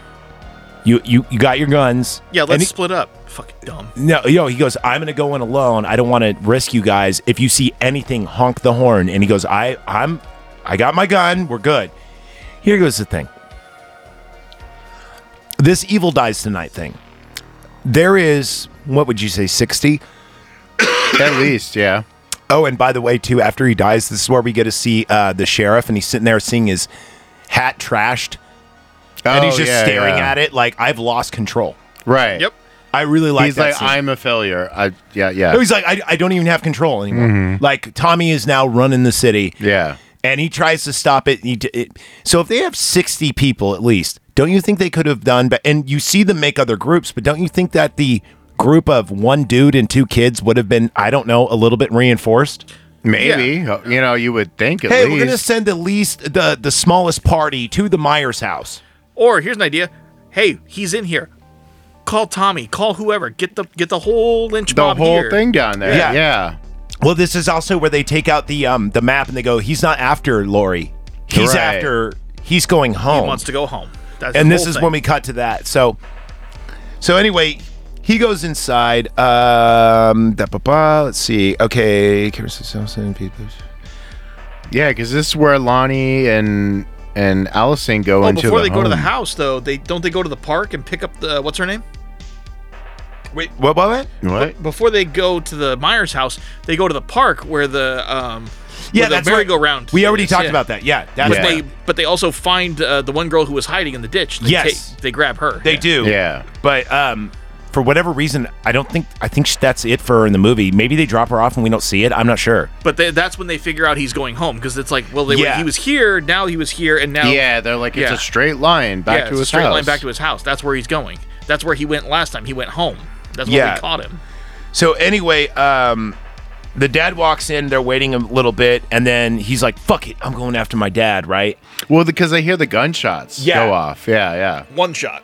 Speaker 2: You you you got your guns.
Speaker 3: Yeah,
Speaker 2: And
Speaker 3: let's
Speaker 2: he-
Speaker 3: split up. Fucking dumb.
Speaker 2: no, yo, he goes, I'm gonna go in alone. I don't want to risk you guys. If you see anything, honk the horn. And he goes, I, I'm, I got my gun. We're good. Here goes the thing. This evil dies tonight thing. There is what would you say, sixty?
Speaker 4: At least, yeah.
Speaker 2: Oh, and by the way, too, after he dies, this is where we get to see uh, the sheriff, and he's sitting there seeing his hat trashed, and he's
Speaker 4: Oh,
Speaker 2: just
Speaker 4: yeah,
Speaker 2: staring
Speaker 4: yeah.
Speaker 2: at it like I've lost control.
Speaker 4: Right.
Speaker 3: Yep.
Speaker 2: I really like.
Speaker 4: He's
Speaker 2: that
Speaker 4: like,
Speaker 2: scene.
Speaker 4: I'm a failure. I, yeah, yeah.
Speaker 2: No, he's like, I, I don't even have control anymore. Like Tommy is now running the city,
Speaker 4: yeah.
Speaker 2: and he tries to stop it, and he d- it- So if they have sixty people at least, don't you think they could have done? But and you see them make other groups, but don't you think that the group of one dude and two kids would have been, I don't know, a little bit reinforced?
Speaker 4: Maybe. You know, you would think at
Speaker 2: hey,
Speaker 4: least.
Speaker 2: we're gonna send the least, the the smallest party to the Myers house.
Speaker 3: Or here's an idea. Hey, he's in here. Call Tommy. Call whoever. Get the get the whole lynch
Speaker 4: the
Speaker 3: mob
Speaker 4: whole
Speaker 3: here.
Speaker 4: thing down there.
Speaker 2: Yeah.
Speaker 4: Yeah.
Speaker 2: Well, this is also where they take out the um the map and they go, he's not after Lori, he's
Speaker 4: Right.
Speaker 2: after. He's going
Speaker 3: He
Speaker 2: home.
Speaker 3: wants to go home. That's
Speaker 2: and
Speaker 3: the
Speaker 2: this
Speaker 3: whole
Speaker 2: is
Speaker 3: thing.
Speaker 2: when we cut to that. So, so anyway, he goes inside. Um, da, ba, ba, let's see. Okay, Kirsten Simpson, people.
Speaker 4: Yeah, because this is where Lonnie and and Allison go
Speaker 3: Oh,
Speaker 4: into
Speaker 3: before
Speaker 4: the
Speaker 3: they go to the
Speaker 4: home.
Speaker 3: house though, they don't they go to the park and pick up the what's her name?
Speaker 2: Wait, what? What? what?
Speaker 4: What?
Speaker 3: Before they go to the Myers house, they go to the park where the um where the
Speaker 2: right.
Speaker 3: merry-go-round.
Speaker 2: We already
Speaker 3: is,
Speaker 2: talked
Speaker 3: yeah.
Speaker 2: about that. Yeah, that's
Speaker 3: But
Speaker 2: yeah.
Speaker 3: they but they also find uh, the one girl who was hiding in the ditch. They
Speaker 2: Yes.
Speaker 3: take- they grab her.
Speaker 2: they do.
Speaker 4: Yeah.
Speaker 2: but um, for whatever reason, I don't think I think sh- that's it for her in the movie. Maybe they drop her off and we don't see it. I'm not sure.
Speaker 3: But they, that's when they figure out he's going home because it's like, well, they were-
Speaker 2: Yeah.
Speaker 3: he was here, now he was here, and now
Speaker 4: Yeah, they're like, it's
Speaker 3: Oh. Yeah.
Speaker 4: a straight line
Speaker 3: Yeah,
Speaker 4: back
Speaker 3: it's
Speaker 4: to
Speaker 3: a
Speaker 4: his
Speaker 3: straight
Speaker 4: house.
Speaker 3: line back to his house. That's where he's going. That's where he went last time. He went home. That's where
Speaker 2: Yeah.
Speaker 3: we caught him.
Speaker 2: So anyway, um, the dad walks in. They're waiting a little bit, and then he's like, "Fuck it, I'm going after my dad." Right.
Speaker 4: Well, because I hear the gunshots
Speaker 2: Yeah.
Speaker 4: go off. Yeah, yeah.
Speaker 3: One shot.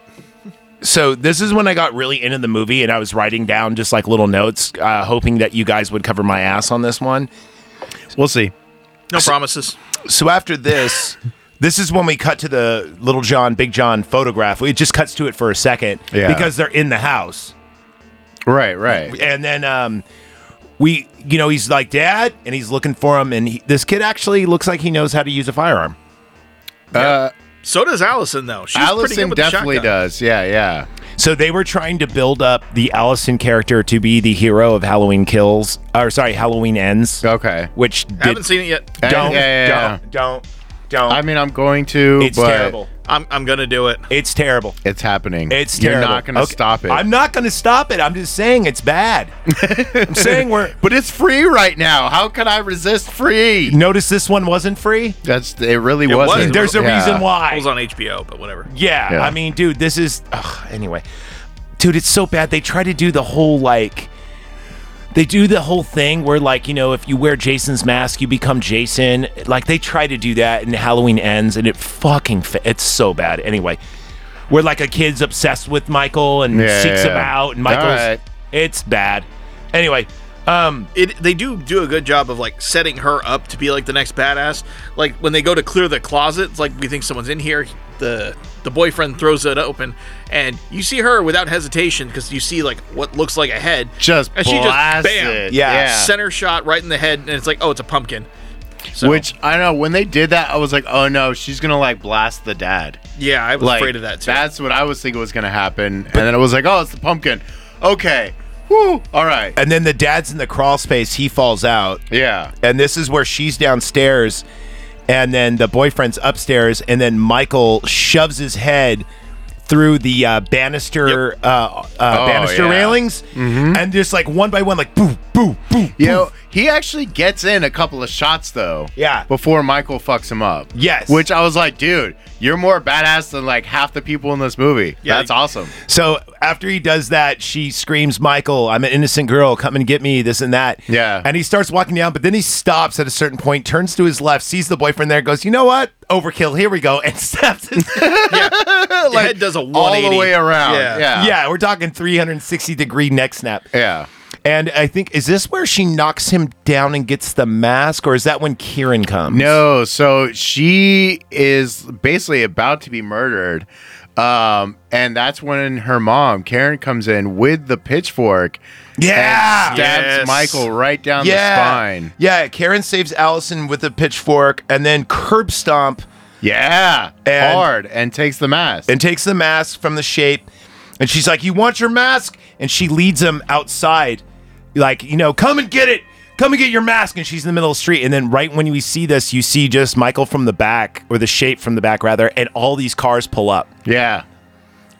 Speaker 2: so this is when I got really into the movie and I was writing down just like little notes, uh, hoping that you guys would cover my ass on this one.
Speaker 4: We'll see.
Speaker 3: No promises.
Speaker 2: So after this, this is when we cut to the little John, Big John photograph. It just cuts to it for a second
Speaker 4: Yeah.
Speaker 2: because they're in the house.
Speaker 4: Right, right.
Speaker 2: And then um, we, you know, he's like, Dad, and he's looking for him. And he, this kid actually looks like he knows how to use a firearm.
Speaker 4: Uh,
Speaker 3: So does Allison though. She's pretty good
Speaker 4: Allison
Speaker 3: with the
Speaker 4: definitely
Speaker 3: shotgun.
Speaker 4: does. Yeah, yeah.
Speaker 2: So they were trying to build up the Allison character to be the hero of Halloween Kills, or sorry, Halloween Ends.
Speaker 4: Okay.
Speaker 2: Which
Speaker 3: I haven't
Speaker 2: did,
Speaker 3: seen it yet.
Speaker 4: Eh,
Speaker 2: don't,
Speaker 4: yeah, yeah,
Speaker 2: don't, don't, don't.
Speaker 4: I mean, I'm going to,
Speaker 2: it's
Speaker 4: but
Speaker 2: terrible.
Speaker 3: I'm I'm gonna do it.
Speaker 2: It's terrible.
Speaker 4: it's happening.
Speaker 2: It's
Speaker 4: You're
Speaker 2: terrible.
Speaker 4: not going to
Speaker 2: Okay.
Speaker 4: stop it.
Speaker 2: I'm not going to stop it. I'm just saying it's bad. I'm saying we're.
Speaker 4: but it's free right now. How can I resist free?
Speaker 2: Notice this one wasn't free.
Speaker 4: That's it. Really
Speaker 3: It
Speaker 4: wasn't.
Speaker 3: was.
Speaker 2: There's a
Speaker 4: Yeah.
Speaker 2: reason
Speaker 3: It
Speaker 2: why.
Speaker 3: was on HBO, but whatever.
Speaker 2: Yeah,
Speaker 4: Yeah.
Speaker 2: I mean, dude, this is ugh, anyway. Dude, it's so bad. They try to do the whole like they do the whole thing where like, you know, if you wear Jason's mask, you become Jason. Like they try to do that and Halloween ends and it fucking fa- it's so bad. Anyway, where like a kid's obsessed with Michael and
Speaker 4: Yeah,
Speaker 2: seeks
Speaker 4: yeah,
Speaker 2: him
Speaker 4: yeah.
Speaker 2: out and Michael's
Speaker 4: Alright.
Speaker 2: it's bad. Anyway, um
Speaker 3: It, they do do a good job of like setting her up to be like the next badass. Like when they go to clear the closet, it's like we think someone's in here. The the boyfriend throws it open, and you see her without hesitation because you see like what looks like a head.
Speaker 4: Just
Speaker 3: and she just
Speaker 4: blast
Speaker 3: bam,
Speaker 4: it.
Speaker 2: Yeah.
Speaker 3: center shot right in the head, and it's like oh, it's a pumpkin. So,
Speaker 4: Which I know when they did that, I was like, oh no, she's gonna like blast the dad.
Speaker 3: yeah, I was
Speaker 4: Like,
Speaker 3: afraid of that too.
Speaker 4: That's what I was thinking was gonna happen, and then I was like, oh, it's the pumpkin. Okay, whoo, all right,
Speaker 2: and then the dad's in the crawl space, he falls out.
Speaker 4: yeah,
Speaker 2: and this is where she's downstairs and then the boyfriend's upstairs and then michael shoves his head through the uh, banister uh, uh, banister
Speaker 4: Oh, yeah. Mm-hmm.
Speaker 2: railings and just like one by one like boo boo boo
Speaker 4: you know, he actually gets in a couple of shots though.
Speaker 2: Yeah.
Speaker 4: before Michael fucks him up.
Speaker 2: Yes.
Speaker 4: which I was like, dude, you're more badass than like half the people in this movie.
Speaker 3: Yeah.
Speaker 4: that's awesome.
Speaker 2: so after he does that she screams michael i'm an innocent girl come and get me this and that
Speaker 4: Yeah.
Speaker 2: and he starts walking down but then he stops at a certain point turns to his left sees the boyfriend there goes you know what overkill here we go and steps in
Speaker 3: The head does a
Speaker 4: All
Speaker 3: 180
Speaker 4: the way around. Yeah,
Speaker 3: Yeah.
Speaker 4: yeah,
Speaker 2: yeah we're talking 360 degree neck snap
Speaker 4: yeah.
Speaker 2: And I think is this where she knocks him down and gets the mask, or is that when Kieran comes?
Speaker 4: No, Oh, so she is basically about to be murdered. Um, and that's when her mom, Karen, comes in with the pitchfork
Speaker 2: Yeah.
Speaker 4: and stabs
Speaker 3: Yes.
Speaker 4: Michael right down the spine.
Speaker 2: Yeah. Karen saves Allison with a pitchfork and then curb stomp
Speaker 4: Yeah.
Speaker 2: And-
Speaker 4: hard and takes the mask.
Speaker 2: and takes the mask from the shape. And she's like, You want your mask? And she leads him outside, like, you know, come and get it. Come and get your mask. And she's in the middle of the street. And then right when we see this, you see just Michael from the back, or the shape from the back, rather, and all these cars pull up.
Speaker 4: yeah.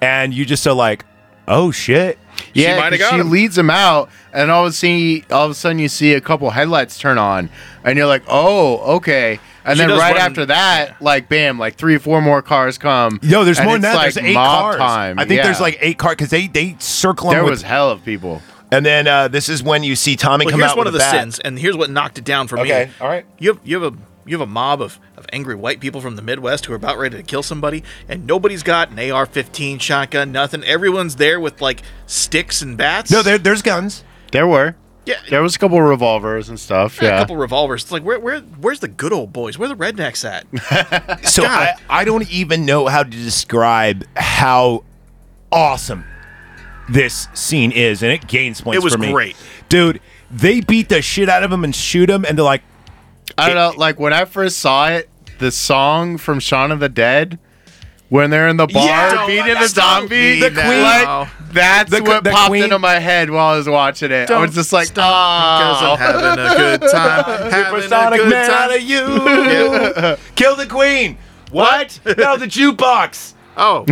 Speaker 2: And you just are like, Oh shit.
Speaker 4: Yeah,
Speaker 3: might've
Speaker 4: 'cause
Speaker 3: got
Speaker 4: she
Speaker 3: him.
Speaker 4: leads him out, and all of a sudden, all of a sudden, you see a couple headlights turn on, and you're like, "Oh, okay." And
Speaker 3: She
Speaker 4: then
Speaker 3: does
Speaker 4: right
Speaker 3: run-
Speaker 4: after that, like, bam, like three or four more cars come.
Speaker 2: Yo, there's
Speaker 4: and
Speaker 2: more than
Speaker 4: it's,
Speaker 2: that.
Speaker 4: like,
Speaker 2: there's eight
Speaker 4: mob
Speaker 2: cars.
Speaker 4: time.
Speaker 2: I think there's
Speaker 4: Yeah.
Speaker 2: like eight cars because they they circle
Speaker 4: there
Speaker 2: them.
Speaker 4: was hell of people.
Speaker 2: and then uh, this is when you see Tommy
Speaker 3: Well,
Speaker 2: come
Speaker 3: here's
Speaker 2: out
Speaker 3: one
Speaker 2: with
Speaker 3: of the
Speaker 2: a bat.
Speaker 3: sins, and here's what knocked it down for me.
Speaker 2: Okay, all right.
Speaker 3: You have you have a you have a mob of, of angry white people from the Midwest who are about ready to kill somebody, and nobody's got an AR-15 shotgun, nothing. Everyone's there with like sticks and bats.
Speaker 2: No, there, there's guns.
Speaker 4: There were.
Speaker 3: Yeah.
Speaker 4: There was a couple revolvers and stuff.
Speaker 3: yeah, a
Speaker 4: Yeah.
Speaker 3: couple revolvers. It's like where where where's the good old boys? Where the rednecks at?
Speaker 2: So I, I don't even know how to describe how awesome this scene is, and it gains points.
Speaker 3: It was
Speaker 2: for me.
Speaker 3: great.
Speaker 2: dude. They beat the shit out of him and shoot him, and they're like,
Speaker 4: I don't know. Like when I first saw it, the song from Shaun of the Dead. When they're in the bar
Speaker 2: Yeah, don't
Speaker 4: beating
Speaker 2: let
Speaker 4: the
Speaker 2: that song
Speaker 4: zombie,
Speaker 2: be The that
Speaker 4: like,
Speaker 3: loud.
Speaker 4: that's
Speaker 2: The-
Speaker 4: what
Speaker 2: the
Speaker 4: popped
Speaker 2: Queen-
Speaker 4: into my head while I was watching it. I was just like,
Speaker 3: Because
Speaker 4: oh,
Speaker 3: I'm having a good time, having a
Speaker 2: "Sonic
Speaker 3: good
Speaker 2: man
Speaker 3: time.
Speaker 2: outta you, kill the queen." What? no, the jukebox.
Speaker 3: Oh,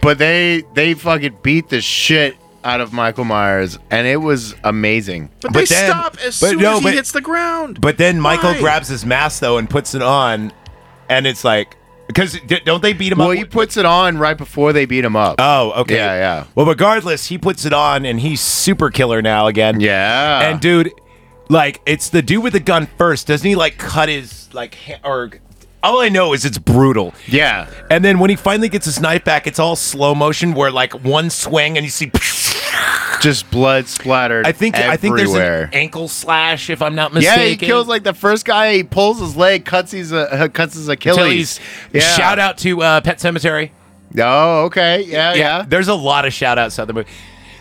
Speaker 4: but they they fucking beat the shit out of Michael Myers, and it was amazing.
Speaker 3: but, they
Speaker 2: then-
Speaker 3: stop as
Speaker 2: but
Speaker 3: soon
Speaker 2: no,
Speaker 3: as he
Speaker 2: but-
Speaker 3: hits the ground.
Speaker 2: But then Michael
Speaker 3: Why?
Speaker 2: grabs his mask though and puts it on, and it's like because d- don't they beat him
Speaker 4: Well,
Speaker 2: up?
Speaker 4: he puts it on right before they beat him up.
Speaker 2: oh, okay.
Speaker 4: Yeah, yeah.
Speaker 2: Well, regardless, he puts it on and he's super killer now again.
Speaker 4: yeah,
Speaker 2: And dude, like it's the dude with the gun first. Doesn't he like cut his like ha- or all I know is it's brutal.
Speaker 4: yeah,
Speaker 2: And then when he finally gets his knife back, it's all slow motion where like one swing and you see.
Speaker 4: just blood splattered.
Speaker 2: I think
Speaker 4: everywhere.
Speaker 2: I think there's an ankle slash if I'm not mistaken.
Speaker 4: Yeah, he kills like the first guy. He pulls his leg, cuts his uh, cuts his Achilles.
Speaker 2: Achilles.
Speaker 4: Yeah.
Speaker 2: Shout out to uh, Pet Cemetery.
Speaker 4: Oh, okay. Yeah, yeah.
Speaker 2: There's a lot of shout outs out the movie.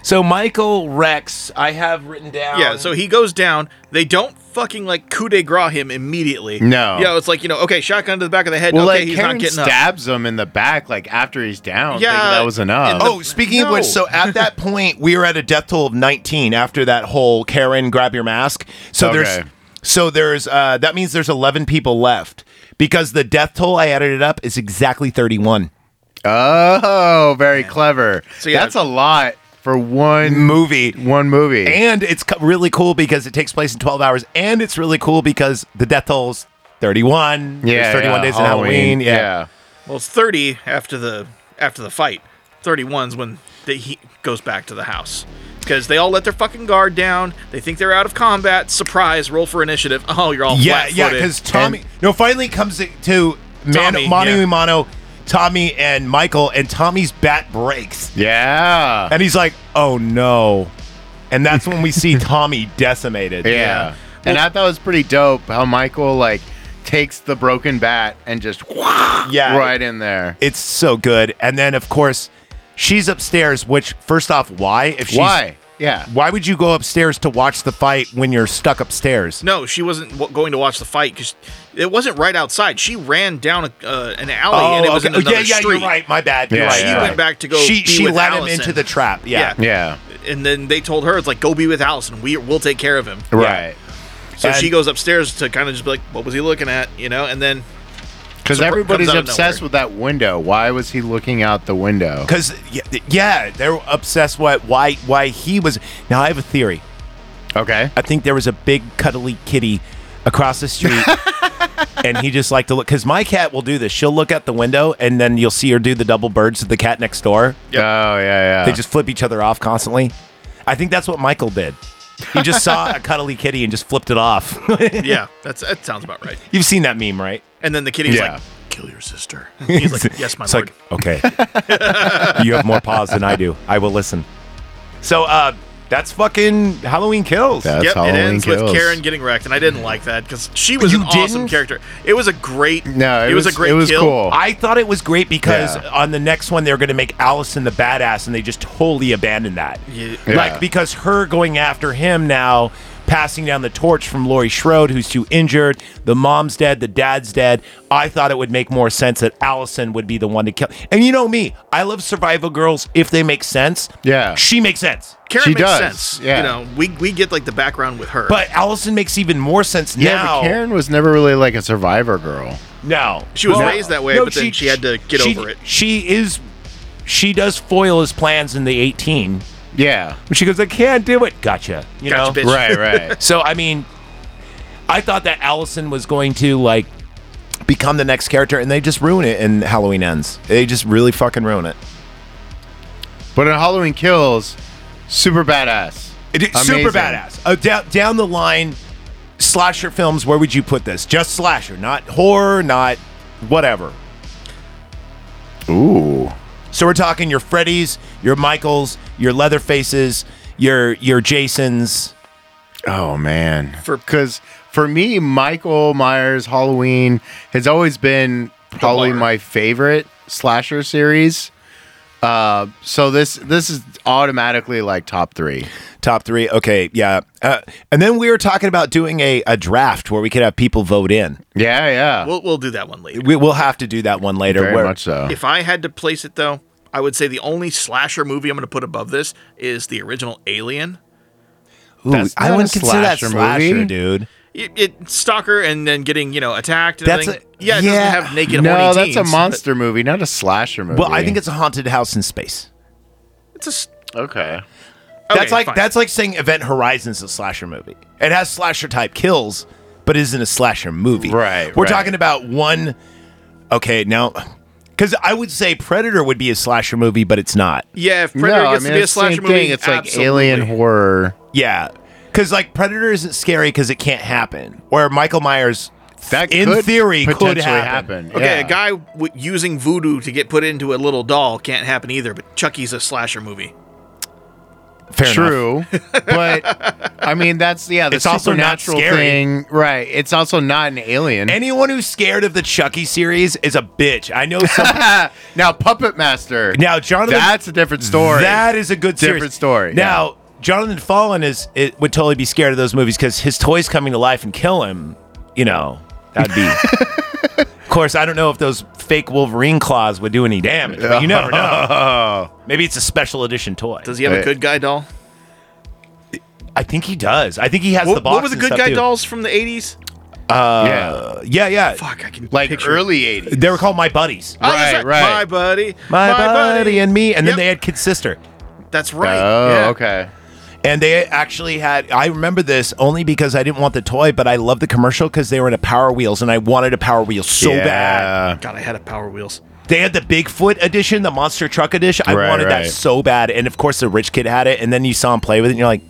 Speaker 2: So Michael Rex, I have written down.
Speaker 3: Yeah, so he goes down. They don't fucking like coup de grace him immediately.
Speaker 4: No.
Speaker 3: Yeah, it's like, you know, okay, shotgun to the back of the head.
Speaker 4: Well,
Speaker 3: okay,
Speaker 4: like
Speaker 3: he's
Speaker 4: Karen
Speaker 3: not getting up.
Speaker 4: stabs him in the back, like after he's down.
Speaker 3: Yeah,
Speaker 4: Yeah, that was enough.
Speaker 2: Oh, speaking of which, so at that point we were at a death toll of 19 after that whole Karen grab your mask. So there's
Speaker 4: Okay.
Speaker 2: so there's uh that means there's 11 people left because the death toll I added it up is exactly 31.
Speaker 4: oh, very clever.
Speaker 3: So, yeah.
Speaker 4: That's a lot for one
Speaker 2: Movie.
Speaker 4: One movie.
Speaker 2: And it's co- really cool because it takes place in 12 hours and it's really cool because the death toll's 31. There's
Speaker 4: yeah,
Speaker 2: 31
Speaker 4: yeah,
Speaker 2: days in Halloween. Yeah.
Speaker 3: Well, it's 30 after the after the fight. 31's when the, he goes back to the house. Because they all let their fucking guard down. They think they're out of combat. Surprise, roll for initiative. Oh, you're all
Speaker 2: Yeah, yeah,
Speaker 3: flat-footed.
Speaker 2: because Tommy. no, finally comes to, to man,
Speaker 3: Tommy,
Speaker 2: mano
Speaker 3: yeah.
Speaker 2: a mano, Tommy and Michael, and Tommy's bat breaks,
Speaker 4: Yeah.
Speaker 2: and he's like, "Oh no!" And that's when we see Tommy decimated.
Speaker 4: Yeah. and I thought it was pretty dope how Michael like takes the broken bat and just
Speaker 2: Yeah.
Speaker 4: right in there.
Speaker 2: it's so good. And then of course, she's upstairs. Which, first off, why? If she's,
Speaker 4: Why? Yeah.
Speaker 2: Why would you go upstairs to watch the fight when you're stuck upstairs?
Speaker 3: No, she wasn't w- going to watch the fight because it wasn't right outside. She ran down a, uh, an alley and it was in
Speaker 2: Oh, okay.
Speaker 3: another
Speaker 2: yeah, yeah,
Speaker 3: street.
Speaker 2: you're right. My bad. You're
Speaker 4: Yeah,
Speaker 2: right.
Speaker 4: she
Speaker 2: you're
Speaker 4: went
Speaker 2: right.
Speaker 3: back to go
Speaker 2: She
Speaker 3: be
Speaker 2: she
Speaker 3: with
Speaker 2: led him
Speaker 3: Allison.
Speaker 2: into the trap. Yeah.
Speaker 4: Yeah.
Speaker 3: And then they told her, it's like, go be with Allison. We, we'll take care of him.
Speaker 4: Right.
Speaker 3: So
Speaker 2: And-
Speaker 3: she goes upstairs to kind of just be like, what was he looking at? You know, and then
Speaker 4: Because
Speaker 3: So Brooke
Speaker 4: everybody's
Speaker 3: comes out of
Speaker 4: obsessed
Speaker 3: nowhere.
Speaker 4: with that window. Why was he looking out the window?
Speaker 2: Because yeah, they're obsessed what why why he was. Now I have a theory.
Speaker 4: Okay.
Speaker 2: I think there was a big cuddly kitty across the street, and he just liked to look. Because my cat will do this. She'll look out the window, and then you'll see her do the double birds to the cat next door.
Speaker 4: Oh yeah, yeah.
Speaker 2: They just flip each other off constantly. I think that's what Michael did. He just saw a cuddly kitty and just flipped it off.
Speaker 3: yeah, that's that sounds about right.
Speaker 2: You've seen that meme, right?
Speaker 3: And then the kitty's
Speaker 4: Yeah.
Speaker 3: like, kill your sister. He's like, yes, my
Speaker 2: It's
Speaker 3: lord.
Speaker 2: like, okay. you have more pause than I do. I will listen. So uh that's fucking Halloween kills.
Speaker 4: That's
Speaker 3: yep,
Speaker 4: Halloween
Speaker 3: it ends
Speaker 4: Kills.
Speaker 3: with Karen getting wrecked, and I didn't like that because she was
Speaker 2: You
Speaker 3: an awesome
Speaker 2: didn't?
Speaker 3: character. It was a great,
Speaker 4: No, it
Speaker 3: was,
Speaker 4: was-
Speaker 3: a great,
Speaker 4: it was
Speaker 3: kill.
Speaker 4: cool.
Speaker 2: I thought it was great because
Speaker 4: Oh. Yeah.
Speaker 2: on the next one they're going to make Allison the badass, and they just totally abandoned that.
Speaker 3: Yeah.
Speaker 4: Yeah.
Speaker 2: Like because her going after him now, passing down the torch from Laurie Schroed, who's too injured. The mom's dead. The dad's dead. I thought it would make more sense that Allison would be the one to kill. And you know me, I love survival girls if they make sense.
Speaker 4: Yeah.
Speaker 2: she makes sense.
Speaker 3: Karen
Speaker 4: She
Speaker 3: makes
Speaker 4: does,
Speaker 3: sense.
Speaker 4: yeah.
Speaker 3: You know, we we get like the background with her,
Speaker 2: But Allison makes even more sense
Speaker 4: yeah,
Speaker 2: now.
Speaker 4: but Karen was never really like a survivor girl.
Speaker 2: No,
Speaker 3: She was raised that way, but then she had to get
Speaker 2: she-
Speaker 3: over it.
Speaker 2: She is. She does foil his plans in the 18.
Speaker 4: Yeah.
Speaker 2: But she goes, I can't do it. Gotcha. You
Speaker 3: Gotcha,
Speaker 2: know?
Speaker 3: bitch.
Speaker 4: Right, right.
Speaker 2: So, I mean, I thought that Allison was going to, like, become the next character, and they just ruin it in Halloween Ends. They just really fucking ruin it.
Speaker 4: but in Halloween Kills, super badass.
Speaker 2: It- it's super
Speaker 4: Amazing.
Speaker 2: badass. Uh, down, down the line, slasher films, where would you put this? Just slasher, not horror, not whatever.
Speaker 4: Ooh.
Speaker 2: So we're talking your Freddy's, your Michaels, your Leatherfaces, your your Jasons.
Speaker 4: Oh man. For because for me, Michael Myers Halloween has always been probably my favorite slasher series. Uh, so this this is automatically like top three.
Speaker 2: Top three. Okay, yeah. Uh, and then we were talking about doing a, a draft where we could have people vote in.
Speaker 4: Yeah, yeah.
Speaker 3: we'll we'll do that one later.
Speaker 2: We, we'll have to do that one later.
Speaker 4: Very
Speaker 2: where-
Speaker 4: much so.
Speaker 3: If I had to place it though, I would say the only slasher movie I'm going to put above this is the original Alien.
Speaker 2: Ooh,
Speaker 4: That's
Speaker 2: I
Speaker 4: not a
Speaker 2: wouldn't consider that
Speaker 4: slasher
Speaker 2: slasher,
Speaker 4: movie.
Speaker 2: dude.
Speaker 3: It, it stalker and then getting you know attacked. And
Speaker 2: That's
Speaker 3: everything.
Speaker 2: a-
Speaker 3: yeah, it
Speaker 2: yeah.
Speaker 3: doesn't have naked.
Speaker 4: no,
Speaker 3: horny
Speaker 4: that's a
Speaker 3: teens, but
Speaker 4: monster movie, not a slasher movie.
Speaker 2: Well, I think it's a haunted house in space.
Speaker 3: It's a s-
Speaker 4: okay.
Speaker 3: okay,
Speaker 2: that's like
Speaker 3: fine.
Speaker 2: that's like saying Event Horizon's a slasher movie. It has slasher type kills, but isn't a slasher movie.
Speaker 4: Right,
Speaker 2: We're
Speaker 4: right.
Speaker 2: talking about one. Okay, now, because I would say Predator would be a slasher movie, but it's not.
Speaker 3: yeah. If Predator
Speaker 4: no,
Speaker 3: gets
Speaker 4: I mean,
Speaker 3: to be a
Speaker 4: it's the same
Speaker 3: slasher movie,
Speaker 4: thing. It's
Speaker 3: absolutely.
Speaker 4: like alien horror.
Speaker 2: Yeah, because like Predator isn't scary because it can't happen. Where Michael Myers,
Speaker 4: That
Speaker 2: in
Speaker 4: could
Speaker 2: theory, could
Speaker 4: potentially
Speaker 2: happen.
Speaker 4: happen.
Speaker 3: Okay,
Speaker 4: yeah.
Speaker 3: a guy w- using voodoo to get put into a little doll can't happen either, but Chucky's a slasher movie.
Speaker 2: Fair
Speaker 4: True, but I mean that's yeah. The
Speaker 2: It's also not
Speaker 4: supernatural
Speaker 2: scary.
Speaker 4: thing, right? It's also not an alien.
Speaker 2: Anyone who's scared of the Chucky series is a bitch. I know some.
Speaker 4: now Puppet Master.
Speaker 2: Now, Jonathan,
Speaker 4: that's a different story.
Speaker 2: That is a good series.
Speaker 4: different story.
Speaker 2: Now, Jonathan Fallen is it would totally be scared of those movies because his toys coming to life and kill him. You know, that'd be. of course, I don't know if those fake Wolverine claws would do any damage. But you never know. Maybe it's a special edition toy.
Speaker 3: Does he have a good guy doll?
Speaker 2: I think he does. I think he has
Speaker 3: What,
Speaker 2: the box.
Speaker 3: what were the
Speaker 2: and
Speaker 3: good
Speaker 2: stuff,
Speaker 3: guy
Speaker 2: too.
Speaker 3: dolls from the 80s?
Speaker 2: Uh, yeah, yeah, yeah.
Speaker 3: Fuck, I can
Speaker 4: like
Speaker 3: picture.
Speaker 4: early '80s.
Speaker 2: They were called My Buddies.
Speaker 3: Oh, that's
Speaker 4: Right, right.
Speaker 3: My buddy.
Speaker 2: My, buddy, and me, and
Speaker 3: Yep.
Speaker 2: then they had Kid Sister.
Speaker 3: That's right.
Speaker 4: Oh,
Speaker 3: yeah.
Speaker 4: okay.
Speaker 2: And they actually had, I remember this only because I didn't want the toy, but I loved the commercial because they were in a Power Wheels and I wanted a Power Wheel so bad.
Speaker 3: God, I had a Power Wheels.
Speaker 2: They had the Bigfoot edition, the Monster Truck edition. I
Speaker 4: Right,
Speaker 2: wanted
Speaker 4: right.
Speaker 2: that so bad. And of course, the rich kid had it. And then you saw him play with it and you're like,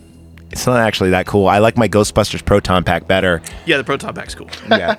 Speaker 2: it's not actually that cool. I like my Ghostbusters Proton Pack better.
Speaker 3: Yeah, the Proton Pack's cool.
Speaker 2: Yeah.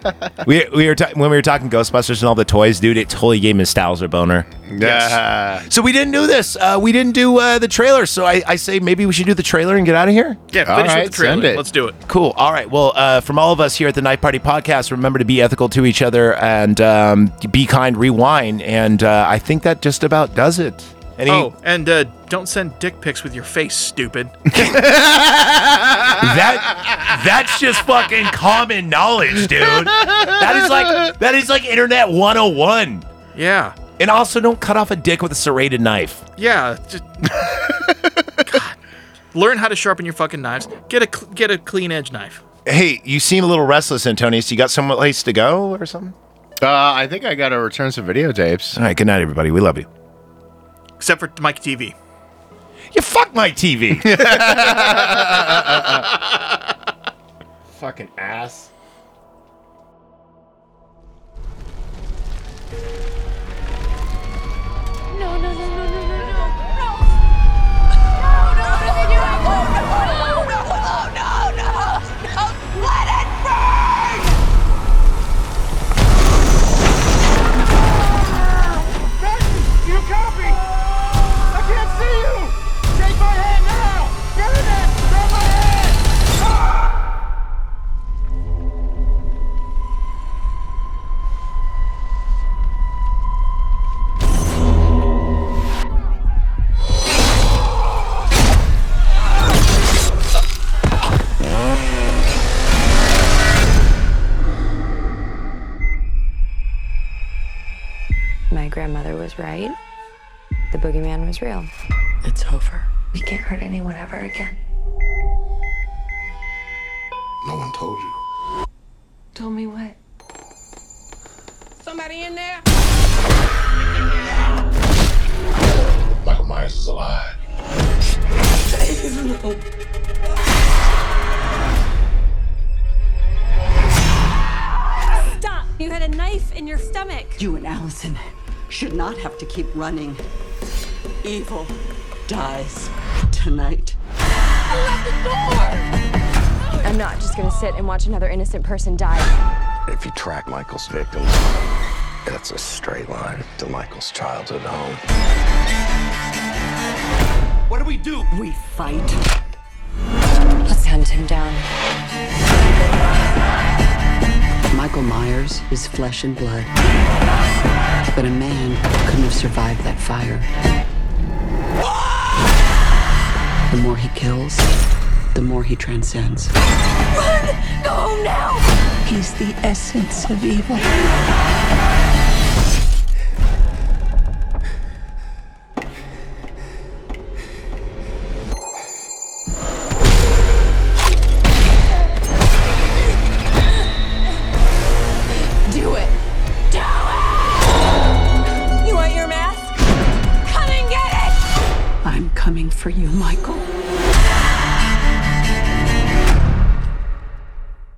Speaker 2: we, we were ta- when we were talking Ghostbusters and all the toys, dude, it totally gave me a Stowser boner.
Speaker 4: Yeah.
Speaker 2: So we didn't do this. Uh, we didn't do uh, the trailer. So I, I say maybe we should do the trailer and get out of here.
Speaker 3: Yeah,
Speaker 4: All
Speaker 3: finish
Speaker 4: right,
Speaker 3: with the trailer.
Speaker 4: send it.
Speaker 3: Let's do it.
Speaker 2: Cool. All right. Well, uh, from all of us here at the Night Party Podcast, remember to be ethical to each other and um, be kind, rewind. And uh, I think that just about does it. Any,
Speaker 3: Oh, and uh, don't send dick pics with your face, stupid.
Speaker 2: that that's just fucking common knowledge, dude. That is like that is like internet 101.
Speaker 3: yeah.
Speaker 2: And also, don't cut off a dick with a serrated knife.
Speaker 3: Yeah. Just... God. Learn how to sharpen your fucking knives. Get a cl- get a clean edge knife.
Speaker 2: Hey, you seem a little restless, Antonius. You got someplace to go or something?
Speaker 4: Uh, I think I got to return some videotapes.
Speaker 2: All right. Good night, everybody. We love you.
Speaker 3: Except for Mike TV.
Speaker 2: You fuck my TV.
Speaker 4: Fucking ass.
Speaker 11: No, no, no, no, no, no, no, no. No, no, what are they doing? Oh, no, oh, no, no, no. Let it burn!
Speaker 12: Benton, you copy? I can't see you! Take my hand now! Burn it! Burn my hand!
Speaker 13: My grandmother was right. The boogeyman was real.
Speaker 14: It's over.
Speaker 13: We can't hurt anyone ever again.
Speaker 15: No one told you.
Speaker 13: Told me what?
Speaker 14: Somebody in there?
Speaker 15: Michael Myers is alive.
Speaker 7: Stop! You had a knife in your stomach.
Speaker 14: You and Allison should not have to keep running. Evil dies tonight.
Speaker 7: I'm not just gonna sit and watch another innocent person die.
Speaker 16: If you track Michael's victims, that's a straight line to Michael's childhood home.
Speaker 14: What do we do? We fight.
Speaker 13: Let's hunt him down.
Speaker 14: Michael Myers is flesh and blood. But a man couldn't have survived that fire. The more he kills, the more he transcends.
Speaker 11: Run! Go home now!
Speaker 14: He's the essence of evil.